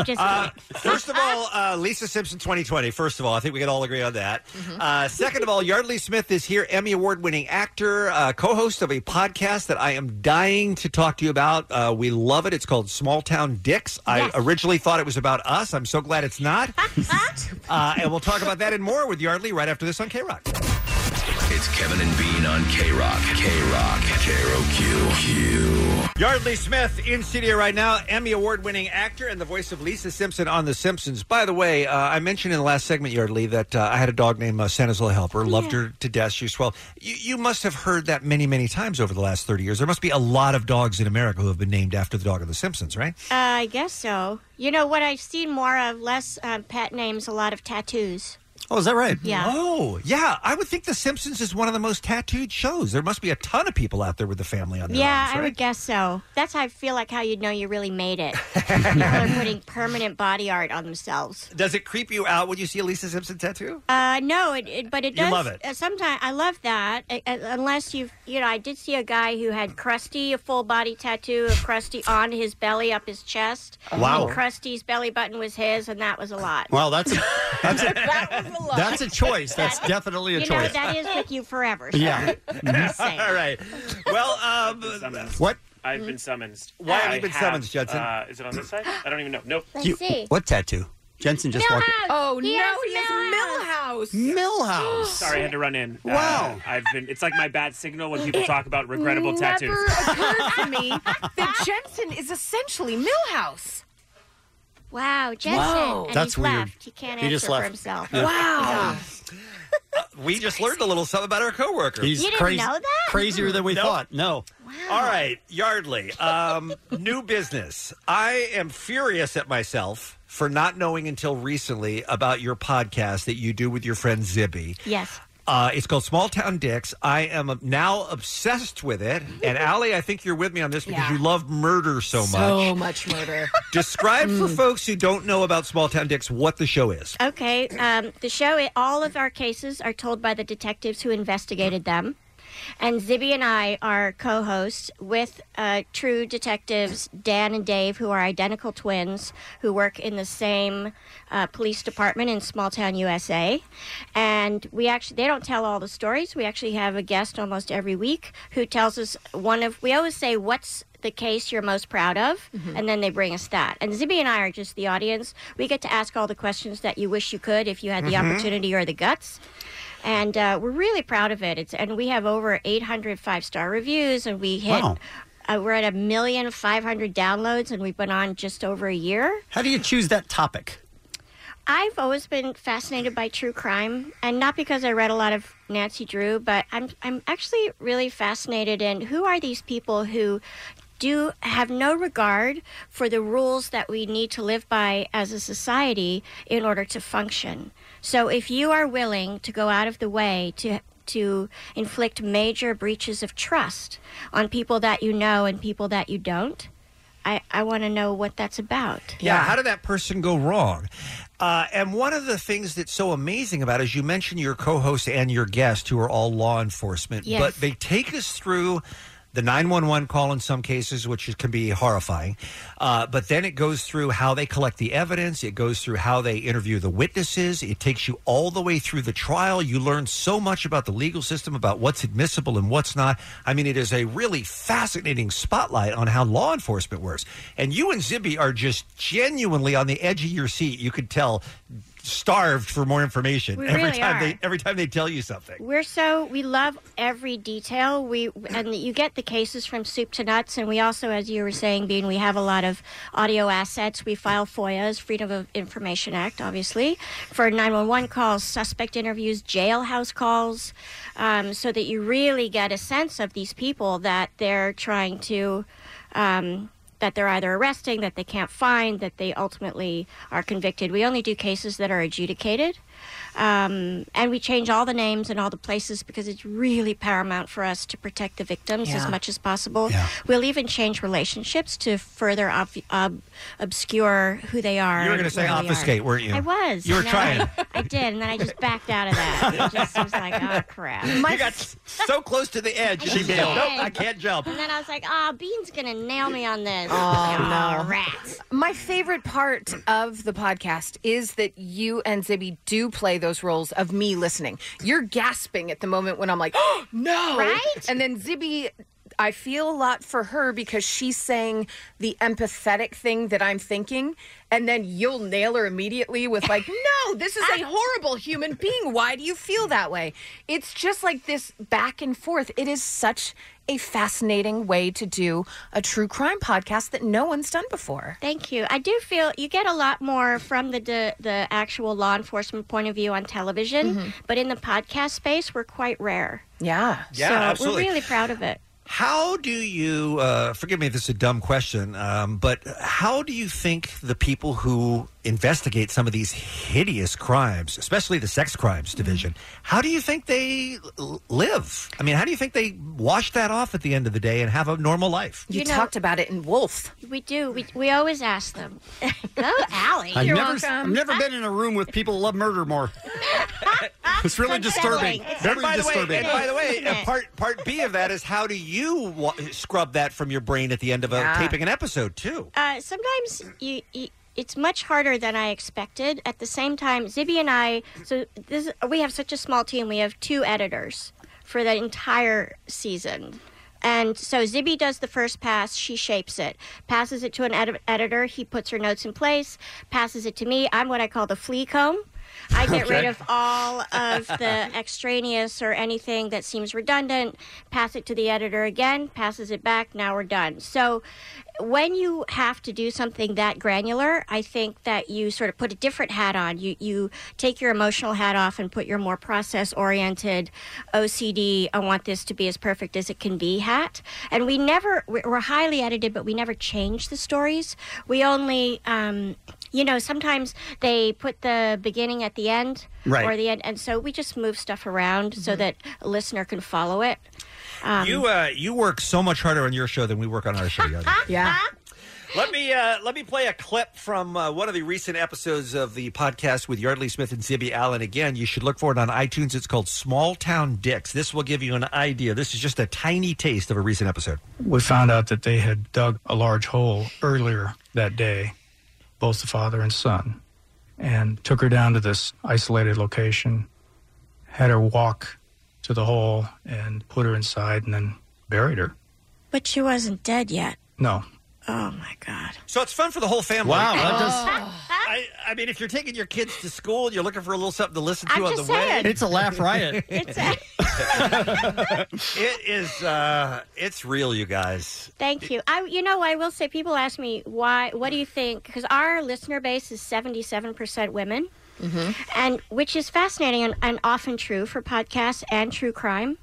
Speaker 27: Just
Speaker 14: Uh, first of all, uh, Lisa Simpson 2020. First of all, I think we can all agree on that. Uh, second of all, Yardley Smith is here, Emmy Award winning actor, uh, co host of a podcast that I am dying to talk to you about. Uh, we love it. It's called Small Town Dicks. I originally thought it was about us. I'm so glad it's not. uh, and we'll talk about that and more with Yardley right after this on K Rock.
Speaker 23: It's Kevin and Bean on K Rock. K Rock. K R O Q.
Speaker 14: Yardley Smith in studio right now, Emmy award winning actor and the voice of Lisa Simpson on The Simpsons. By the way, uh, I mentioned in the last segment, Yardley, that uh, I had a dog named uh, Santa's Little Helper. Loved her to death. She was 12. You, you must have heard that many, many times over the last 30 years. There must be a lot of dogs in America who have been named after the dog of The Simpsons, right?
Speaker 27: Uh, I guess so. You know what I've seen more of, less um, pet names, a lot of tattoos.
Speaker 14: Oh, is that right?
Speaker 27: Yeah.
Speaker 14: Oh, yeah. I would think The Simpsons is one of the most tattooed shows. There must be a ton of people out there with the family on their
Speaker 27: Yeah,
Speaker 14: arms,
Speaker 27: I
Speaker 14: right?
Speaker 27: would guess so. That's how I feel like how you'd know you really made it. People are putting permanent body art on themselves.
Speaker 14: Does it creep you out when you see a Lisa Simpson tattoo?
Speaker 27: Uh, no, it, it, but it
Speaker 14: You
Speaker 27: does.
Speaker 14: love it.
Speaker 27: Uh, sometimes I love that, uh, uh, unless you, you know, I did see a guy who had Krusty, a full body tattoo of Krusty on his belly, up his chest.
Speaker 14: Oh.
Speaker 15: Wow.
Speaker 27: And Krusty's belly button was his, and that was a lot.
Speaker 15: Well, that's a, that's a, that's a choice. That's definitely a
Speaker 27: you know,
Speaker 15: choice.
Speaker 27: that is with you forever. so.
Speaker 15: Yeah.
Speaker 18: All
Speaker 14: right. Well, um, what?
Speaker 18: I've been summoned.
Speaker 20: Mm-hmm.
Speaker 14: Why have
Speaker 18: I
Speaker 14: you been summoned, Judson?
Speaker 18: Uh, is it on this side? I don't even know. Nope.
Speaker 15: You- What tattoo? Jensen just walked.
Speaker 20: Oh
Speaker 18: He
Speaker 20: no,
Speaker 18: has
Speaker 20: he has Millhouse.
Speaker 15: Millhouse.
Speaker 18: Sorry, I had to run in.
Speaker 20: Wow.
Speaker 18: Uh, I've been. It's like my bad signal when people
Speaker 20: It
Speaker 18: talk about regrettable
Speaker 20: never
Speaker 18: tattoos.
Speaker 20: occurred to me that Jensen is essentially Millhouse.
Speaker 27: Wow, Jensen.
Speaker 14: Wow.
Speaker 27: And
Speaker 14: That's
Speaker 27: he's
Speaker 14: weird.
Speaker 27: left. He can't
Speaker 14: He
Speaker 27: answer
Speaker 14: just
Speaker 27: for
Speaker 14: left.
Speaker 27: himself.
Speaker 14: Yeah. We just learned a little something about our coworker.
Speaker 15: He's You didn't crazy- know that? crazier than we thought. No.
Speaker 14: All right, Yardley. Um, new business. I am furious at myself for not knowing until recently about your podcast that you do with your friend Zibby.
Speaker 27: Yes.
Speaker 14: Uh, it's called Small Town Dicks. I am now obsessed with it. And Allie, I think you're with me on this because
Speaker 20: Yeah.
Speaker 14: you love murder so much.
Speaker 20: So much murder.
Speaker 14: Describe
Speaker 15: Mm.
Speaker 14: for folks who don't know about Small Town Dicks what the show is.
Speaker 27: Okay. Um, the show, all of our cases are told by the detectives who investigated them. And Zibby and I are co hosts with uh, true detectives Dan and Dave, who are identical twins who work in the same uh, police department in small town USA. And we actually, they don't tell all the stories. We actually have a guest almost every week who tells us one of, we always say, what's the case you're most proud of, and then they bring us that. And Zibby and I are just the audience. We get to ask all the questions that you wish you could if you had the
Speaker 9: Mhm.
Speaker 27: opportunity or the guts. And uh, we're really proud of it. It's and we have over 800 five star reviews, and we hit.
Speaker 15: Wow.
Speaker 27: Uh, we're at a million five hundred downloads, and we've been on just over a year.
Speaker 15: How do you choose that topic?
Speaker 27: I've always been fascinated by true crime, and not because I read a lot of Nancy Drew, but I'm I'm actually really fascinated in who are these people who do have no regard for the rules that we need to live by as a society in order to function. So if you are willing to go out of the way to to inflict major breaches of trust on people that you know and people that you don't, I, I want to know what that's about.
Speaker 14: Yeah. How did that person go wrong? Uh, and one of the things that's so amazing about it is you mentioned your co host and your guest who are all law enforcement,
Speaker 10: Yes.
Speaker 14: but they take us through the 911 call in some cases, which is- can be horrifying. Uh, but then it goes through how they collect the evidence, it goes through how they interview the witnesses, it takes you all the way through the trial. You learn so much about the legal system, about what's admissible and what's not. I mean, it is a really fascinating spotlight on how law enforcement works. And you and Zibby are just genuinely on the edge of your seat. You could tell starved for more information
Speaker 27: We
Speaker 14: every
Speaker 27: really
Speaker 14: time
Speaker 27: are.
Speaker 14: they every time they tell you something.
Speaker 27: We're so we love every detail. We and you get the cases from soup to nuts, and we also, as you were saying, Bean, we have a lot of audio assets. We file FOIAs, Freedom of Information Act, obviously, for nine one one calls, suspect interviews, jailhouse calls, um, so that you really get a sense of these people that they're trying to. Um, that they're either arresting, that they can't find, that they ultimately are convicted. We only do cases that are adjudicated. Um, and we change all the names and all the places because it's really paramount for us to protect the victims as
Speaker 9: Yeah.
Speaker 27: much as possible. We'll even change relationships to further ob- ob- obscure who they are.
Speaker 14: You were
Speaker 27: and
Speaker 14: gonna say
Speaker 27: where they are.
Speaker 14: obfuscate, weren't you?
Speaker 27: I was.
Speaker 14: You were
Speaker 27: and then
Speaker 14: trying.
Speaker 27: I, I did, and then I just backed out of that. It just was like, oh, crap.
Speaker 14: you got s- so close to the edge.
Speaker 27: I
Speaker 14: She
Speaker 27: did.
Speaker 14: bailed. Nope, I can't jump.
Speaker 27: And then I was like, oh, Bean's going to nail me on this.
Speaker 20: Oh, no.
Speaker 27: Rats.
Speaker 20: My favorite part of the podcast is that you and Zibby do play those roles of me listening. You're gasping at the moment when I'm like, oh, no.
Speaker 27: Right?
Speaker 20: And then Zibby, I feel a lot for her because she's saying the empathetic thing that I'm thinking. And then you'll nail her immediately with, like, no, this is a horrible human being. Why do you feel that way? It's just like this back and forth. It is such a fascinating way to do a true crime podcast that no one's done before.
Speaker 27: Thank you. I do feel you get a lot more from the the, the actual law enforcement point of view on television,
Speaker 20: Mm-hmm.
Speaker 27: but in the podcast space, we're quite rare.
Speaker 20: Yeah.
Speaker 14: Yeah,
Speaker 27: so
Speaker 14: absolutely.
Speaker 27: we're really proud of it.
Speaker 14: How do you, uh, forgive me if this is a dumb question, um, but how do you think the people who investigate some of these hideous crimes, especially the sex
Speaker 27: Mm-hmm.
Speaker 14: crimes division, how do you think they l- live? I mean, how do you think they wash that off at the end of the day and have a normal life?
Speaker 27: You You know- talked
Speaker 20: about it in Wolf.
Speaker 27: We do. We, we always ask them. oh, Allie,
Speaker 15: I've never, I've never been in a room with people who love murder more. it's really disturbing.
Speaker 14: And
Speaker 15: Very
Speaker 14: by, the way,
Speaker 15: disturbing.
Speaker 14: and by the way, uh, part part B of that is how do you wa- scrub that from your brain at the end of a,
Speaker 27: Yeah.
Speaker 14: taping an episode too?
Speaker 27: Uh, sometimes you, you, it's much harder than I expected. At the same time, Zibby and I, so this we have such a small team. We have two editors for the entire season. And so Zibby does the first pass, she shapes it, passes it to an edi- editor, he puts her notes in place, passes it to me. I'm what I call the flea comb. I get rid
Speaker 9: Okay.
Speaker 27: of all of the extraneous or anything that seems redundant, pass it to the editor again, passes it back, now we're done. So when you have to do something that granular, I think that you sort of put a different hat on. You you take your emotional hat off and put your more process oriented OCD I want this to be as perfect as it can be hat. And we never we- we're highly edited, but we never change the stories. We only um you know, sometimes they put the beginning at the end
Speaker 14: Right.
Speaker 27: or the end and so we just move stuff around so that a listener can follow it. Um,
Speaker 14: you uh, you work so much harder on your show than we work on our show. Yogi.
Speaker 20: yeah.
Speaker 14: Let me uh, let me play a clip from uh, one of the recent episodes of the podcast with Yardley Smith and Zibby Allen. Again, you should look for it on iTunes. It's called Small Town Dicks. This will give you an idea. This is just a tiny taste of a recent episode.
Speaker 10: we found out that they had dug a large hole earlier that day, both the father and son, and took her down to this isolated location, had her walk to the hole, and put her inside, and then buried her.
Speaker 27: but she wasn't dead yet.
Speaker 10: No.
Speaker 27: Oh my god.
Speaker 14: So it's fun for the whole family.
Speaker 10: Wow, that does-
Speaker 14: I, I mean, if you're taking your kids to school and you're looking for a little something to listen to
Speaker 15: I'm
Speaker 14: on
Speaker 15: just
Speaker 14: the
Speaker 15: saying.
Speaker 14: way,
Speaker 15: It's a laugh riot. It's
Speaker 27: a-
Speaker 14: it is. Uh, it's real, you guys.
Speaker 27: Thank you. I, you know, I will say people ask me why. What do you think? Because our listener base is seventy-seven percent women, and which is fascinating and, and often true for podcasts and true crime.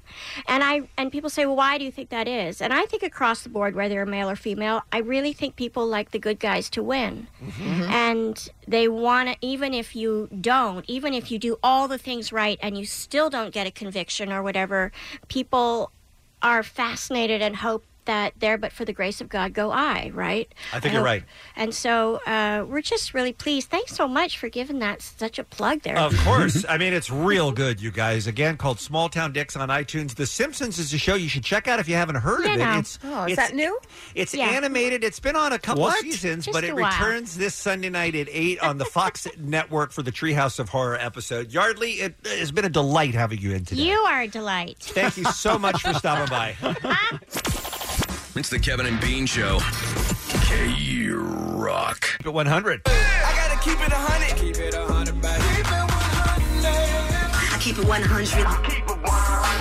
Speaker 27: And I and people say, well, why do you think that is? And I think across the board, whether you're male or female, I really think people like the good guys to win, and they want to. Even if you don't, even if you do all the things right and you still don't get a conviction or whatever, people are fascinated and hope that there but for the grace of god go i right
Speaker 14: I think you're
Speaker 27: hope-
Speaker 14: right.
Speaker 27: and so uh, we're just really pleased thanks so much for giving that such a plug there
Speaker 14: Of course. I mean, it's real good, you guys. Again, called Small Town Dicks on iTunes. The Simpsons is a show you should check out if you haven't heard
Speaker 27: You
Speaker 14: of it.
Speaker 27: know.
Speaker 14: It's, it's- It's
Speaker 27: Yeah.
Speaker 14: animated. It's been on a couple
Speaker 27: What?
Speaker 14: seasons,
Speaker 27: Just
Speaker 14: but
Speaker 27: a
Speaker 14: it
Speaker 27: while.
Speaker 14: returns this Sunday night at 8 on the Fox Network for the Treehouse of Horror episode. Yardley, it has been a delight having you in today.
Speaker 27: you are a delight
Speaker 14: Thank you so much for stopping by.
Speaker 23: It's the Kevin and Bean Show. K Rock.
Speaker 14: At 100.
Speaker 1: I gotta keep it a hundred. Keep it a hundred, baby.
Speaker 9: Keep it 100.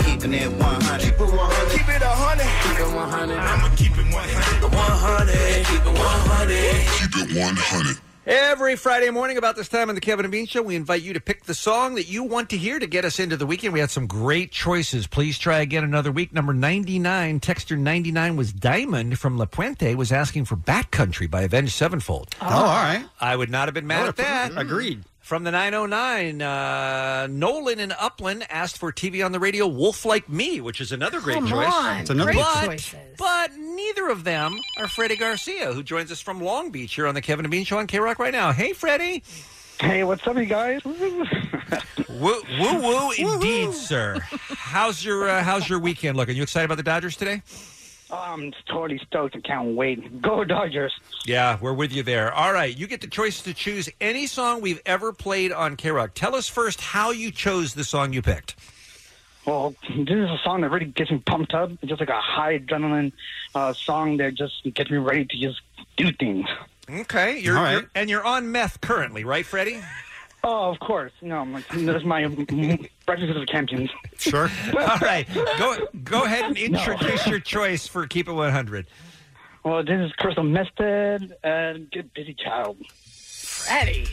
Speaker 9: Keeping it 100. Keep it 100. Keep it 100. Keep it 100. I'ma keep it 100. 100. Keep it 100.
Speaker 23: Keep it 100.
Speaker 14: Every Friday morning, about this time on the Kevin and Bean Show, we invite you to pick the song that you want to hear to get us into the weekend. We had some great choices. Please try again another week. Number 99, texter 99 was Diamond from La Puente, was asking for Backcountry by Avenged Sevenfold.
Speaker 15: Oh, all right.
Speaker 14: I would not have been mad at that.
Speaker 15: Agreed.
Speaker 14: From the 909, uh, Nolan in Upland asked for TV on the radio Wolf Like Me, which is another great
Speaker 1: Come
Speaker 14: choice.
Speaker 1: on, It's another great
Speaker 14: but,
Speaker 1: choices.
Speaker 14: but neither of them are Freddie Garcia, who joins us from Long Beach here on the Kevin and Bean Show on K Rock right now. Hey, Freddie.
Speaker 6: Hey, what's up, you guys? woo
Speaker 14: woo, woo indeed, sir. How's your uh, How's your weekend looking? You excited about the Dodgers today?
Speaker 6: I'm totally stoked. I can't wait. Go Dodgers.
Speaker 14: Yeah, we're with you there. All right, you get the choice to choose any song we've ever played on K Rock. Tell us first how you chose the song you picked.
Speaker 6: Well, Oh, this is a song that really gets me pumped up. It's just like a high adrenaline uh, song that just gets me ready to just do things.
Speaker 14: Okay, you're,
Speaker 6: All right.
Speaker 14: you're- and you're on meth currently, right, Freddie?
Speaker 6: Oh, of course. No, I'm like, that's my breakfast with the champions.
Speaker 14: Sure. All right, go go ahead and introduce your choice for Keep It 100.
Speaker 6: Well, this is Crystal Method and Get Busy Child.
Speaker 20: Freddie.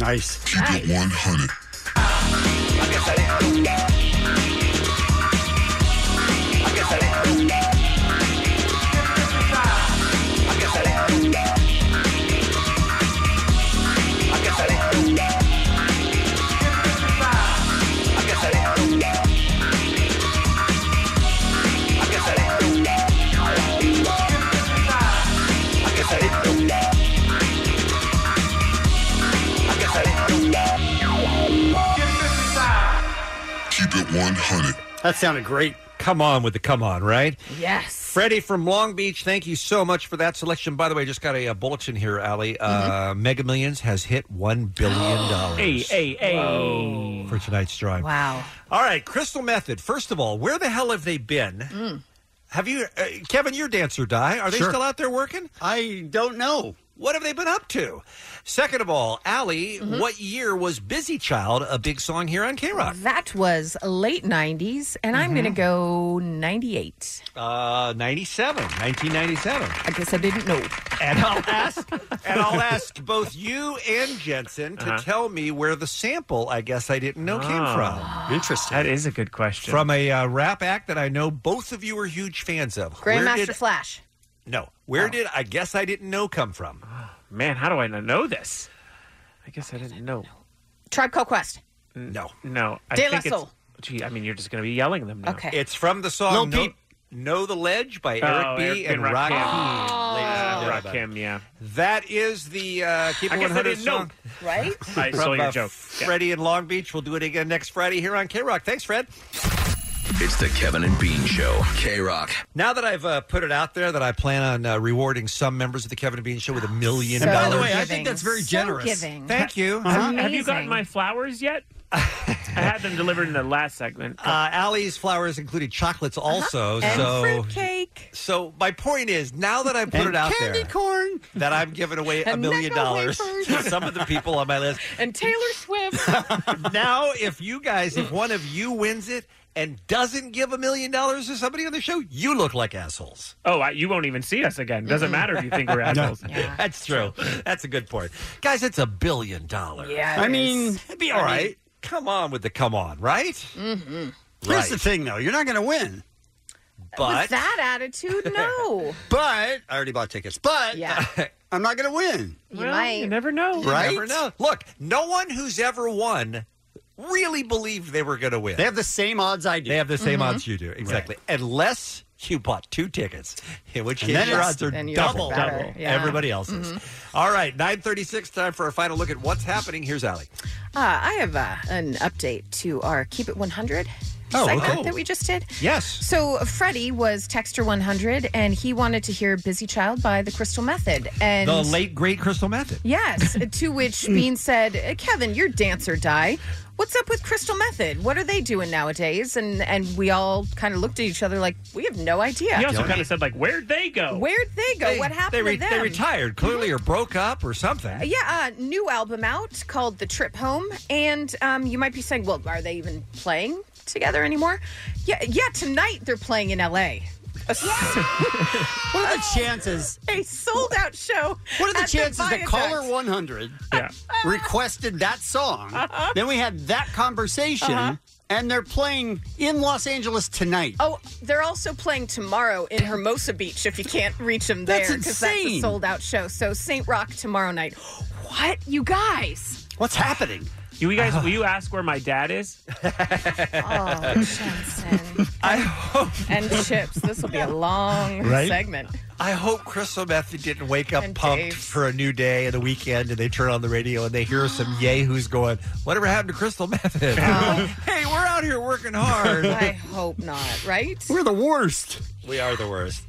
Speaker 15: Nice.
Speaker 23: Keep it 100.
Speaker 14: Keep It 100. That sounded great. Come on with the come on, right?
Speaker 20: Yes.
Speaker 14: Freddie from Long Beach, thank you so much for that selection. By the way, just got a, uh bulletin here, Ali.
Speaker 20: Mm-hmm.
Speaker 14: Uh, Mega Millions has hit one billion dollars.
Speaker 18: Hey, hey, hey. Whoa.
Speaker 14: For tonight's drawing.
Speaker 20: Wow.
Speaker 14: All right, Crystal Method. First of all, where the hell have they been?
Speaker 20: Mm.
Speaker 14: Have you, uh, Kevin? Your dancer die? Are they
Speaker 15: Sure.
Speaker 14: still out there working? I don't know. What have they been up to? Second of all, Allie,
Speaker 20: Mm-hmm.
Speaker 14: what year was "Busy Child" a big song here on K Rock?
Speaker 20: That was late 90s, and I'm
Speaker 14: Mm-hmm.
Speaker 20: going to go 98.
Speaker 14: Uh, 97, 1997.
Speaker 20: I guess I didn't know.
Speaker 14: And I'll ask, and I'll ask both you and Jensen to
Speaker 18: Uh-huh.
Speaker 14: tell me where the sample "I Guess I Didn't Know" came
Speaker 18: Ah.
Speaker 14: from. Interesting.
Speaker 18: That is a good question.
Speaker 14: From a uh, rap act that I know both of you are huge fans of. Where
Speaker 20: Grandmaster
Speaker 14: did-
Speaker 20: Flash.
Speaker 14: No.
Speaker 20: Oh.
Speaker 14: Where did I guess I didn't know come from?
Speaker 18: Man, how do I not know this? I guess I didn't know.
Speaker 20: Tribe Called Quest.
Speaker 14: No.
Speaker 18: Mm. No. I
Speaker 20: De La
Speaker 18: think it's-
Speaker 20: Soul.
Speaker 18: Gee, I mean, you're just going to be yelling them now.
Speaker 20: Okay.
Speaker 14: It's from the song
Speaker 18: Lil
Speaker 14: know,
Speaker 18: Peep.
Speaker 14: Know the Ledge by
Speaker 18: Oh,
Speaker 14: Eric B.
Speaker 18: Eric
Speaker 14: and
Speaker 18: and
Speaker 14: Rakim.
Speaker 18: Rakim.
Speaker 14: Oh. Ladies and
Speaker 18: Yeah,
Speaker 14: gentlemen.
Speaker 18: Rakim, yeah.
Speaker 14: That is the uh, Keep
Speaker 18: I
Speaker 14: It
Speaker 18: guess I
Speaker 14: 100
Speaker 18: didn't know.
Speaker 14: song.
Speaker 20: Right?
Speaker 18: I
Speaker 14: from,
Speaker 18: saw your
Speaker 14: uh,
Speaker 18: joke. Yeah.
Speaker 14: Freddie in Long Beach. We'll do it again next Friday here on K Rock. Thanks, Fred.
Speaker 23: It's the Kevin and Bean Show. K Rock.
Speaker 14: Now that I've uh, put it out there that I plan on uh, rewarding some members of the Kevin and Bean Show with a million
Speaker 15: So
Speaker 14: dollars.
Speaker 15: By the way, I think giving. that's very So generous. giving.
Speaker 14: Thank you.
Speaker 18: Uh-huh. Have, have you gotten my flowers yet? I had them delivered in the last segment.
Speaker 14: Uh, Allie's flowers included chocolates
Speaker 15: Uh-huh.
Speaker 14: also.
Speaker 18: And
Speaker 14: so
Speaker 20: fruitcake.
Speaker 14: So my point is, now that I put
Speaker 15: And
Speaker 14: it out
Speaker 15: candy
Speaker 14: there,
Speaker 15: corn.
Speaker 14: that I'm giving away a
Speaker 15: And
Speaker 14: million
Speaker 15: Necco
Speaker 14: dollars to
Speaker 15: wafers.
Speaker 14: some of the people on my list.
Speaker 20: And Taylor Swift.
Speaker 14: now, if you guys, if one of you wins it and doesn't give a million dollars to somebody on the show, you look like assholes.
Speaker 18: Oh, I, you won't even see us again. Doesn't matter if you think we're
Speaker 14: No.
Speaker 18: assholes.
Speaker 14: That's true. That's a good point, guys. It's a billion dollars.
Speaker 15: Yeah, it I mean, is.
Speaker 14: it'd be all
Speaker 15: I
Speaker 14: right.
Speaker 15: mean-
Speaker 14: come on with the come on, right?
Speaker 20: Mm-hmm.
Speaker 15: Here's the thing, though. You're not going to win.
Speaker 20: With that attitude, no.
Speaker 15: But I already bought tickets. But
Speaker 20: yeah.
Speaker 15: I'm not going to win.
Speaker 20: You Well, might. you
Speaker 18: never know.
Speaker 15: Right?
Speaker 14: You never know. Look, no one who's ever won really believed they were going to win.
Speaker 15: They have the same odds I do.
Speaker 14: They have the same
Speaker 20: Mm-hmm.
Speaker 14: odds you do, exactly. Unless you bought two tickets, in which
Speaker 15: And
Speaker 14: case
Speaker 15: then
Speaker 14: your
Speaker 15: it's-
Speaker 14: odds are
Speaker 15: then yours are
Speaker 14: double,
Speaker 15: better,
Speaker 14: double
Speaker 15: yeah. Mm-hmm.
Speaker 14: everybody else's. All right, 936, time for our final look at
Speaker 20: Mm-hmm.
Speaker 14: what's happening. Here's Allie.
Speaker 20: Uh, I have uh, an update to our Keep It 100.
Speaker 14: Oh,
Speaker 20: segment
Speaker 14: okay.
Speaker 20: that we just did?
Speaker 14: Yes.
Speaker 20: So Freddie was Texter 100, and he wanted to hear "Busy Child" by the Crystal Method, and
Speaker 14: the late great Crystal Method.
Speaker 20: Yes, uh, to which Bean said, "Uh, "Kevin, you're dance or die. What's up with Crystal Method? What are they doing nowadays?" And and we all kind of looked at each other like we have no idea.
Speaker 18: He also kind of said, like, where'd they go?
Speaker 20: Where'd they go? what happened
Speaker 14: They, re-
Speaker 20: to them?
Speaker 14: they retired clearly, or broke up, or something.
Speaker 20: Uh, Yeah, uh, new album out called "The Trip Home," and um, you might be saying, "Well, are they even playing together anymore?" Yeah, yeah. Tonight they're playing in L.A. what are
Speaker 15: the chances?
Speaker 20: Oh, A sold out show.
Speaker 15: What are the
Speaker 20: at
Speaker 15: chances that
Speaker 20: Viaduct.
Speaker 15: caller 100 requested that song?
Speaker 20: Uh-huh.
Speaker 15: Then we had that conversation,
Speaker 20: Uh-huh.
Speaker 15: and they're playing in Los Angeles tonight.
Speaker 20: Oh, they're also playing tomorrow in Hermosa Beach if you can't reach them there
Speaker 15: That's
Speaker 20: because that's a
Speaker 15: insane.
Speaker 20: sold out show. So Saint Rock tomorrow night. What you guys?
Speaker 15: What's happening?
Speaker 18: You
Speaker 14: Oh.
Speaker 18: guys, will you ask where my dad is?
Speaker 20: And chips. This will be a long
Speaker 14: Right?
Speaker 20: segment.
Speaker 14: I hope Crystal Method didn't wake up
Speaker 20: And
Speaker 14: pumped
Speaker 20: Dave's.
Speaker 14: for a new day and a weekend, and they turn on the radio and they hear some yahoos going, "Whatever happened to Crystal Method?" hey, we're out here working hard.
Speaker 20: I hope not. Right?
Speaker 15: We're the worst.
Speaker 14: We are the worst.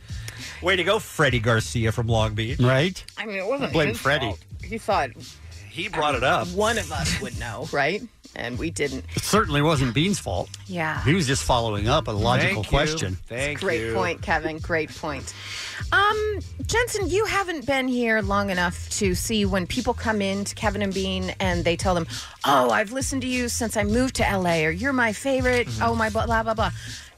Speaker 14: Way to go, Freddie Garcia from Long Beach.
Speaker 15: Right?
Speaker 20: I mean, it wasn't
Speaker 14: Blame
Speaker 20: his
Speaker 14: Freddie.
Speaker 20: fault. He thought
Speaker 14: he brought it up.
Speaker 20: One of us would know, right? And we didn't.
Speaker 15: It certainly wasn't Bean's fault.
Speaker 20: Yeah.
Speaker 15: He was just following up a logical
Speaker 14: Thank you.
Speaker 15: question.
Speaker 14: Thank
Speaker 20: Great
Speaker 14: you.
Speaker 20: point, Kevin. Great point. Um, Jensen, you haven't been here long enough to see when people come in to Kevin and Bean and they tell them, "Oh, I've listened to you since I moved to LA," or "You're my favorite."
Speaker 14: Mm-hmm.
Speaker 20: Oh my blah blah blah blah.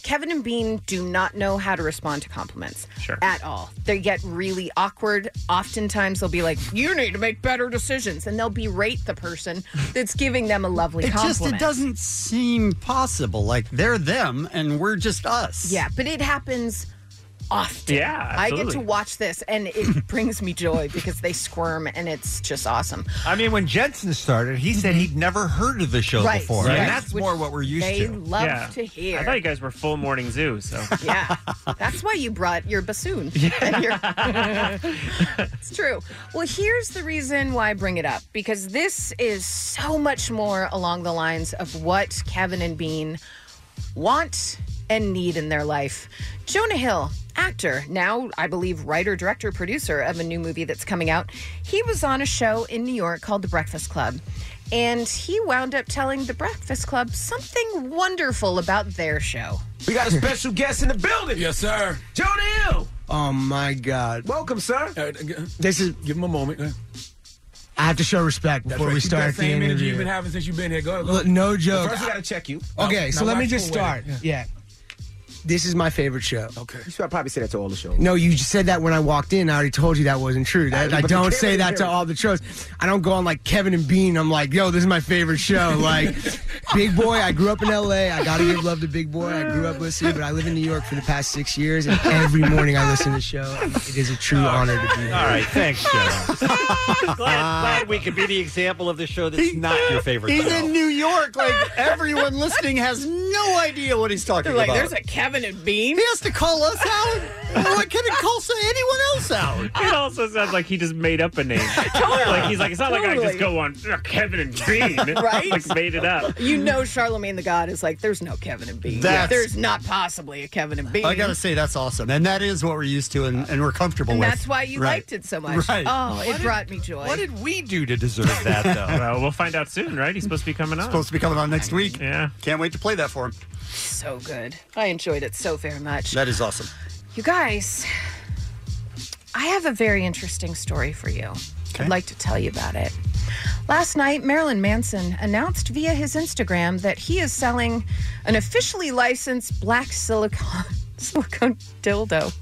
Speaker 20: Kevin and Bean do not know how to respond to compliments
Speaker 18: Sure.
Speaker 20: at all. They get really awkward. Oftentimes, they'll be like, "You need to make better decisions," and they'll berate the person that's giving them a lovely
Speaker 15: It
Speaker 20: compliment.
Speaker 15: just it doesn't seem possible. Like they're them and we're just us.
Speaker 20: Yeah, but it happens often.
Speaker 15: Yeah,
Speaker 20: I get to
Speaker 15: absolutely.
Speaker 20: watch this and it brings me joy because they squirm and it's just awesome.
Speaker 14: I mean, when Jensen started, he said he'd never heard of the show
Speaker 20: Right,
Speaker 14: before,
Speaker 20: right.
Speaker 14: and that's
Speaker 20: Which
Speaker 14: more what we're used
Speaker 20: they
Speaker 14: to.
Speaker 20: love to hear.
Speaker 18: I thought you guys were full morning zoo, so.
Speaker 20: yeah, that's why you brought your bassoon. And your- it's true. Well, here's the reason why I bring it up because this is so much more along the lines of what Kevin and Bean want and need in their life. Jonah Hill, actor, now I believe writer, director, producer of a new movie that's coming out, he was on a show in New York called The Breakfast Club. And he wound up telling The Breakfast Club something wonderful about their show.
Speaker 28: We got a special guest in the building. Yes, sir. Jonah Hill. Oh my God. Welcome, sir.
Speaker 25: Uh,
Speaker 28: this is give him a moment. I have to show respect before we start the
Speaker 25: same energy
Speaker 28: interview.
Speaker 25: you've been having since you've been here. Go, go.
Speaker 28: Look, no
Speaker 25: But
Speaker 28: joke.
Speaker 25: First, we gotta check you.
Speaker 28: Okay,
Speaker 25: Now-
Speaker 28: so
Speaker 25: now
Speaker 28: let me
Speaker 25: watch
Speaker 28: just
Speaker 25: the way-
Speaker 28: start. yeah. This is my favorite show. Okay.
Speaker 25: You should probably say that to all the shows.
Speaker 28: No, you just said that when I walked in. I already told you that wasn't true. That, I
Speaker 25: But you
Speaker 28: don't
Speaker 25: can't
Speaker 28: say
Speaker 25: really
Speaker 28: that to
Speaker 25: hear it.
Speaker 28: all the shows. I don't go on like Kevin and Bean. I'm like, yo, this is my favorite show. Like, Big Boy, I grew up in LA. I gotta give love to Big Boy. I grew up listening, but I live in New York for the past six years, and every morning I listen to the show. It is a true honor to be here.
Speaker 14: All right, thanks, Joe. glad, glad we could be the example of the show that's not your favorite.
Speaker 15: He's
Speaker 14: show.
Speaker 15: in New York. Like everyone listening has no idea what he's talking
Speaker 20: They're like,
Speaker 15: about.
Speaker 20: there's a Kevin and Bean.
Speaker 15: He has to call us out. Why can't he call so- anyone else out?
Speaker 18: It also sounds like he just made up a name. Like he's like, it's not like I just go on "Ugh, Kevin and Bean.
Speaker 20: Right?
Speaker 18: Like made it up.
Speaker 20: You know, Charlemagne the God is like, there's no Kevin and Bean.
Speaker 15: That's-
Speaker 20: There's not possibly a Kevin and Bean.
Speaker 15: I gotta say that's awesome, and that is what we're used to, and, and we're comfortable
Speaker 20: and
Speaker 15: with.
Speaker 20: that's why you
Speaker 15: Right.
Speaker 20: liked it so much.
Speaker 15: Right.
Speaker 20: Oh,
Speaker 15: What
Speaker 20: it
Speaker 15: did-
Speaker 20: brought me joy. What
Speaker 14: did we do to deserve that, though?
Speaker 18: well, we'll find out soon, right? He's supposed to be coming on.
Speaker 15: Supposed to be coming on next week.
Speaker 18: Yeah.
Speaker 15: Can't wait to play that for him.
Speaker 20: So good. I enjoyed it so very much.
Speaker 15: That is awesome.
Speaker 20: You guys, I have a very interesting story for you. I'd like to tell you about it. Last night, Marilyn Manson announced via his Instagram that he is selling an officially licensed black silicone silicone dildo.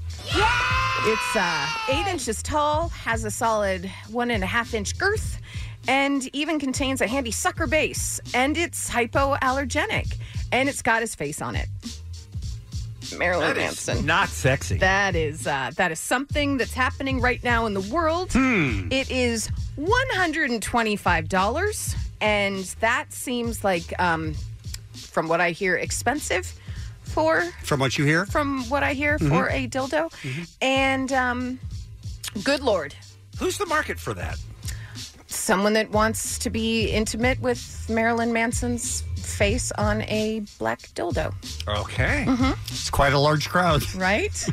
Speaker 20: It's uh, eight inches tall, has a solid one and a half inch girth, and even contains a handy sucker base. And it's hypoallergenic, and it's got his face on it. Marilyn
Speaker 14: That is
Speaker 20: Manson.
Speaker 14: Not sexy.
Speaker 20: That is uh, that is something that's happening right now in the world.
Speaker 14: Hmm.
Speaker 20: It is one hundred and twenty-five dollars, and that seems like, um, from what I hear, expensive for
Speaker 15: From what you hear,
Speaker 20: from what I hear for
Speaker 15: Mhm.
Speaker 20: a dildo.
Speaker 14: Mm-hmm.
Speaker 20: And um, good lord,
Speaker 14: who's the market for that?
Speaker 20: Someone that wants to be intimate with Marilyn Manson's face on a black dildo.
Speaker 14: Okay.
Speaker 20: Mm-hmm.
Speaker 15: It's quite a large crowd.
Speaker 20: Right?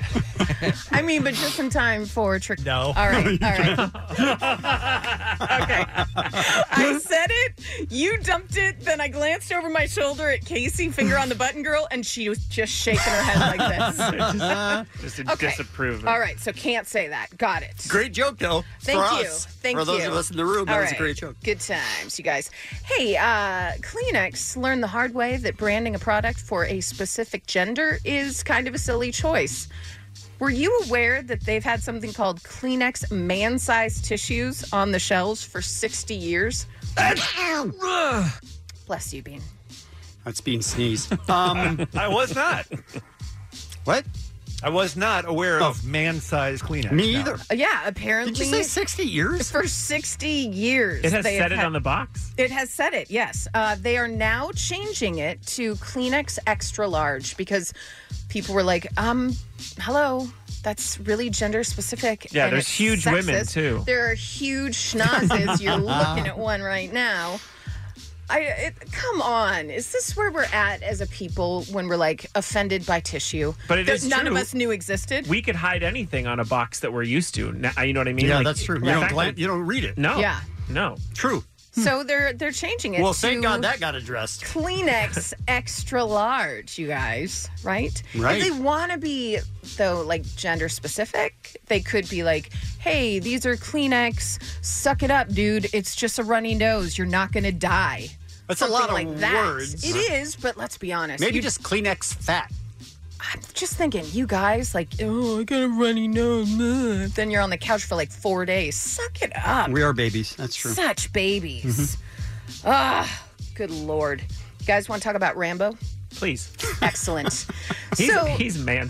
Speaker 20: I mean, but just in time for trick.
Speaker 15: No.
Speaker 20: All right. All right. okay. I said it. You dumped it. Then I glanced over my shoulder at Casey, finger on the button girl, and she was just shaking her head like this.
Speaker 18: Just to
Speaker 20: Okay.
Speaker 18: disapprove.
Speaker 20: All right. So can't say that. Got it.
Speaker 15: Great joke, though.
Speaker 20: Thank
Speaker 15: for
Speaker 20: you.
Speaker 15: Us.
Speaker 20: Thank
Speaker 15: for
Speaker 20: you.
Speaker 15: those of us in the room, that
Speaker 20: All
Speaker 15: was a
Speaker 20: right.
Speaker 15: great joke.
Speaker 20: Good times, you guys. Hey, uh, Kleenex learned the hard way that branding a product for a specific gender is kind of a silly choice. Were you aware that they've had something called Kleenex man sized tissues on the shelves for 60 years? Bless you, Bean.
Speaker 15: That's being sneezed. Um,
Speaker 14: I was not.
Speaker 15: What? Oh.
Speaker 14: I was not aware of man-sized Kleenex.
Speaker 15: Me
Speaker 14: no.
Speaker 15: either.
Speaker 20: Uh, Yeah, apparently.
Speaker 15: Did you say 60 years?
Speaker 20: For 60 years.
Speaker 18: It has
Speaker 20: they
Speaker 18: said
Speaker 20: have
Speaker 18: it
Speaker 20: had-
Speaker 18: on the box.
Speaker 20: It has said it, yes. Uh, they are now changing it to Kleenex Extra Large because people were like, um, hello, that's really gender specific.
Speaker 18: Yeah,
Speaker 20: and
Speaker 18: there's
Speaker 20: it's
Speaker 18: huge women, too.
Speaker 20: There are huge schnozzes. You're looking at one right now. I it, come on, is this where we're at as a people when we're like offended by tissue?
Speaker 18: But it
Speaker 20: that
Speaker 18: is
Speaker 20: none
Speaker 18: true.
Speaker 20: of us knew existed.
Speaker 18: We could hide anything on a box that we're used to. Now, you know what I mean?
Speaker 15: Yeah,
Speaker 18: Like,
Speaker 15: that's true. You
Speaker 18: the
Speaker 15: don't
Speaker 18: fact
Speaker 15: glance-
Speaker 18: that-
Speaker 15: you don't read it.
Speaker 18: No.
Speaker 20: Yeah.
Speaker 18: No.
Speaker 15: True.
Speaker 18: Hmm.
Speaker 20: so they're they're changing it.
Speaker 15: Well, thank
Speaker 20: to-
Speaker 15: God that got addressed.
Speaker 20: Kleenex extra large, you guys, right?
Speaker 15: Right.
Speaker 20: If they want to be, though, like gender specific, they could be like, hey, these are Kleenex. Suck it up, dude. It's just a runny nose. You're not going to die.
Speaker 15: That's a lot of
Speaker 20: like that.
Speaker 15: words.
Speaker 20: It is, but let's be honest.
Speaker 15: Maybe
Speaker 20: You-
Speaker 15: just Kleenex fat.
Speaker 20: I'm just thinking, you guys, like, oh, I got a runny nose. meh." Then you're on the couch for like four days. Suck it up.
Speaker 15: We are babies. That's true. Mm-hmm.
Speaker 20: Such babies. Ah, good lord. You guys want to talk about Rambo?
Speaker 18: Please.
Speaker 20: Excellent.
Speaker 18: He's,
Speaker 20: so
Speaker 18: he's man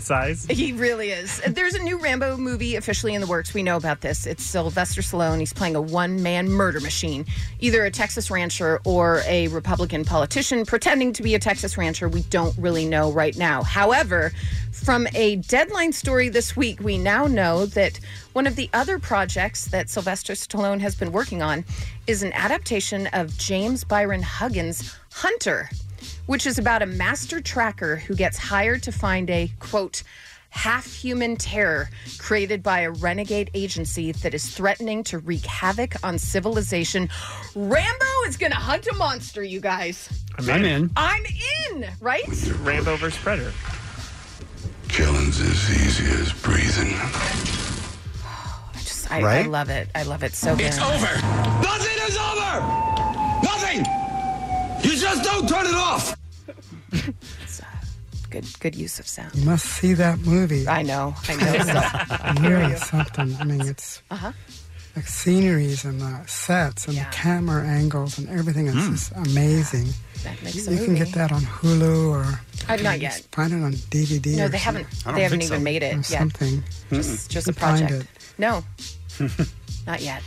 Speaker 18: sized.
Speaker 20: he really is. There's a new Rambo movie officially in the works. We know about this. It's Sylvester Stallone. He's playing a one-man murder machine, either a Texas rancher or a Republican politician pretending to be a Texas rancher. We don't really know right now. However, from a deadline story this week, we now know that one of the other projects that Sylvester Stallone has been working on is an adaptation of James Byron Huggins' Hunter which is about a master tracker who gets hired to find a quote half human terror created by a renegade agency that is threatening to wreak havoc on civilization. Rambo is going to hunt a monster, you guys.
Speaker 18: I'm in.
Speaker 20: I'm in, right?
Speaker 18: Rambo versus Predator.
Speaker 23: Killing's as easy as breathing.
Speaker 20: I just I,
Speaker 23: Right?
Speaker 20: I love it. I love it so
Speaker 23: It's
Speaker 20: very much.
Speaker 23: over.
Speaker 1: Nothing is over! Nothing! You just don't turn it off!
Speaker 20: uh, Good good use of sound.
Speaker 26: You must see that movie.
Speaker 20: I know. I know. So-
Speaker 26: It's really something. I mean, it's
Speaker 20: uh-huh.
Speaker 26: the sceneries and the sets and the camera angles and everything. It's
Speaker 20: Hmm.
Speaker 26: just amazing.
Speaker 20: That makes a
Speaker 26: you can
Speaker 20: movie.
Speaker 26: get that on Hulu or
Speaker 20: Uh, not
Speaker 26: you
Speaker 20: yet.
Speaker 26: just Find it on DVD.
Speaker 20: No,
Speaker 26: or
Speaker 20: they haven't-
Speaker 26: something.
Speaker 20: I don't they haven't think so. even made it
Speaker 26: Or
Speaker 20: yet.
Speaker 26: Something.
Speaker 20: Just- just a
Speaker 26: You find
Speaker 20: project. No,
Speaker 26: it.
Speaker 20: Not yet.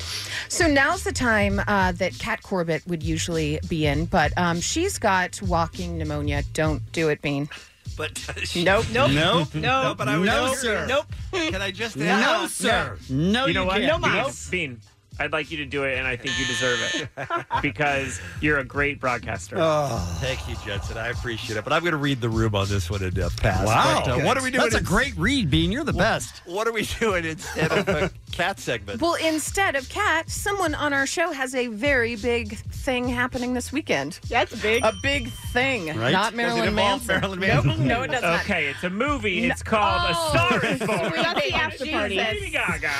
Speaker 20: So now's the time uh, that Kat Corbett would usually be in, but um, she's got walking pneumonia. Don't do it, Bean.
Speaker 14: But
Speaker 11: uh,
Speaker 20: Nope, nope,
Speaker 14: nope,
Speaker 20: no,
Speaker 14: But I was
Speaker 20: no,
Speaker 14: here.
Speaker 20: sir.
Speaker 14: Nope. Can I just?
Speaker 20: No,
Speaker 14: ask?
Speaker 20: sir.
Speaker 18: you know what?
Speaker 20: can't. No
Speaker 18: Bean,
Speaker 20: mas.
Speaker 18: Bean, I'd like you to do it, and I think you deserve it because you're a great broadcaster.
Speaker 14: Oh. Thank you, Judson. I appreciate it. But I'm going to read the room on this one and uh, pass.
Speaker 15: Wow.
Speaker 14: But, uh, what are we doing?
Speaker 15: That's a great read, Bean. You're the best.
Speaker 14: What are we doing instead of a cat segment?
Speaker 20: Well, instead of Kat, someone on our show has a very big thing happening this weekend. That's big. A big thing.
Speaker 18: Right?
Speaker 20: Not
Speaker 18: Does it
Speaker 20: Marilyn
Speaker 18: involve
Speaker 20: Manson.
Speaker 18: Marilyn
Speaker 20: Nope, no, it does not.
Speaker 18: Okay, it's a movie. It's
Speaker 20: No-
Speaker 18: called
Speaker 20: Oh,
Speaker 18: A Star is Born.
Speaker 20: that's the after party.
Speaker 18: Lady Gaga.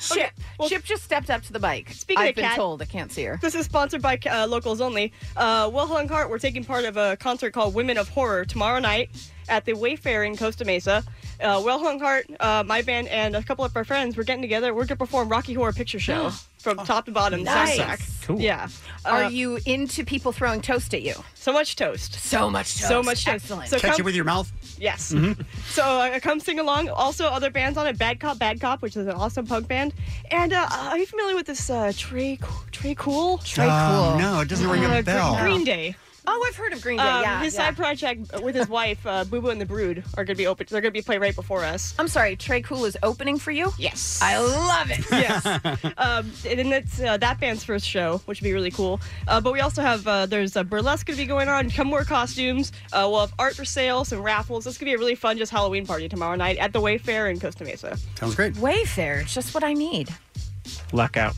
Speaker 20: Chip. Chip just stepped up to the bike.
Speaker 22: Speaking
Speaker 20: I've
Speaker 22: of
Speaker 20: been
Speaker 22: Kat-
Speaker 20: told I can't see her.
Speaker 22: This is sponsored by uh, Locals Only. Uh, Will Hung Hart, we're taking part of a concert called Women of Horror tomorrow night at the Wayfair in Costa Mesa. Uh, Will Hung Hart, uh, my band, and a couple of our friends, we're getting together. We're going to perform Rocky Horror Picture Show from top to bottom.
Speaker 20: nice.
Speaker 22: soundtrack. Yeah. Uh,
Speaker 20: Are you into people throwing toast at you?
Speaker 22: So much toast.
Speaker 20: So much toast.
Speaker 22: So much toast.
Speaker 20: Excellent.
Speaker 22: So
Speaker 15: Catch
Speaker 22: come-
Speaker 15: it with your Mm-hmm. mouth.
Speaker 22: Yes.
Speaker 14: Mm-hmm.
Speaker 22: So uh, come sing along. Also, other bands on it: Bad Cop, Bad Cop, which is an awesome punk band. And uh, are you familiar with this uh, Trey Trey Cool? Uh,
Speaker 15: Trey Um, Cool. no, it doesn't ring a
Speaker 22: Green-
Speaker 15: bell.
Speaker 22: Green Day.
Speaker 20: Oh, I've heard of Green Day.
Speaker 22: Um,
Speaker 20: yeah,
Speaker 22: his
Speaker 20: yeah.
Speaker 22: side project with his wife, uh, Boo Boo and the Brood, are going to be open. They're going to be played right before us.
Speaker 20: I'm sorry, Trey Cool is opening for you.
Speaker 22: Yes,
Speaker 20: I love it.
Speaker 22: yes, um, and then that's uh, that band's first show, which would be really cool. Uh, but we also have uh, there's uh, burlesque going to be going on. Come wear costumes. Uh, we'll have art for sale, some raffles. It's going to be a really fun just Halloween party tomorrow night at the Wayfair in Costa Mesa.
Speaker 15: Sounds great.
Speaker 20: Wayfair, it's just what I need.
Speaker 18: Luck out.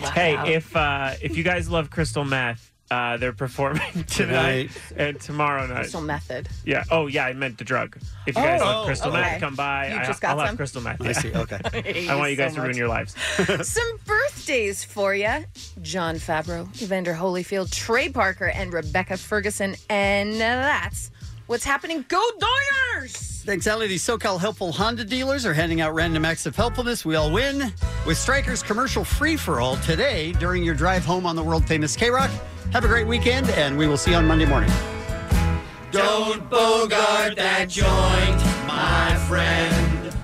Speaker 20: Luck
Speaker 18: hey,
Speaker 20: out.
Speaker 18: if uh, if you guys love Crystal Meth, uh, they're performing tonight and tomorrow night.
Speaker 20: Crystal method.
Speaker 18: Yeah. Oh, yeah. I meant the drug. If you guys
Speaker 20: Oh,
Speaker 18: love crystal
Speaker 20: okay.
Speaker 18: meth, come by.
Speaker 20: You
Speaker 18: I,
Speaker 20: just got
Speaker 18: I'll
Speaker 20: some?
Speaker 18: have crystal meth.
Speaker 15: I see, okay.
Speaker 20: I hate
Speaker 18: I want
Speaker 20: you
Speaker 18: you guys
Speaker 20: so
Speaker 18: to ruin
Speaker 20: much.
Speaker 18: your lives.
Speaker 20: Some birthdays for you: John Fabro, Evander Holyfield, Trey Parker, and Rebecca Ferguson. And that's what's happening. Go Doyers!
Speaker 15: Thanks, Ellie. These SoCal helpful Honda dealers are handing out random acts of helpfulness. We all win with Strikers commercial free for all today during your drive home on the world famous K Rock. Have a great weekend, and we will see you on Monday morning.
Speaker 11: Don't bogart that joint, my friend.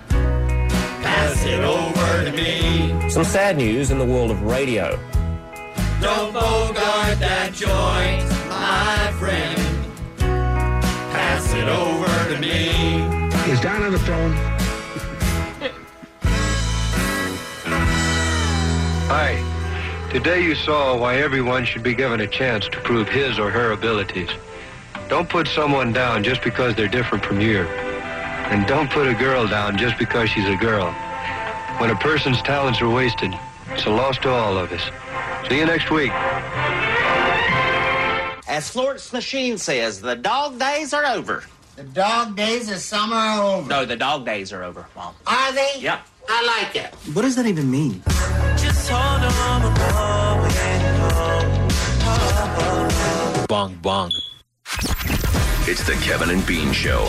Speaker 11: Pass it over to me.
Speaker 8: Some sad news in the world of radio.
Speaker 11: Don't bogart that joint, my friend. Pass it over to me.
Speaker 10: Is Don on the phone?
Speaker 4: Hi. Today you saw why everyone should be given a chance to prove his or her abilities. Don't put someone down just because they're different from you. And don't put a girl down just because she's a girl. When a person's talents are wasted, it's a loss to all of us. See you next week.
Speaker 31: As Florence Machine says, the dog days are over.
Speaker 33: The dog days of summer are over.
Speaker 31: No, the dog days are over, Mom.
Speaker 33: Are they?
Speaker 31: Yep.
Speaker 33: I like it.
Speaker 31: What does that even mean?
Speaker 11: Just hold on, I'm
Speaker 23: Bong bong. It's the Kevin and Bean Show.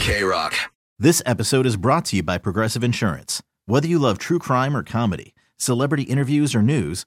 Speaker 23: K Rock.
Speaker 30: This episode is brought to you by Progressive Insurance. Whether you love true crime or comedy, celebrity interviews or news,